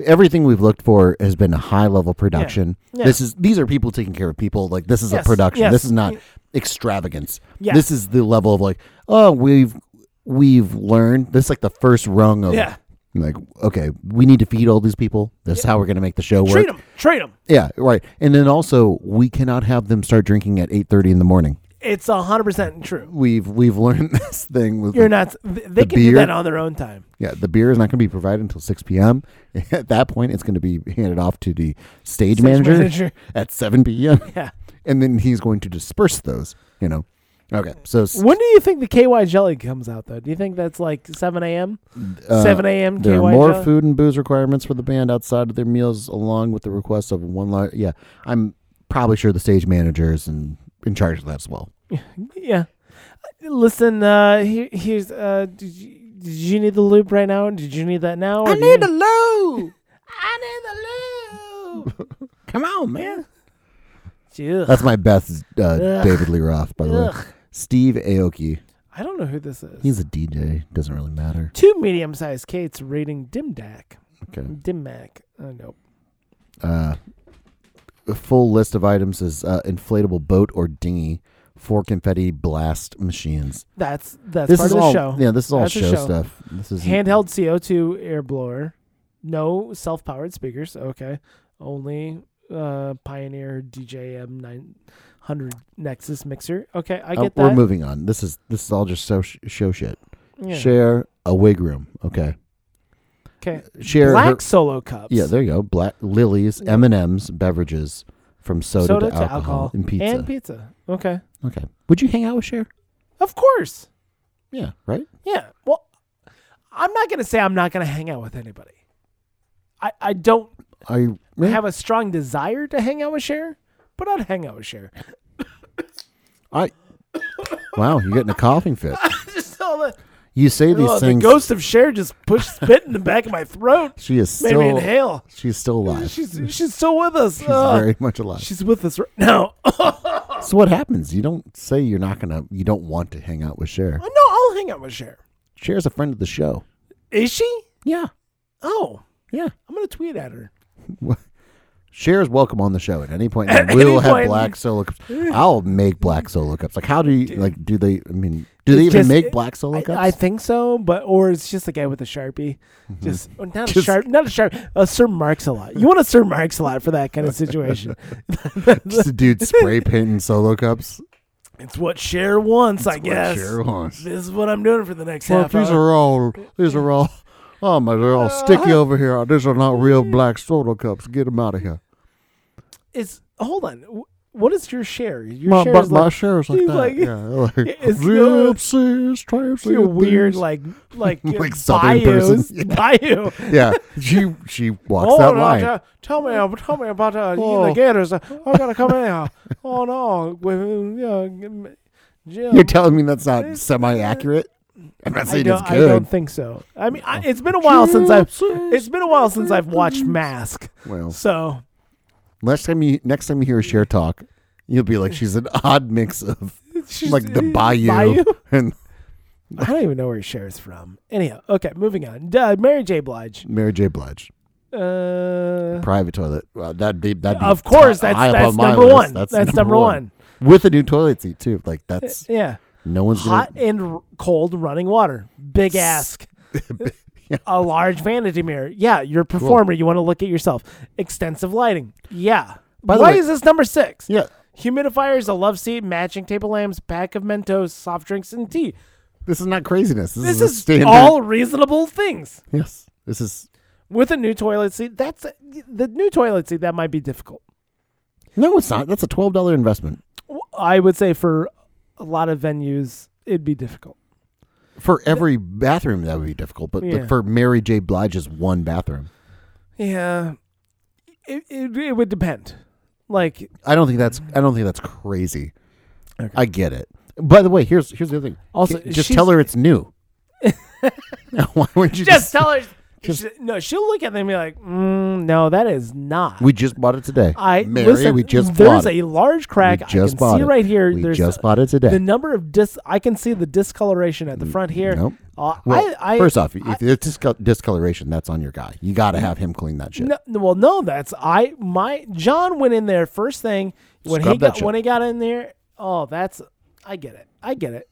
[SPEAKER 1] everything we've looked for has been a high level production.
[SPEAKER 2] Yeah.
[SPEAKER 1] This is these are people taking care of people. Like this is
[SPEAKER 2] Yes,
[SPEAKER 1] a production.
[SPEAKER 2] yes.
[SPEAKER 1] This is not extravagance.
[SPEAKER 2] Yeah.
[SPEAKER 1] This is the level of like, oh, we've we've learned. This is like the first rung of
[SPEAKER 2] Yeah.
[SPEAKER 1] Like okay, we need to feed all these people. This is how we're gonna make the show
[SPEAKER 2] Treat
[SPEAKER 1] work.
[SPEAKER 2] them. Treat them.
[SPEAKER 1] Yeah, right. And then also, we cannot have them start drinking at eight thirty in the morning.
[SPEAKER 2] It's hundred percent true.
[SPEAKER 1] We've we've learned this thing with
[SPEAKER 2] You're not. th- They
[SPEAKER 1] The
[SPEAKER 2] can do
[SPEAKER 1] beer?
[SPEAKER 2] that on their own time.
[SPEAKER 1] Yeah, the beer is not going to be provided until 6 p.m. At that point, it's going to be handed off to the stage, manager,
[SPEAKER 2] manager.
[SPEAKER 1] at 7 p.m.
[SPEAKER 2] Yeah.
[SPEAKER 1] And then he's going to disperse those, you know. Okay, so s-
[SPEAKER 2] When do you think the KY jelly comes out though? Do you think that's like seven a.m.
[SPEAKER 1] uh,
[SPEAKER 2] seven a.m.
[SPEAKER 1] there
[SPEAKER 2] KY
[SPEAKER 1] are more
[SPEAKER 2] jelly?
[SPEAKER 1] food and booze requirements for the band outside of their meals, along with the request of one large. Yeah, I'm probably sure the stage manager is in, in charge of that as well.
[SPEAKER 2] Yeah. Listen. Uh, here, here's. Uh, did you, did you need the lube right now? Did you need that
[SPEAKER 1] Oh,
[SPEAKER 2] now? I need the lube. I need the lube.
[SPEAKER 1] Come on, man.
[SPEAKER 2] Ugh.
[SPEAKER 1] That's my best uh,
[SPEAKER 2] Ugh.
[SPEAKER 1] David Lee Roth, by the way.
[SPEAKER 2] Ugh.
[SPEAKER 1] Steve Aoki.
[SPEAKER 2] I don't know who this is.
[SPEAKER 1] He's a DJ. Doesn't really matter.
[SPEAKER 2] Two medium-sized Kates rating Dimdack.
[SPEAKER 1] Okay.
[SPEAKER 2] Dimmac. Oh, no.
[SPEAKER 1] uh, a full list of items is uh, inflatable boat or dinghy, four confetti blast machines.
[SPEAKER 2] That's that's
[SPEAKER 1] This
[SPEAKER 2] part
[SPEAKER 1] is
[SPEAKER 2] of the
[SPEAKER 1] all
[SPEAKER 2] show.
[SPEAKER 1] yeah. This is all
[SPEAKER 2] That's a
[SPEAKER 1] show,
[SPEAKER 2] show.
[SPEAKER 1] stuff. This is
[SPEAKER 2] Handheld CO2 air blower. No self-powered speakers. Okay. Only uh Pioneer DJM 900 Nexus mixer. Okay, I
[SPEAKER 1] Oh,
[SPEAKER 2] get
[SPEAKER 1] we're
[SPEAKER 2] that.
[SPEAKER 1] moving on. This is this is all just show, sh- show shit.
[SPEAKER 2] Yeah.
[SPEAKER 1] Share a wig room. Okay.
[SPEAKER 2] Okay.
[SPEAKER 1] Share
[SPEAKER 2] Black
[SPEAKER 1] her-
[SPEAKER 2] solo cups.
[SPEAKER 1] yeah. There you go. Black lilies, M and M's, beverages from soda,
[SPEAKER 2] soda
[SPEAKER 1] to, alcohol, and pizza.
[SPEAKER 2] And pizza. Okay.
[SPEAKER 1] okay. Would you hang out with Cher?
[SPEAKER 2] Of course.
[SPEAKER 1] Yeah. Right.
[SPEAKER 2] Yeah. Well, I'm not going to say I'm not going to hang out with anybody. I I don't
[SPEAKER 1] I yeah.
[SPEAKER 2] have a strong desire to hang out with Cher, but I'd hang out with Cher.
[SPEAKER 1] I. Wow, you're getting a coughing fit.
[SPEAKER 2] just all the,
[SPEAKER 1] You say these
[SPEAKER 2] oh, the
[SPEAKER 1] things.
[SPEAKER 2] ghost of Cher just pushed spit in the back of my throat.
[SPEAKER 1] she is
[SPEAKER 2] Made
[SPEAKER 1] still.
[SPEAKER 2] me inhale.
[SPEAKER 1] She's still alive.
[SPEAKER 2] She's she's still with us.
[SPEAKER 1] She's
[SPEAKER 2] Uh,
[SPEAKER 1] very much alive.
[SPEAKER 2] she's with us right now.
[SPEAKER 1] so what happens? You don't say you're not gonna. You don't want to hang out with Cher.
[SPEAKER 2] no, I'll hang out with Cher.
[SPEAKER 1] Cher's a friend of the show.
[SPEAKER 2] Is she?
[SPEAKER 1] Yeah,
[SPEAKER 2] Oh,
[SPEAKER 1] yeah.
[SPEAKER 2] I'm gonna tweet at her.
[SPEAKER 1] Cher is welcome on the show at any point. And
[SPEAKER 2] At
[SPEAKER 1] we'll
[SPEAKER 2] any
[SPEAKER 1] have
[SPEAKER 2] point.
[SPEAKER 1] black solo cups. I'll make black solo cups. Like how do you like? Do they? I mean, Do they
[SPEAKER 2] It
[SPEAKER 1] even
[SPEAKER 2] just-
[SPEAKER 1] make black solo cups?
[SPEAKER 2] I, I think so, but or it's just the guy with a sharpie,
[SPEAKER 1] Mm-hmm.
[SPEAKER 2] just oh, not a
[SPEAKER 1] Just-
[SPEAKER 2] sharp, not a sharp, a Sir Marks a lot. You want a Sir Marks a lot for that kind of situation.
[SPEAKER 1] Just a dude spray painting solo cups.
[SPEAKER 2] it's what Cher wants, I
[SPEAKER 1] What
[SPEAKER 2] guess.
[SPEAKER 1] Cher wants.
[SPEAKER 2] This is what I'm doing for the next
[SPEAKER 1] Look,
[SPEAKER 2] half
[SPEAKER 1] these
[SPEAKER 2] hour.
[SPEAKER 1] are all. These are all. Oh my, they're all sticky over here. These are not real black soda cups. Get them out of here.
[SPEAKER 2] It's hold on. Wh- What is your share? Your
[SPEAKER 1] My,
[SPEAKER 2] share
[SPEAKER 1] my,
[SPEAKER 2] is
[SPEAKER 1] my
[SPEAKER 2] like
[SPEAKER 1] share's like
[SPEAKER 2] he's
[SPEAKER 1] that.
[SPEAKER 2] like-
[SPEAKER 1] yeah, like
[SPEAKER 2] It's the-
[SPEAKER 1] gypsies,
[SPEAKER 2] it's your
[SPEAKER 1] gypsies,
[SPEAKER 2] weird,
[SPEAKER 1] thieves.
[SPEAKER 2] like like,
[SPEAKER 1] Like
[SPEAKER 2] bio,
[SPEAKER 1] Southern person.
[SPEAKER 2] bio.
[SPEAKER 1] yeah, she she walks
[SPEAKER 2] oh,
[SPEAKER 1] that
[SPEAKER 2] no,
[SPEAKER 1] line.
[SPEAKER 2] te- Tell me, uh, tell me about uh, you and
[SPEAKER 1] Oh.
[SPEAKER 2] the Gators. Uh, I'm gonna come in here. Oh no, we- yeah, g- m- Jim.
[SPEAKER 1] You're telling me that's not semi accurate? I'm not
[SPEAKER 2] I
[SPEAKER 1] saying
[SPEAKER 2] don't,
[SPEAKER 1] it's
[SPEAKER 2] I
[SPEAKER 1] good. Oh.
[SPEAKER 2] don't think so. I mean, I, it's been a while since I've it's been a while since I've watched Mask.
[SPEAKER 1] well,
[SPEAKER 2] So
[SPEAKER 1] next time you next time you hear Cher talk, you'll be like she's an odd mix of
[SPEAKER 2] she's-
[SPEAKER 1] like the bayou, and
[SPEAKER 2] I don't even know where Cher's from. Anyhow, okay, moving on. Duh, Mary J. Blige.
[SPEAKER 1] Mary J. Blige.
[SPEAKER 2] Uh,
[SPEAKER 1] Private toilet. Well, that'd be that'd be
[SPEAKER 2] of course,
[SPEAKER 1] ti-
[SPEAKER 2] that's
[SPEAKER 1] high
[SPEAKER 2] that's
[SPEAKER 1] above my
[SPEAKER 2] number
[SPEAKER 1] list.
[SPEAKER 2] one. That's, number one.
[SPEAKER 1] With a new toilet seat too. Like that's
[SPEAKER 2] Yeah,
[SPEAKER 1] no one's
[SPEAKER 2] hot
[SPEAKER 1] Gonna,
[SPEAKER 2] and r- cold running water. Big ask. A large vanity mirror. Yeah, you're a performer. You want to look at yourself. Extensive lighting. Yeah.
[SPEAKER 1] By the
[SPEAKER 2] Why
[SPEAKER 1] way-
[SPEAKER 2] is this number six?
[SPEAKER 1] yeah.
[SPEAKER 2] Humidifiers, a love seat, matching table lamps, pack of Mentos, soft drinks, and tea.
[SPEAKER 1] This is not craziness. This,
[SPEAKER 2] This
[SPEAKER 1] is, a
[SPEAKER 2] is
[SPEAKER 1] standard.
[SPEAKER 2] all reasonable things.
[SPEAKER 1] yes. This is
[SPEAKER 2] With a new toilet seat, that's the new toilet seat. That might be difficult.
[SPEAKER 1] no, it's not. That's a twelve dollar investment
[SPEAKER 2] I would say for a lot of venues, it'd be difficult.
[SPEAKER 1] for every bathroom. That would be difficult, but,
[SPEAKER 2] Yeah.
[SPEAKER 1] but for Mary J. Blige's one bathroom,
[SPEAKER 2] Yeah, it it, it would depend. Like
[SPEAKER 1] I don't think that's I don't think that's crazy.
[SPEAKER 2] Okay.
[SPEAKER 1] I get it. By the way, here's here's the other thing.
[SPEAKER 2] Also,
[SPEAKER 1] J- just
[SPEAKER 2] she's-
[SPEAKER 1] tell her it's new. Why would you
[SPEAKER 2] just tell her.
[SPEAKER 1] Just-
[SPEAKER 2] she- no, she'll look at them and be like, mm, "No, that is not."
[SPEAKER 1] We just bought it today.
[SPEAKER 2] I
[SPEAKER 1] Mary,
[SPEAKER 2] listen,
[SPEAKER 1] we just
[SPEAKER 2] there's
[SPEAKER 1] bought it.
[SPEAKER 2] a large crack.
[SPEAKER 1] We just
[SPEAKER 2] I can
[SPEAKER 1] bought
[SPEAKER 2] see
[SPEAKER 1] it.
[SPEAKER 2] right here.
[SPEAKER 1] We
[SPEAKER 2] there's
[SPEAKER 1] just bought it today.
[SPEAKER 2] the number of dis. I can see the discoloration at the front here.
[SPEAKER 1] Nope.
[SPEAKER 2] Uh,
[SPEAKER 1] Well,
[SPEAKER 2] I, I,
[SPEAKER 1] first off, if it's disco- discoloration, that's on your guy. You got to have him clean that shit.
[SPEAKER 2] No, no, well, no, that's I my John went in there first thing when he
[SPEAKER 1] Scrub that
[SPEAKER 2] got
[SPEAKER 1] shit.
[SPEAKER 2] when he got in there. Oh, that's I get it. I get it.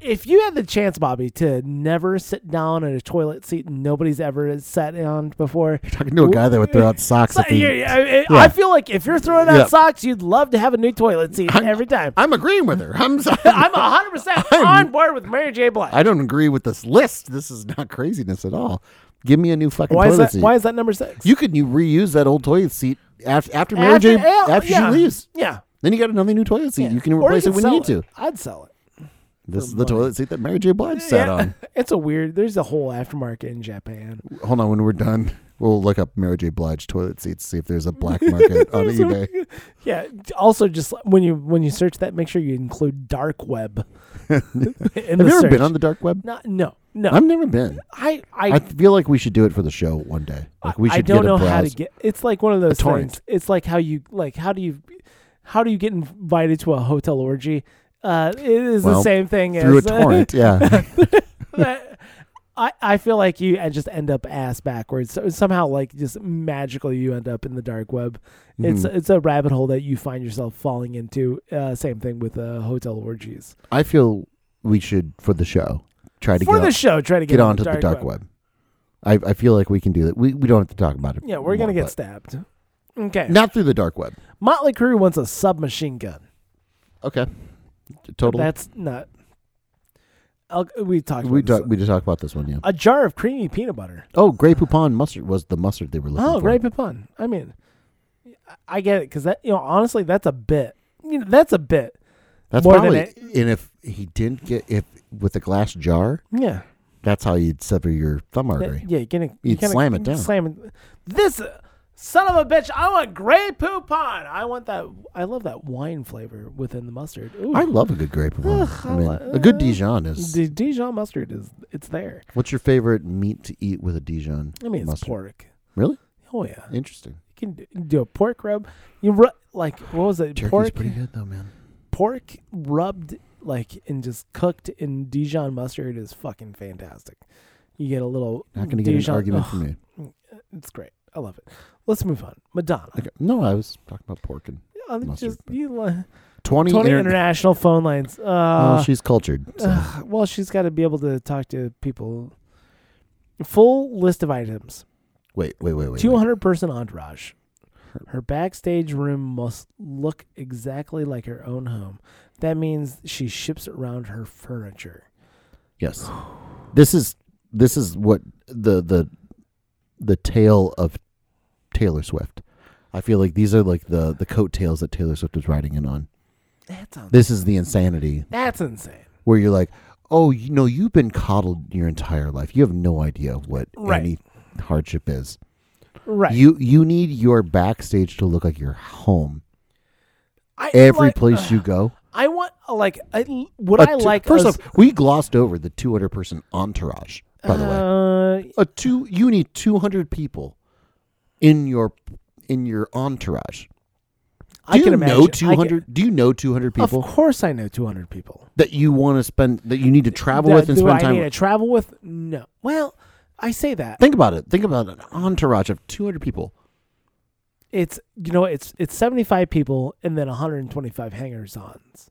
[SPEAKER 2] If you had the chance, Bobby, to never sit down in a toilet seat nobody's ever sat on before.
[SPEAKER 1] Talking to a guy that would throw out socks.
[SPEAKER 2] So,
[SPEAKER 1] if he-
[SPEAKER 2] yeah, yeah, I, I
[SPEAKER 1] Yeah.
[SPEAKER 2] feel like if you're throwing out
[SPEAKER 1] Yeah.
[SPEAKER 2] socks, you'd love to have a new toilet seat
[SPEAKER 1] I'm-
[SPEAKER 2] every time.
[SPEAKER 1] I'm agreeing with her. I'm sorry.
[SPEAKER 2] I'm 100% on board with Mary J. Blige.
[SPEAKER 1] I don't agree with this list. This is not craziness at all. Give me a new fucking
[SPEAKER 2] why
[SPEAKER 1] toilet
[SPEAKER 2] is that?
[SPEAKER 1] seat.
[SPEAKER 2] Why is that number six?
[SPEAKER 1] you could you reuse that old toilet seat after after Mary J.
[SPEAKER 2] yeah,
[SPEAKER 1] After
[SPEAKER 2] yeah,
[SPEAKER 1] she leaves,
[SPEAKER 2] yeah,
[SPEAKER 1] then you got another new toilet seat. You can
[SPEAKER 2] Or
[SPEAKER 1] replace it when you
[SPEAKER 2] sell
[SPEAKER 1] need to.
[SPEAKER 2] I'd sell it.
[SPEAKER 1] This is the toilet seat that Mary J. Blige sat
[SPEAKER 2] Yeah.
[SPEAKER 1] on.
[SPEAKER 2] It's a weird. There's a whole aftermarket in Japan.
[SPEAKER 1] Hold on, when we're done, we'll look up Mary J. Blige toilet seats. See if there's a black market on eBay.
[SPEAKER 2] Yeah. Also, just when you when you search that, make sure you include dark web. in
[SPEAKER 1] Have you ever been on the dark web?
[SPEAKER 2] No, no, no.
[SPEAKER 1] I've never been.
[SPEAKER 2] I I,
[SPEAKER 1] I feel like we should do it for the show one day. Like we
[SPEAKER 2] I
[SPEAKER 1] should
[SPEAKER 2] don't
[SPEAKER 1] get
[SPEAKER 2] know
[SPEAKER 1] a browse.
[SPEAKER 2] how to get. It's like one of those
[SPEAKER 1] torrent.
[SPEAKER 2] things. It's like how you like how do you how do you get invited to a hotel orgy? Uh, it is the
[SPEAKER 1] Well,
[SPEAKER 2] same thing
[SPEAKER 1] through a
[SPEAKER 2] as
[SPEAKER 1] torrent. Yeah,
[SPEAKER 2] I, I feel like you and just end up ass backwards. So somehow, like just magically, you end up in the dark web. It's
[SPEAKER 1] Mm. Mm-hmm.
[SPEAKER 2] it's a rabbit hole that you find yourself falling into. Uh, same thing with uh, hotel orgies.
[SPEAKER 1] I feel we should for the show try to
[SPEAKER 2] For
[SPEAKER 1] get,
[SPEAKER 2] the
[SPEAKER 1] on,
[SPEAKER 2] show, try to get,
[SPEAKER 1] get
[SPEAKER 2] on
[SPEAKER 1] onto the dark web. I, I feel like we can do that. We we don't have to talk about it.
[SPEAKER 2] Yeah, we're gonna
[SPEAKER 1] more,
[SPEAKER 2] get
[SPEAKER 1] but-
[SPEAKER 2] stabbed. Okay.
[SPEAKER 1] not through the dark web.
[SPEAKER 2] Motley Crue wants a submachine gun.
[SPEAKER 1] Okay, totally.
[SPEAKER 2] That's not. I'll, we talked.
[SPEAKER 1] we
[SPEAKER 2] about
[SPEAKER 1] talk,
[SPEAKER 2] this.
[SPEAKER 1] we just talked about this one. Yeah.
[SPEAKER 2] a jar of creamy peanut butter.
[SPEAKER 1] Oh, Grey Poupon mustard was the mustard they were looking
[SPEAKER 2] Oh,
[SPEAKER 1] for.
[SPEAKER 2] great Pepin. I mean, I I get it because that you know honestly that's a bit. You know that's a bit.
[SPEAKER 1] That's
[SPEAKER 2] More than
[SPEAKER 1] probably.
[SPEAKER 2] it-
[SPEAKER 1] And if he didn't get if with a glass jar,
[SPEAKER 2] Yeah.
[SPEAKER 1] that's how you'd sever your thumb
[SPEAKER 2] That-
[SPEAKER 1] artery.
[SPEAKER 2] yeah, you're gonna
[SPEAKER 1] You'd
[SPEAKER 2] gonna
[SPEAKER 1] slam it down.
[SPEAKER 2] Slam it. This uh, son of a bitch. I want gray poupon. I want that. I love that wine flavor within the mustard. Ooh.
[SPEAKER 1] I love a good grape wine.
[SPEAKER 2] Ugh, I
[SPEAKER 1] I mean,
[SPEAKER 2] li-
[SPEAKER 1] a good Dijon is.
[SPEAKER 2] the Dijon mustard is it's there.
[SPEAKER 1] What's your favorite meat to eat with a Dijon?
[SPEAKER 2] I mean, it's
[SPEAKER 1] mustard?
[SPEAKER 2] pork.
[SPEAKER 1] Really
[SPEAKER 2] Oh yeah, you
[SPEAKER 1] interesting.
[SPEAKER 2] can do, you can do a pork rub. You ru- like what was it?
[SPEAKER 1] Turkey's
[SPEAKER 2] pork
[SPEAKER 1] pretty good though, man.
[SPEAKER 2] pork rubbed like and just cooked in Dijon mustard is fucking fantastic. You get a little
[SPEAKER 1] Not going to
[SPEAKER 2] Dijon.
[SPEAKER 1] get an argument
[SPEAKER 2] ugh,
[SPEAKER 1] from me.
[SPEAKER 2] It's great. I love it. Let's move on. Madonna.
[SPEAKER 1] Okay. No, I was talking about pork and
[SPEAKER 2] I'm
[SPEAKER 1] mustard,
[SPEAKER 2] just
[SPEAKER 1] but-
[SPEAKER 2] you li-
[SPEAKER 1] Twenty,
[SPEAKER 2] 20
[SPEAKER 1] inter-
[SPEAKER 2] international phone lines. Uh,
[SPEAKER 1] well, she's cultured. so.
[SPEAKER 2] ugh, well, she's got to be able to talk to people. Full list of items.
[SPEAKER 1] Wait, wait, wait, wait.
[SPEAKER 2] Two
[SPEAKER 1] wait.
[SPEAKER 2] hundred person entourage. Her backstage room must look exactly like her own home. That means she ships around her furniture.
[SPEAKER 1] Yes, this is this is what the the the tale of Taylor Swift. I feel like these are like the the coattails that Taylor Swift is riding in on.
[SPEAKER 2] That's un-
[SPEAKER 1] This is the insanity
[SPEAKER 2] that's insane.
[SPEAKER 1] where you're like, oh, you know, you've been coddled your entire life. You have no idea what
[SPEAKER 2] Right.
[SPEAKER 1] any hardship is.
[SPEAKER 2] Right.
[SPEAKER 1] You you need your backstage to look like your home.
[SPEAKER 2] I,
[SPEAKER 1] Every
[SPEAKER 2] like, uh,
[SPEAKER 1] place you go.
[SPEAKER 2] I want uh, like I would
[SPEAKER 1] A
[SPEAKER 2] I
[SPEAKER 1] two-
[SPEAKER 2] like
[SPEAKER 1] First
[SPEAKER 2] a
[SPEAKER 1] off,
[SPEAKER 2] s-
[SPEAKER 1] we glossed over the 200 person entourage. By the way,
[SPEAKER 2] uh,
[SPEAKER 1] a two you need 200 people in your in your entourage. Do
[SPEAKER 2] I can
[SPEAKER 1] you
[SPEAKER 2] imagine
[SPEAKER 1] know
[SPEAKER 2] I can-
[SPEAKER 1] 200 do you know 200 people
[SPEAKER 2] Of course, I know two hundred people.
[SPEAKER 1] that you want to spend that you need to travel
[SPEAKER 2] Do-
[SPEAKER 1] with and
[SPEAKER 2] do
[SPEAKER 1] spend
[SPEAKER 2] I
[SPEAKER 1] time
[SPEAKER 2] need
[SPEAKER 1] with?
[SPEAKER 2] to travel with? No. Well, I say that
[SPEAKER 1] Think about it. Think about an entourage of 200 people.
[SPEAKER 2] it's you know it's it's seventy five people and then one hundred and twenty five hangers ons,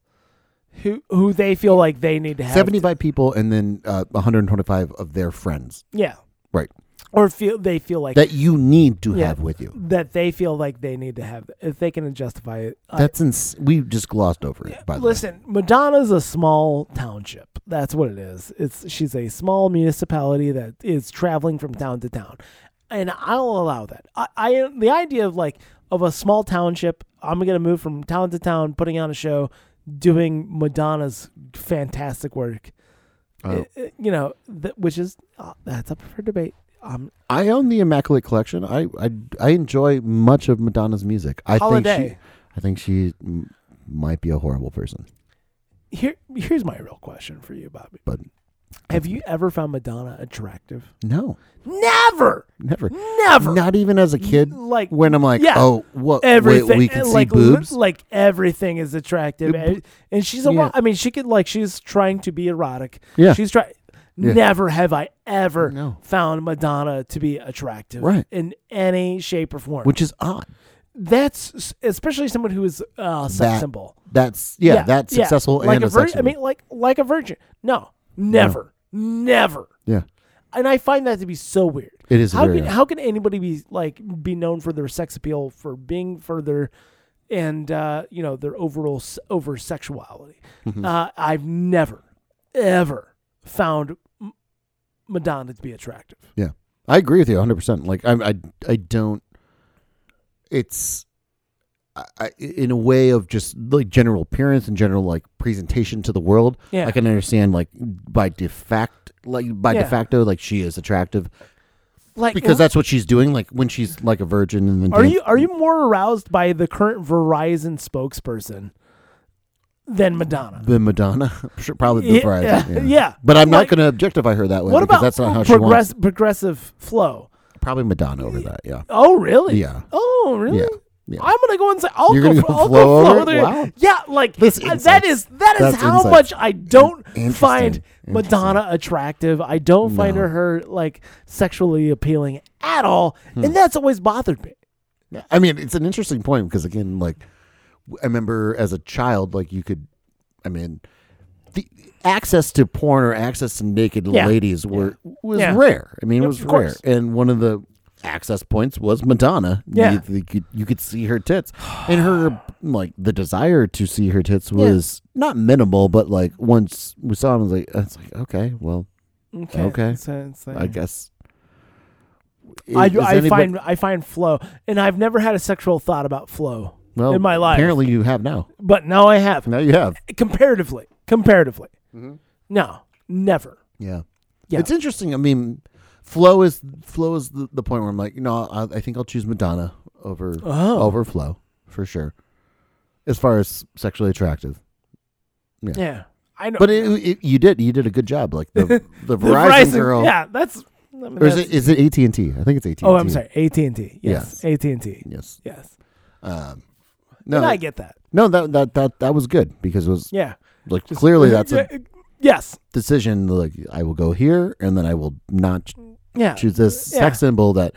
[SPEAKER 2] who who they feel like they need to have
[SPEAKER 1] 75 people and then uh, 125 of their friends
[SPEAKER 2] yeah
[SPEAKER 1] Right.
[SPEAKER 2] or feel they feel like that,
[SPEAKER 1] that you need to
[SPEAKER 2] Yeah.
[SPEAKER 1] have with you.
[SPEAKER 2] they feel like they need to have if they can justify it. I-
[SPEAKER 1] That's ins- we just glossed over it by the way.
[SPEAKER 2] Listen, Madonna's a small township. That's what it is. It's she's a small municipality that is traveling from town to town, and I'll allow that. I, I the idea of like of a small township. I'm gonna move from town to town, putting on a show, doing Madonna's fantastic work.
[SPEAKER 1] Oh.
[SPEAKER 2] Uh, you know, th- which is uh, that's up for debate. Um,
[SPEAKER 1] I own the Immaculate Collection. I I, I enjoy much of Madonna's music. I think she
[SPEAKER 2] holiday.
[SPEAKER 1] I think she m- might be a horrible person.
[SPEAKER 2] Here, here's my real question for you, Bobby.
[SPEAKER 1] But-
[SPEAKER 2] have you ever found Madonna attractive?
[SPEAKER 1] No.
[SPEAKER 2] Never,
[SPEAKER 1] Never.
[SPEAKER 2] never.
[SPEAKER 1] Not even as a kid.
[SPEAKER 2] like
[SPEAKER 1] When I'm like,
[SPEAKER 2] Yeah.
[SPEAKER 1] oh, what?
[SPEAKER 2] everything eh,
[SPEAKER 1] Wait, we can see
[SPEAKER 2] like, li-
[SPEAKER 1] boobs.
[SPEAKER 2] like everything is attractive
[SPEAKER 1] Yeah,
[SPEAKER 2] and, and she's a
[SPEAKER 1] yeah.
[SPEAKER 2] i mean she could like she's trying to be erotic
[SPEAKER 1] Yeah.
[SPEAKER 2] she's trying
[SPEAKER 1] Yeah.
[SPEAKER 2] never have i ever
[SPEAKER 1] No.
[SPEAKER 2] found madonna to be attractive
[SPEAKER 1] Right.
[SPEAKER 2] in any shape or form
[SPEAKER 1] Which is odd.
[SPEAKER 2] that's s- especially someone who is uh sex
[SPEAKER 1] That-
[SPEAKER 2] symbol
[SPEAKER 1] That's yeah, that's successful
[SPEAKER 2] like
[SPEAKER 1] and
[SPEAKER 2] a
[SPEAKER 1] a
[SPEAKER 2] virgin
[SPEAKER 1] sexual.
[SPEAKER 2] i mean like like a virgin no never never
[SPEAKER 1] yeah,
[SPEAKER 2] and i find that to be so weird
[SPEAKER 1] it is
[SPEAKER 2] how
[SPEAKER 1] very
[SPEAKER 2] can
[SPEAKER 1] odd.
[SPEAKER 2] how can anybody be like be known for their sex appeal for being further and uh, you know their overall s- over sexuality?
[SPEAKER 1] Mm-hmm.
[SPEAKER 2] Uh, I've never ever found M- Madonna to be attractive.
[SPEAKER 1] I agree with you 100. percent Like I, I I don't. It's. I, I- in a way of just like general appearance and general like presentation to the world,
[SPEAKER 2] Yeah.
[SPEAKER 1] I can understand like by de facto, like by
[SPEAKER 2] Yeah.
[SPEAKER 1] de facto, like she is attractive
[SPEAKER 2] Like
[SPEAKER 1] because that's what she's doing. Like when she's like a virgin and then
[SPEAKER 2] are
[SPEAKER 1] dan-
[SPEAKER 2] you are you more aroused by the current Verizon spokesperson than Madonna?
[SPEAKER 1] the Madonna, Sure, probably the
[SPEAKER 2] Yeah,
[SPEAKER 1] Verizon.
[SPEAKER 2] yeah, yeah.
[SPEAKER 1] But I'm
[SPEAKER 2] Like-
[SPEAKER 1] not going to objectify her that way
[SPEAKER 2] What
[SPEAKER 1] because
[SPEAKER 2] about
[SPEAKER 1] that's not how she wants.
[SPEAKER 2] progress, progressive flow?
[SPEAKER 1] Probably Madonna over that. Yeah.
[SPEAKER 2] Oh really?
[SPEAKER 1] Yeah.
[SPEAKER 2] Oh really?
[SPEAKER 1] Yeah. Yeah.
[SPEAKER 2] I'm gonna go and say I'll
[SPEAKER 1] You're
[SPEAKER 2] go,
[SPEAKER 1] gonna
[SPEAKER 2] for,
[SPEAKER 1] go
[SPEAKER 2] I'll
[SPEAKER 1] flow
[SPEAKER 2] go flow
[SPEAKER 1] over it?
[SPEAKER 2] over there.
[SPEAKER 1] Wow.
[SPEAKER 2] Yeah, like
[SPEAKER 1] That's
[SPEAKER 2] uh,
[SPEAKER 1] insight.
[SPEAKER 2] that is that is
[SPEAKER 1] That's
[SPEAKER 2] how
[SPEAKER 1] insight.
[SPEAKER 2] much I don't
[SPEAKER 1] Interesting.
[SPEAKER 2] find
[SPEAKER 1] Interesting.
[SPEAKER 2] Madonna attractive. I don't find
[SPEAKER 1] No.
[SPEAKER 2] her, her like sexually appealing at all,
[SPEAKER 1] Hmm.
[SPEAKER 2] and that's always bothered me.
[SPEAKER 1] I mean, it's an interesting point because again, like I remember as a child, like you could, I mean, the access to porn or access to naked
[SPEAKER 2] Yeah.
[SPEAKER 1] ladies were was
[SPEAKER 2] Yeah.
[SPEAKER 1] rare. I mean, it
[SPEAKER 2] Yep,
[SPEAKER 1] was
[SPEAKER 2] of
[SPEAKER 1] rare,
[SPEAKER 2] course.
[SPEAKER 1] and one of the access points was Madonna.
[SPEAKER 2] Yeah.
[SPEAKER 1] you, you could, you could see her tits, and her like the desire to see her tits was not minimal, but like once we saw them, like it's like okay, well,
[SPEAKER 2] Okay,
[SPEAKER 1] Okay.
[SPEAKER 2] So, so-
[SPEAKER 1] I guess.
[SPEAKER 2] I,
[SPEAKER 1] Is
[SPEAKER 2] I
[SPEAKER 1] anybody-
[SPEAKER 2] find I find flow, and I've never had a sexual thought about flow
[SPEAKER 1] well,
[SPEAKER 2] in my life,
[SPEAKER 1] Apparently, you have now.
[SPEAKER 2] but now I have.
[SPEAKER 1] Now you have.
[SPEAKER 2] Comparatively, comparatively, no, never.
[SPEAKER 1] Yeah.
[SPEAKER 2] Yeah.
[SPEAKER 1] It's interesting. I mean, flow is flow is the, the point where I'm like, no, I, I think I'll choose Madonna over
[SPEAKER 2] Oh.
[SPEAKER 1] over flow for sure. As far as sexually attractive,
[SPEAKER 2] Yeah, I know.
[SPEAKER 1] but it, it, you did you did a good job. Like the the,
[SPEAKER 2] The
[SPEAKER 1] Verizon, girl,
[SPEAKER 2] Yeah, that's.
[SPEAKER 1] or is it is it AT and T? I think it's AT.
[SPEAKER 2] Oh, I'm sorry. AT and T. Yes.
[SPEAKER 1] Yes.
[SPEAKER 2] AT and T.
[SPEAKER 1] Yes.
[SPEAKER 2] Yes.
[SPEAKER 1] Um,
[SPEAKER 2] and I
[SPEAKER 1] no,
[SPEAKER 2] get that.
[SPEAKER 1] no, that that that that was good because it was
[SPEAKER 2] Yeah.
[SPEAKER 1] like clearly that's a
[SPEAKER 2] Yeah, yes.
[SPEAKER 1] decision. Like I will go here, and then I will not ch-
[SPEAKER 2] Yeah.
[SPEAKER 1] choose this
[SPEAKER 2] Yeah.
[SPEAKER 1] sex symbol that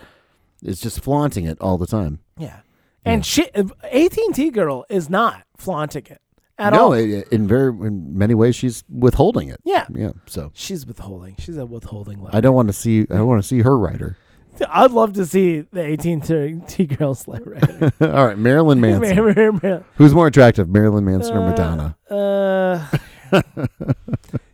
[SPEAKER 1] is just flaunting it all the time.
[SPEAKER 2] uh, Yeah. And she AT and T girl is not flaunting it at
[SPEAKER 1] no,
[SPEAKER 2] all.
[SPEAKER 1] it- in very in many ways, she's withholding it.
[SPEAKER 2] yeah,
[SPEAKER 1] Yeah, so
[SPEAKER 2] she's withholding. She's a withholding letter.
[SPEAKER 1] I don't want to see. I don't want to see her writer.
[SPEAKER 2] I'd love to see the 18 to T girl sled rider.
[SPEAKER 1] all right, Marilyn Manson. Who's more attractive, Marilyn Manson or Madonna?
[SPEAKER 2] Uh,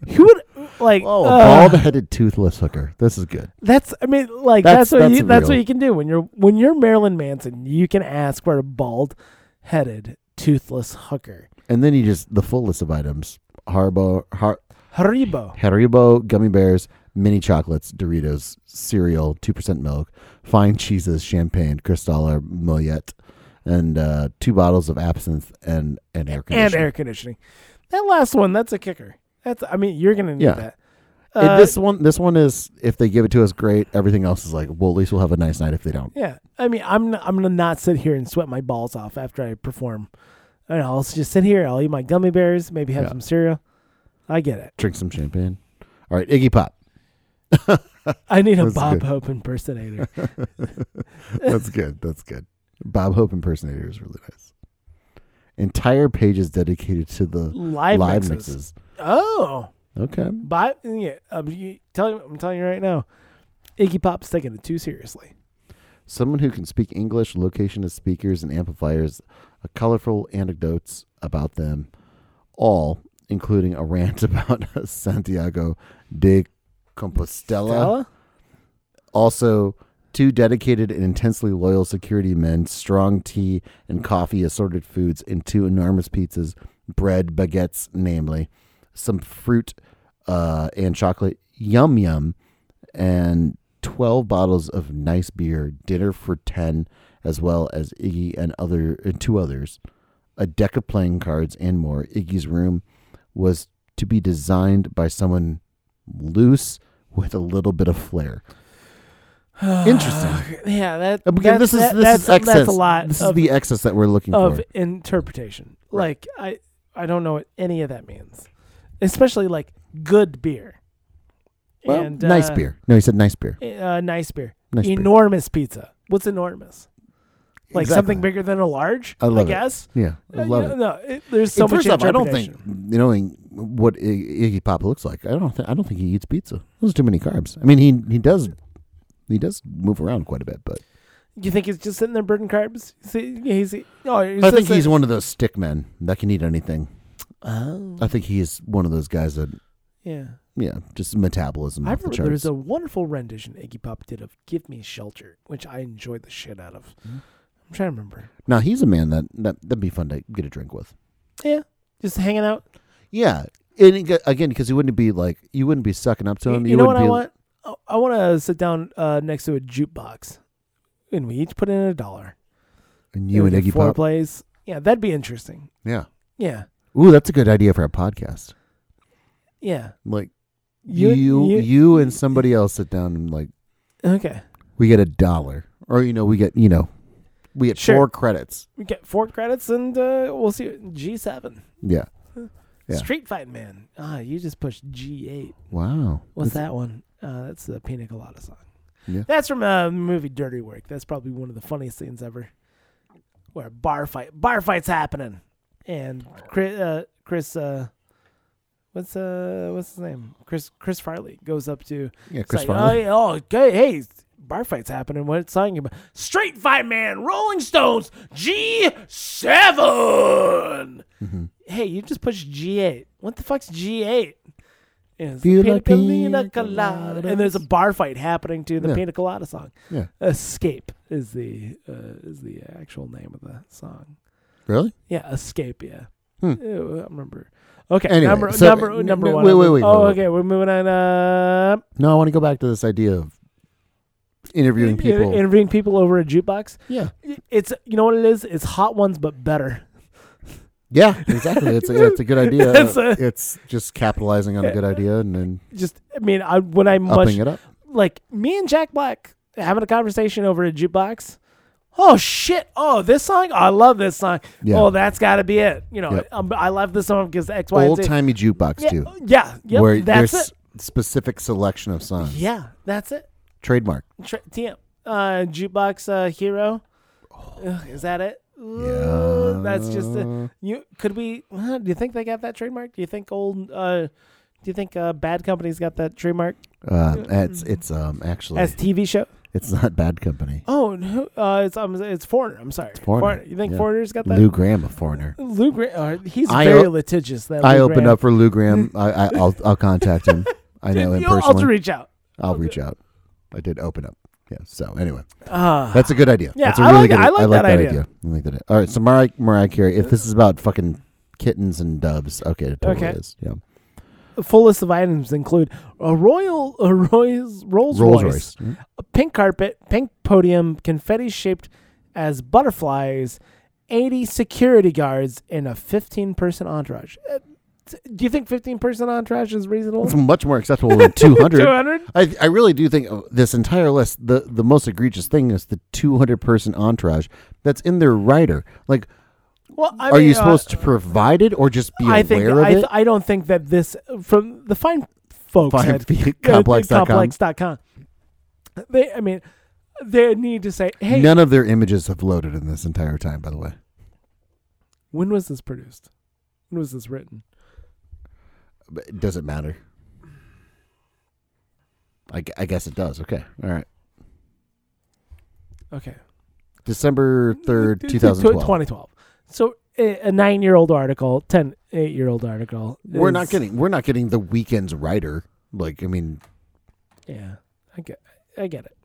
[SPEAKER 2] who would like?
[SPEAKER 1] Oh,
[SPEAKER 2] uh,
[SPEAKER 1] bald-headed, toothless hooker. This is good.
[SPEAKER 2] That's I mean, like that's,
[SPEAKER 1] That's-
[SPEAKER 2] what
[SPEAKER 1] that's
[SPEAKER 2] you, that's what
[SPEAKER 1] real.
[SPEAKER 2] you can do when you're when you're Marilyn Manson. You can ask for a bald-headed, toothless hooker.
[SPEAKER 1] And then you just the full list of items: Haribo, Har-
[SPEAKER 2] Haribo.
[SPEAKER 1] Haribo gummy bears, mini chocolates, Doritos, cereal, two percent milk, fine cheeses, champagne, Cristal or Moët, and uh, two bottles of absinthe and and air
[SPEAKER 2] and
[SPEAKER 1] conditioning.
[SPEAKER 2] air conditioning. That last one, that's a kicker. That's I mean, you're gonna need
[SPEAKER 1] Yeah.
[SPEAKER 2] that.
[SPEAKER 1] And
[SPEAKER 2] Uh,
[SPEAKER 1] this one, this one is if they give it to us, great. Everything else is like, well, at least we'll have a nice night if they don't.
[SPEAKER 2] yeah, I mean, I'm n- I'm gonna not sit here and sweat my balls off after I perform. I know, I'll just sit here. I'll eat my gummy bears. Maybe have
[SPEAKER 1] Yeah.
[SPEAKER 2] some cereal. I get it.
[SPEAKER 1] Drink some champagne. All right, Iggy Pop.
[SPEAKER 2] I need a
[SPEAKER 1] That's
[SPEAKER 2] Bob
[SPEAKER 1] good.
[SPEAKER 2] Hope impersonator.
[SPEAKER 1] That's good. That's good. Bob Hope impersonator is really nice. Entire pages dedicated to the
[SPEAKER 2] Live,
[SPEAKER 1] live
[SPEAKER 2] mixes.
[SPEAKER 1] mixes.
[SPEAKER 2] Oh,
[SPEAKER 1] Okay.
[SPEAKER 2] But yeah, I'm you, telling I'm telling you right now, Iggy Pop's taking it too seriously.
[SPEAKER 1] Someone who can speak English, location of speakers and amplifiers, a colorful anecdotes about them, all including a rant about Santiago de Compostela.
[SPEAKER 2] Stella?
[SPEAKER 1] Also, two dedicated and intensely loyal security men, strong tea and coffee, assorted foods, and two enormous pizzas, bread, baguettes, namely, some fruit uh, and chocolate, yum yum, and 12 bottles of nice beer, dinner for 10, as well as Iggy and other and two others, a deck of playing cards, and more. Iggy's room was to be designed by someone loose with a little bit of flair. Interesting.
[SPEAKER 2] yeah, that
[SPEAKER 1] Uh,
[SPEAKER 2] that's,
[SPEAKER 1] Because this is
[SPEAKER 2] that-
[SPEAKER 1] this
[SPEAKER 2] that's,
[SPEAKER 1] is excess.
[SPEAKER 2] that's a lot
[SPEAKER 1] This is
[SPEAKER 2] of,
[SPEAKER 1] the excess that we're looking
[SPEAKER 2] of
[SPEAKER 1] for.
[SPEAKER 2] interpretation.
[SPEAKER 1] Right.
[SPEAKER 2] Like I I don't know what any of that means, especially like good beer.
[SPEAKER 1] Well,
[SPEAKER 2] and,
[SPEAKER 1] nice
[SPEAKER 2] uh,
[SPEAKER 1] beer. No, he said nice beer.
[SPEAKER 2] Uh, nice beer.
[SPEAKER 1] Nice beer.
[SPEAKER 2] enormous pizza. What's enormous? Like
[SPEAKER 1] Exactly.
[SPEAKER 2] something bigger than a large?
[SPEAKER 1] I love it.
[SPEAKER 2] guess.
[SPEAKER 1] Yeah, I
[SPEAKER 2] Uh,
[SPEAKER 1] love
[SPEAKER 2] you know,
[SPEAKER 1] it.
[SPEAKER 2] No, it, there's so
[SPEAKER 1] And
[SPEAKER 2] much
[SPEAKER 1] first off, I don't think
[SPEAKER 2] interpretation.
[SPEAKER 1] knowing what I- Iggy Pop looks like. I don't. Th- I don't think he eats pizza. Those are too many carbs. I mean, he he does. He does move around quite a bit, but
[SPEAKER 2] You think he's just sitting there burning carbs? See, yeah, he's no. He's
[SPEAKER 1] I think
[SPEAKER 2] just
[SPEAKER 1] he's
[SPEAKER 2] a-
[SPEAKER 1] one of those stick men that can eat anything.
[SPEAKER 2] Oh,
[SPEAKER 1] I think he is one of those guys that
[SPEAKER 2] yeah.
[SPEAKER 1] yeah, just metabolism
[SPEAKER 2] I
[SPEAKER 1] off the
[SPEAKER 2] remember there
[SPEAKER 1] charts.
[SPEAKER 2] was a wonderful rendition Iggy Pop did of "Give Me Shelter," which I enjoyed the shit out of.
[SPEAKER 1] Mhm.
[SPEAKER 2] I'm trying to remember.
[SPEAKER 1] now he's a man that that that'd be fun to get a drink with.
[SPEAKER 2] Just hanging out.
[SPEAKER 1] Yeah, and it go- again, because you wouldn't be like you wouldn't be sucking up to
[SPEAKER 2] You-
[SPEAKER 1] him.
[SPEAKER 2] you know what
[SPEAKER 1] wouldn't
[SPEAKER 2] I
[SPEAKER 1] be-
[SPEAKER 2] want? I, I want to sit down uh, next to a jukebox, and we each put in a dollar.
[SPEAKER 1] And you
[SPEAKER 2] We
[SPEAKER 1] and
[SPEAKER 2] do
[SPEAKER 1] Iggy
[SPEAKER 2] four
[SPEAKER 1] Pop.
[SPEAKER 2] plays. Yeah, that'd be interesting.
[SPEAKER 1] Yeah.
[SPEAKER 2] Yeah,
[SPEAKER 1] Ooh, that's a good idea for a podcast.
[SPEAKER 2] yeah.
[SPEAKER 1] Like you, you, and somebody else sit down and like
[SPEAKER 2] okay.
[SPEAKER 1] we get a dollar, or you know, we get you know, we get
[SPEAKER 2] Sure.
[SPEAKER 1] four credits.
[SPEAKER 2] We get four credits, and uh, we'll see. G seven.
[SPEAKER 1] Yeah. Yeah.
[SPEAKER 2] Street Fight Man. Ah, you just pushed G eight.
[SPEAKER 1] Wow.
[SPEAKER 2] What's
[SPEAKER 1] That's-
[SPEAKER 2] that one? Uh, that's the Pina Colada song.
[SPEAKER 1] Yeah.
[SPEAKER 2] That's from a uh, movie Dirty Work. That's probably one of the funniest scenes ever, where a bar fight, bar fights happening, and Chris, uh, Chris, uh, what's uh, what's his name? Chris, Chris Farley goes up to,
[SPEAKER 1] Yeah,
[SPEAKER 2] it's
[SPEAKER 1] Chris
[SPEAKER 2] like,
[SPEAKER 1] Farley.
[SPEAKER 2] oh, yeah, oh, okay, hey, bar fights happening. What's song you about? Straight Fight Man, Rolling Stones, G seven.
[SPEAKER 1] Mhm.
[SPEAKER 2] Hey, you just pushed G eight. What the fuck's G eight? And,
[SPEAKER 1] Feel
[SPEAKER 2] pina,
[SPEAKER 1] like
[SPEAKER 2] pina
[SPEAKER 1] pina
[SPEAKER 2] colada.
[SPEAKER 1] coladas.
[SPEAKER 2] and there's a bar fight happening to the
[SPEAKER 1] Yeah.
[SPEAKER 2] Pina Colada song.
[SPEAKER 1] Yeah.
[SPEAKER 2] Escape is the uh, is the actual name of the song.
[SPEAKER 1] Really?
[SPEAKER 2] Yeah, Escape. Yeah,
[SPEAKER 1] Hmm.
[SPEAKER 2] Ew, I remember. Okay,
[SPEAKER 1] Anyway,
[SPEAKER 2] number
[SPEAKER 1] so-
[SPEAKER 2] number
[SPEAKER 1] n-
[SPEAKER 2] number
[SPEAKER 1] n-
[SPEAKER 2] one.
[SPEAKER 1] wait, wait, wait,
[SPEAKER 2] Oh,
[SPEAKER 1] wait, wait.
[SPEAKER 2] okay, we're moving on. Uh,
[SPEAKER 1] No, I want to go back to this idea of interviewing
[SPEAKER 2] in-
[SPEAKER 1] people.
[SPEAKER 2] interviewing people over a jukebox.
[SPEAKER 1] yeah.
[SPEAKER 2] It's you know what it is. It's hot ones, but better.
[SPEAKER 1] Yeah, exactly. It's a, it's a good idea.
[SPEAKER 2] That's a-
[SPEAKER 1] it's just capitalizing on a good idea and then
[SPEAKER 2] Just I mean, I when I much
[SPEAKER 1] upping it up.
[SPEAKER 2] like me and Jack Black having a conversation over a jukebox. Oh shit! Oh, this song. Oh, I love this song.
[SPEAKER 1] Yeah.
[SPEAKER 2] Oh, that's got to be it. You know,
[SPEAKER 1] Yep.
[SPEAKER 2] um, I love this song because X, Y, and
[SPEAKER 1] Old
[SPEAKER 2] Z.
[SPEAKER 1] timey jukebox
[SPEAKER 2] yeah,
[SPEAKER 1] too,
[SPEAKER 2] yeah, yep,
[SPEAKER 1] where
[SPEAKER 2] that's
[SPEAKER 1] there's
[SPEAKER 2] it.
[SPEAKER 1] specific selection of songs.
[SPEAKER 2] Yeah, that's it.
[SPEAKER 1] Trademark.
[SPEAKER 2] Tra- TM uh, jukebox uh, hero. Ugh, is that it? Ooh,
[SPEAKER 1] Oh. Yeah.
[SPEAKER 2] that's just a,
[SPEAKER 1] Uh,
[SPEAKER 2] you. Could we? huh, Do you think they got that trademark? Do you think old? uh Do you think uh, bad companies got that trademark
[SPEAKER 1] uh, it's it's um actually
[SPEAKER 2] as TV show?
[SPEAKER 1] it's not bad company.
[SPEAKER 2] Oh, no, uh, it's um, it's foreigner. I'm sorry,
[SPEAKER 1] Foreigner,
[SPEAKER 2] You think
[SPEAKER 1] yeah.
[SPEAKER 2] foreigners got that?
[SPEAKER 1] Lou Graham, a foreigner.
[SPEAKER 2] Lou Gra- uh, he's
[SPEAKER 1] I
[SPEAKER 2] very
[SPEAKER 1] o-
[SPEAKER 2] litigious. That
[SPEAKER 1] I
[SPEAKER 2] Lou
[SPEAKER 1] opened
[SPEAKER 2] Graham.
[SPEAKER 1] up for Lou Graham. I, I I'll I'll contact him. I know him
[SPEAKER 2] You'll- I'll
[SPEAKER 1] personally.
[SPEAKER 2] reach out.
[SPEAKER 1] I'll reach out. I did open up. Yeah. So anyway,
[SPEAKER 2] Ah,
[SPEAKER 1] that's a good idea.
[SPEAKER 2] Yeah,
[SPEAKER 1] that's a
[SPEAKER 2] I
[SPEAKER 1] really
[SPEAKER 2] like-
[SPEAKER 1] good.
[SPEAKER 2] I like that idea.
[SPEAKER 1] I like that. idea. All right. So Mariah, Mariah Carey. If this is about fucking kittens and doves, okay, it totally
[SPEAKER 2] Okay.
[SPEAKER 1] is. Yeah.
[SPEAKER 2] the full list of items include a royal a Roy's,
[SPEAKER 1] Rolls
[SPEAKER 2] Rolls, Royce,
[SPEAKER 1] Royce. Mhm.
[SPEAKER 2] a pink carpet, pink podium, confetti shaped as butterflies, 80 security guards, and a 15 person entourage. Uh, t- do you think 15 person entourage is reasonable?
[SPEAKER 1] It's much more acceptable than two hundred.
[SPEAKER 2] 200?
[SPEAKER 1] I, I really do think of this entire list, the, the most egregious thing is the 200 person entourage that's in their writer. Like,
[SPEAKER 2] Well, I
[SPEAKER 1] are
[SPEAKER 2] mean,
[SPEAKER 1] you
[SPEAKER 2] uh,
[SPEAKER 1] supposed to provide it or just be
[SPEAKER 2] I
[SPEAKER 1] aware
[SPEAKER 2] think,
[SPEAKER 1] of
[SPEAKER 2] I,
[SPEAKER 1] it?
[SPEAKER 2] I don't think that this, from the fine folks
[SPEAKER 1] Fine,
[SPEAKER 2] at
[SPEAKER 1] be-
[SPEAKER 2] uh,
[SPEAKER 1] complex.com.
[SPEAKER 2] complex.com, they, I mean, they need to say, hey,
[SPEAKER 1] None of their images have loaded in this entire time, by the way.
[SPEAKER 2] when was this produced? When was this written?
[SPEAKER 1] But it doesn't matter. I, gu- I guess it does. Okay. All right.
[SPEAKER 2] Okay.
[SPEAKER 1] December 3rd,
[SPEAKER 2] T- t-
[SPEAKER 1] 2012.
[SPEAKER 2] 2012. So a, a nine year old article, 10, eight year old article.
[SPEAKER 1] We're
[SPEAKER 2] is-
[SPEAKER 1] not getting we're not getting the weekend's writer. Like, I mean, do
[SPEAKER 2] Yeah. I get, I get it.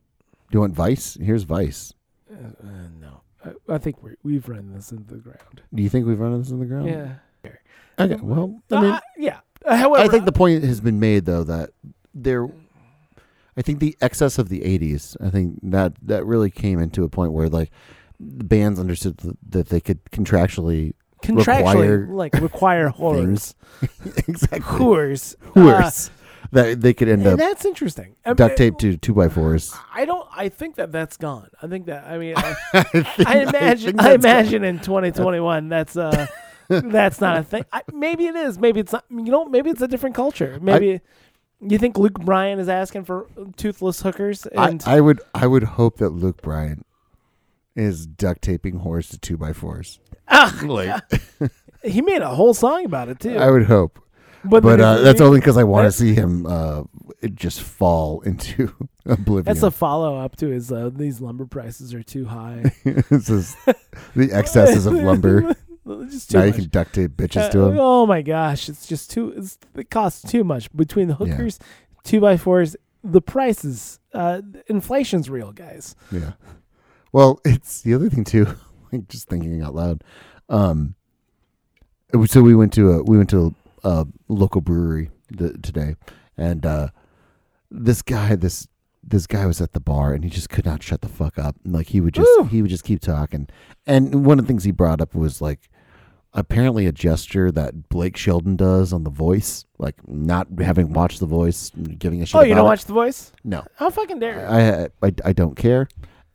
[SPEAKER 1] you want Vice? Here's Vice.
[SPEAKER 2] Uh, uh, no. I, I think we're, we've run this into the ground.
[SPEAKER 1] Do you think we've run this in the ground?
[SPEAKER 2] Yeah.
[SPEAKER 1] Okay. Well, I mean,
[SPEAKER 2] Uh, yeah. However,
[SPEAKER 1] I think the point has been made though that there I think the excess of the 80s I think that that really came into a point where like the bands understood th- that they could contractually
[SPEAKER 2] contractually,
[SPEAKER 1] require
[SPEAKER 2] like, require horrors.
[SPEAKER 1] exactly
[SPEAKER 2] Horrors.
[SPEAKER 1] worse that they could
[SPEAKER 2] Uh,
[SPEAKER 1] end
[SPEAKER 2] and
[SPEAKER 1] up
[SPEAKER 2] that's interesting. I mean,
[SPEAKER 1] duct taped to two by fours.
[SPEAKER 2] I don't. I think that that's gone. I think that. I mean, I,
[SPEAKER 1] I, think-
[SPEAKER 2] I imagine.
[SPEAKER 1] think
[SPEAKER 2] I,
[SPEAKER 1] that's-
[SPEAKER 2] imagine in 2021, that's uh, that's not a thing. I, maybe it is. Maybe it's not. You know. Maybe it's a different culture. Maybe you think Luke Bryan is asking for toothless hookers
[SPEAKER 1] I,
[SPEAKER 2] and
[SPEAKER 1] I would I would hope that Luke Bryan is duct taping whores to two by fours. Like,
[SPEAKER 2] ah, he made a whole song about it too.
[SPEAKER 1] I would hope,
[SPEAKER 2] but
[SPEAKER 1] but
[SPEAKER 2] then
[SPEAKER 1] uh,
[SPEAKER 2] he-
[SPEAKER 1] that's only because I want to
[SPEAKER 2] that-
[SPEAKER 1] see him uh, just fall into oblivion.
[SPEAKER 2] That's a follow up to his. Uh, These lumber prices are too high.
[SPEAKER 1] this is the excesses of lumber.
[SPEAKER 2] just too
[SPEAKER 1] now you
[SPEAKER 2] much.
[SPEAKER 1] can duct tape bitches
[SPEAKER 2] Uh,
[SPEAKER 1] to them.
[SPEAKER 2] Oh my gosh, it's just too. It's, it costs too much between the
[SPEAKER 1] Yeah.
[SPEAKER 2] hookers, two by fours, the prices. Uh, inflation's real, guys.
[SPEAKER 1] Yeah. Well, it's the other thing too. Like just thinking out loud. Um. it was- So we went to a we went to a, a local brewery th- today, and uh, this guy this this guy was at the bar and he just could not shut the fuck up. And, like he would just
[SPEAKER 2] Ooh.
[SPEAKER 1] he would just keep talking. And one of the things he brought up was like apparently a gesture that Blake Sheldon does on The Voice, like not having watched The Voice, giving a shit.
[SPEAKER 2] Oh, you
[SPEAKER 1] about
[SPEAKER 2] don't
[SPEAKER 1] it.
[SPEAKER 2] watch The Voice?
[SPEAKER 1] No.
[SPEAKER 2] How fucking dare
[SPEAKER 1] I,
[SPEAKER 2] you?
[SPEAKER 1] I I don't care.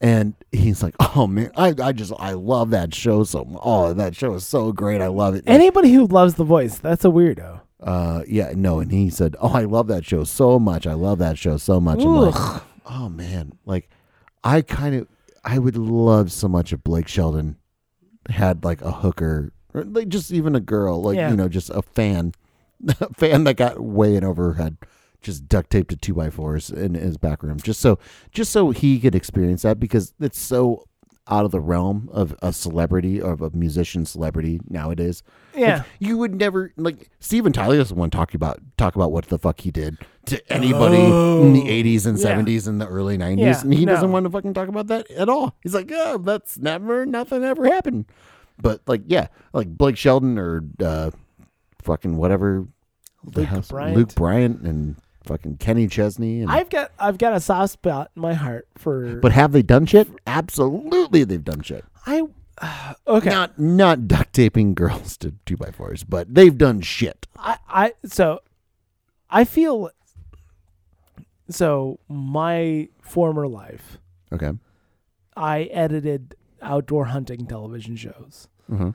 [SPEAKER 1] And he's like, oh man, I, I just I love that show so. mu- Oh, that show is so great. I love it.
[SPEAKER 2] Anybody who loves The Voice, that's a weirdo.
[SPEAKER 1] uh, yeah, no. And he said, oh, I love that show so much. I love that show so much. I'm like,
[SPEAKER 2] Ugh.
[SPEAKER 1] oh man, like I kind of I would love so much if Blake Sheldon had like a hooker, or like just even a girl, like
[SPEAKER 2] Yeah.
[SPEAKER 1] you know, just a fan, a fan that got way in over her head, just duct taped to two by fours in his back room, just so just so he could experience that because it's so out of the realm of a celebrity of a musician celebrity nowadays.
[SPEAKER 2] Yeah.
[SPEAKER 1] Like, you would never like Steven Tyler doesn't want to talk about talk about what the fuck he did to anybody in the
[SPEAKER 2] Oh.
[SPEAKER 1] eighties and
[SPEAKER 2] Yeah.
[SPEAKER 1] seventies and the early nineties.
[SPEAKER 2] Yeah,
[SPEAKER 1] and he
[SPEAKER 2] no.
[SPEAKER 1] doesn't want to fucking talk about that at all. He's like, Yeah, that's never nothing ever happened. But like, yeah, like Blake Sheldon or uh fucking whatever the
[SPEAKER 2] Luke
[SPEAKER 1] house
[SPEAKER 2] Bryant.
[SPEAKER 1] Luke Bryant and fucking Kenny Chesney and
[SPEAKER 2] I've got I've got a soft spot in my heart for.
[SPEAKER 1] but have they done shit? Absolutely they've done shit.
[SPEAKER 2] I. okay.
[SPEAKER 1] Not not duct taping girls to two by fours, but they've done shit.
[SPEAKER 2] I, I so I feel so my former life
[SPEAKER 1] Okay.
[SPEAKER 2] I edited outdoor hunting television shows
[SPEAKER 1] Mm-hmm.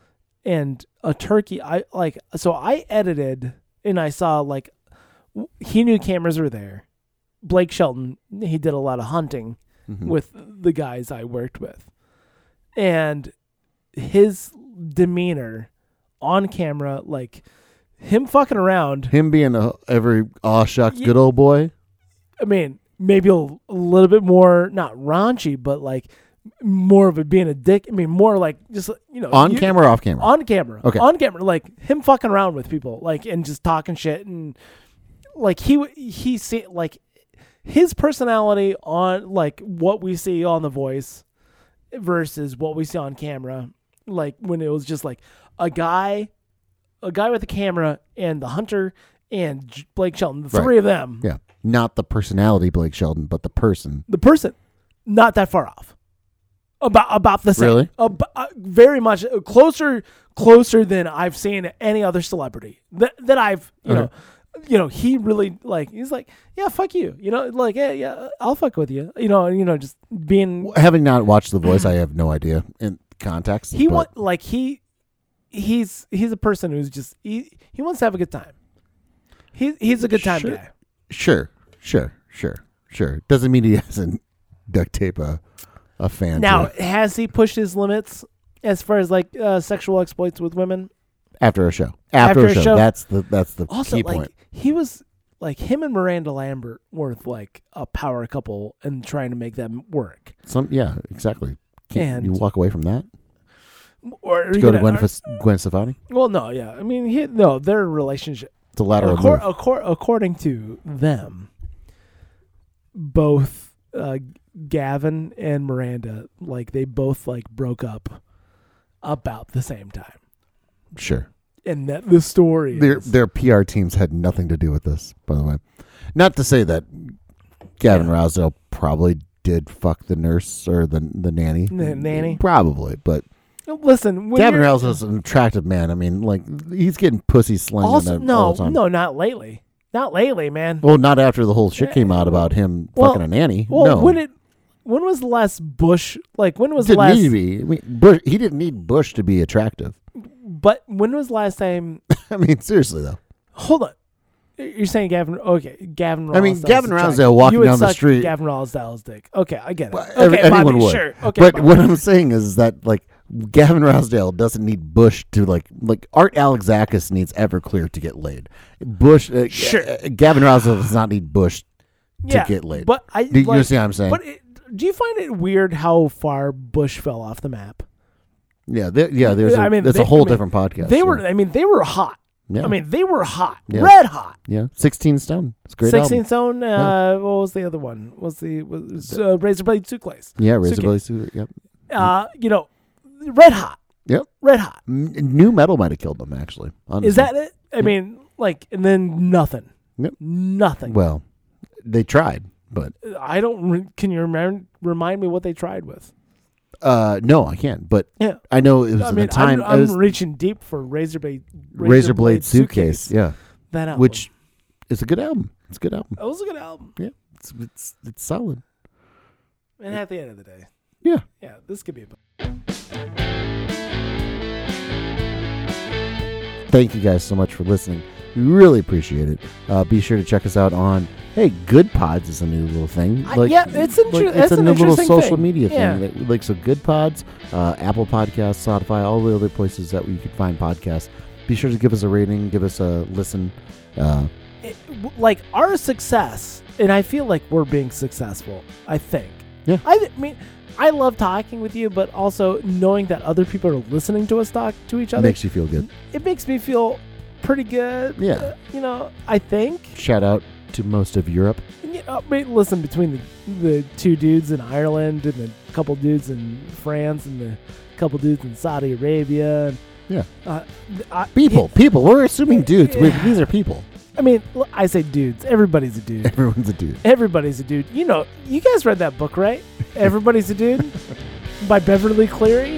[SPEAKER 2] and a turkey I like so I edited and I saw like w- he knew cameras were there. Blake Shelton, he did a lot of hunting
[SPEAKER 1] Mhm.
[SPEAKER 2] with the guys I worked with. And his demeanor on camera, like him fucking around.
[SPEAKER 1] Him being a every aw shucks good old boy.
[SPEAKER 2] I mean, maybe a, l- a little bit more not raunchy, but like more of it being a dick. I mean, more like just you know
[SPEAKER 1] On
[SPEAKER 2] Uh, you-
[SPEAKER 1] camera or off camera?
[SPEAKER 2] on camera,
[SPEAKER 1] Okay.
[SPEAKER 2] on camera, like him fucking around with people, like and just talking shit and like he w- he see like his personality on like what we see on The Voice versus what we see on camera, like when it was just like a guy, a guy with a camera and the hunter and J- Blake Shelton, the
[SPEAKER 1] Right.
[SPEAKER 2] three of them,
[SPEAKER 1] yeah. Not the personality, Blake Sheldon, but the person.
[SPEAKER 2] the person, not that far off. About about the same.
[SPEAKER 1] Really?
[SPEAKER 2] Ab- uh, very much uh, closer closer than I've seen any other celebrity that that I've you
[SPEAKER 1] Okay.
[SPEAKER 2] know. You know, he really like. He's like, yeah, fuck you. You know, like, yeah, yeah, I'll fuck with you. You know, and, you know, just being.
[SPEAKER 1] Having not watched The Voice, I have no idea in context.
[SPEAKER 2] He
[SPEAKER 1] but
[SPEAKER 2] want like he, he's he's a person who's just he he wants to have a good time. He he's a good time
[SPEAKER 1] Sure.
[SPEAKER 2] guy.
[SPEAKER 1] sure, sure, sure, sure. Doesn't mean he hasn't duct tape a a fan. to
[SPEAKER 2] Now,
[SPEAKER 1] it
[SPEAKER 2] has he pushed his limits as far as like uh, sexual exploits with women?
[SPEAKER 1] after a show, after, a, show, that's the that's the
[SPEAKER 2] also
[SPEAKER 1] key
[SPEAKER 2] like
[SPEAKER 1] point.
[SPEAKER 2] he was like him and Miranda Lambert were like a power couple and trying to make them work.
[SPEAKER 1] Some yeah, exactly. Can't
[SPEAKER 2] And-
[SPEAKER 1] you walk away from that?
[SPEAKER 2] Or are you
[SPEAKER 1] Go to
[SPEAKER 2] gonna-
[SPEAKER 1] Gwen,
[SPEAKER 2] are-
[SPEAKER 1] Fis- Gwen Stefani.
[SPEAKER 2] well, no, yeah, I mean, he, no, their relationship,
[SPEAKER 1] It's a lateral
[SPEAKER 2] accor-
[SPEAKER 1] move.
[SPEAKER 2] accor- according to them, both uh, Gavin and Miranda, like they both like broke up about the same time,
[SPEAKER 1] Sure.
[SPEAKER 2] and that the story
[SPEAKER 1] Their
[SPEAKER 2] is-
[SPEAKER 1] their PR teams had nothing to do with this, by the way. Not to say that Gavin Rousdale probably did fuck the nurse or the the nanny.
[SPEAKER 2] The nanny.
[SPEAKER 1] Probably, but
[SPEAKER 2] listen. When
[SPEAKER 1] Gavin
[SPEAKER 2] you're-
[SPEAKER 1] Rousdale's an attractive man. I mean, like he's getting pussy slinging
[SPEAKER 2] also,
[SPEAKER 1] all- all
[SPEAKER 2] no,
[SPEAKER 1] the time.
[SPEAKER 2] no, not lately, not lately, man.
[SPEAKER 1] Well, not after the whole shit came out about him
[SPEAKER 2] Well-
[SPEAKER 1] fucking a nanny.
[SPEAKER 2] Well,
[SPEAKER 1] no.
[SPEAKER 2] when it when was the last Bush like when was the
[SPEAKER 1] didn't
[SPEAKER 2] last
[SPEAKER 1] need to be. I mean, Bush, he didn't need Bush to be attractive.
[SPEAKER 2] but when was the last time
[SPEAKER 1] I mean, seriously though.
[SPEAKER 2] hold on. You're saying Gavin okay, Gavin
[SPEAKER 1] I mean,
[SPEAKER 2] Rossdale's
[SPEAKER 1] Gavin
[SPEAKER 2] attractive.
[SPEAKER 1] Rossdale walking
[SPEAKER 2] You would
[SPEAKER 1] down the
[SPEAKER 2] suck
[SPEAKER 1] street-
[SPEAKER 2] Gavin Rossdale's dick. Okay, I get it.
[SPEAKER 1] Well,
[SPEAKER 2] okay,
[SPEAKER 1] every-
[SPEAKER 2] Bobby,
[SPEAKER 1] anyone would.
[SPEAKER 2] sure. Okay.
[SPEAKER 1] but
[SPEAKER 2] Bobby.
[SPEAKER 1] what I'm saying is that like Gavin Rousdale doesn't need Bush to like like Art Alexakis needs Everclear to get laid. Bush, uh,
[SPEAKER 2] Sure.
[SPEAKER 1] uh, Gavin Rousdale does not need Bush.
[SPEAKER 2] yeah,
[SPEAKER 1] get laid.
[SPEAKER 2] But I
[SPEAKER 1] Do you
[SPEAKER 2] like,
[SPEAKER 1] see what I'm saying?
[SPEAKER 2] But it, do you find it weird how far Bush fell off the map?
[SPEAKER 1] yeah, there- yeah. There's a,
[SPEAKER 2] I mean,
[SPEAKER 1] there's
[SPEAKER 2] they-
[SPEAKER 1] a whole
[SPEAKER 2] I mean,
[SPEAKER 1] different podcast.
[SPEAKER 2] they
[SPEAKER 1] yeah.
[SPEAKER 2] were I mean, they were hot.
[SPEAKER 1] Yeah.
[SPEAKER 2] I mean, they were hot.
[SPEAKER 1] Yeah.
[SPEAKER 2] Red hot.
[SPEAKER 1] yeah, 16 Stone. It's a great.
[SPEAKER 2] 16
[SPEAKER 1] album.
[SPEAKER 2] Stone, uh, what was the other one? Was the was, uh, Razor Blade Suitcase.
[SPEAKER 1] Yeah, Razor
[SPEAKER 2] Suitcase.
[SPEAKER 1] Billy Stewart. Yep.
[SPEAKER 2] uh, you know, red hot,
[SPEAKER 1] Yep.
[SPEAKER 2] red hot.
[SPEAKER 1] N- New metal might have killed them actually. Honestly.
[SPEAKER 2] Is that it? I mean, like, and then nothing,
[SPEAKER 1] Mm-hmm. Yep.
[SPEAKER 2] nothing.
[SPEAKER 1] well? They tried, but
[SPEAKER 2] I don't. Re- can you remind remind me what they tried with?
[SPEAKER 1] uh, no, I can't. But
[SPEAKER 2] Yeah,
[SPEAKER 1] I know it was
[SPEAKER 2] I
[SPEAKER 1] in
[SPEAKER 2] mean,
[SPEAKER 1] the time.
[SPEAKER 2] I'm, I'm
[SPEAKER 1] it was
[SPEAKER 2] reaching deep for razor blade,
[SPEAKER 1] Razor, Blade, Suitcase. Yeah,
[SPEAKER 2] That album,
[SPEAKER 1] which is a good album. It's a good album.
[SPEAKER 2] that was a good album.
[SPEAKER 1] Yeah, it's it's, it's solid.
[SPEAKER 2] And at the end of the day,
[SPEAKER 1] Yeah.
[SPEAKER 2] yeah, this could be. A,
[SPEAKER 1] Thank you guys so much for listening. We really appreciate it. Uh, be sure to check us out on Hey Good Pods is a new little thing.
[SPEAKER 2] I- Uh, yeah, it's inter-
[SPEAKER 1] it's
[SPEAKER 2] that's
[SPEAKER 1] a
[SPEAKER 2] an
[SPEAKER 1] new little
[SPEAKER 2] interesting
[SPEAKER 1] social
[SPEAKER 2] thing.
[SPEAKER 1] media thing.
[SPEAKER 2] Yeah.
[SPEAKER 1] that- like so, Good Pods, uh, Apple Podcasts, Spotify, all the other places that you can find podcasts. Be sure to give us a rating, give us a listen. Uh,
[SPEAKER 2] it, w- like our success, and I feel like we're being successful. I think.
[SPEAKER 1] Yeah.
[SPEAKER 2] I th- mean. I love talking with you, but also knowing that other people are listening to us talk to each other
[SPEAKER 1] makes you feel good.
[SPEAKER 2] it makes me feel pretty good.
[SPEAKER 1] Yeah.
[SPEAKER 2] Uh, you know, I think.
[SPEAKER 1] Shout out to most of Europe.
[SPEAKER 2] And, You know, I mean, listen, between the, the two dudes in Ireland and the couple dudes in France and the couple dudes in Saudi Arabia. And,
[SPEAKER 1] Yeah.
[SPEAKER 2] Uh, th- I,
[SPEAKER 1] People, people. We're assuming dudes. We-
[SPEAKER 2] Yeah.
[SPEAKER 1] these are people.
[SPEAKER 2] I mean, l- I say dudes. Everybody's a dude.
[SPEAKER 1] Everyone's a dude.
[SPEAKER 2] Everybody's a dude. You know, you guys read that book, right? Everybody's a dude by Beverly Cleary.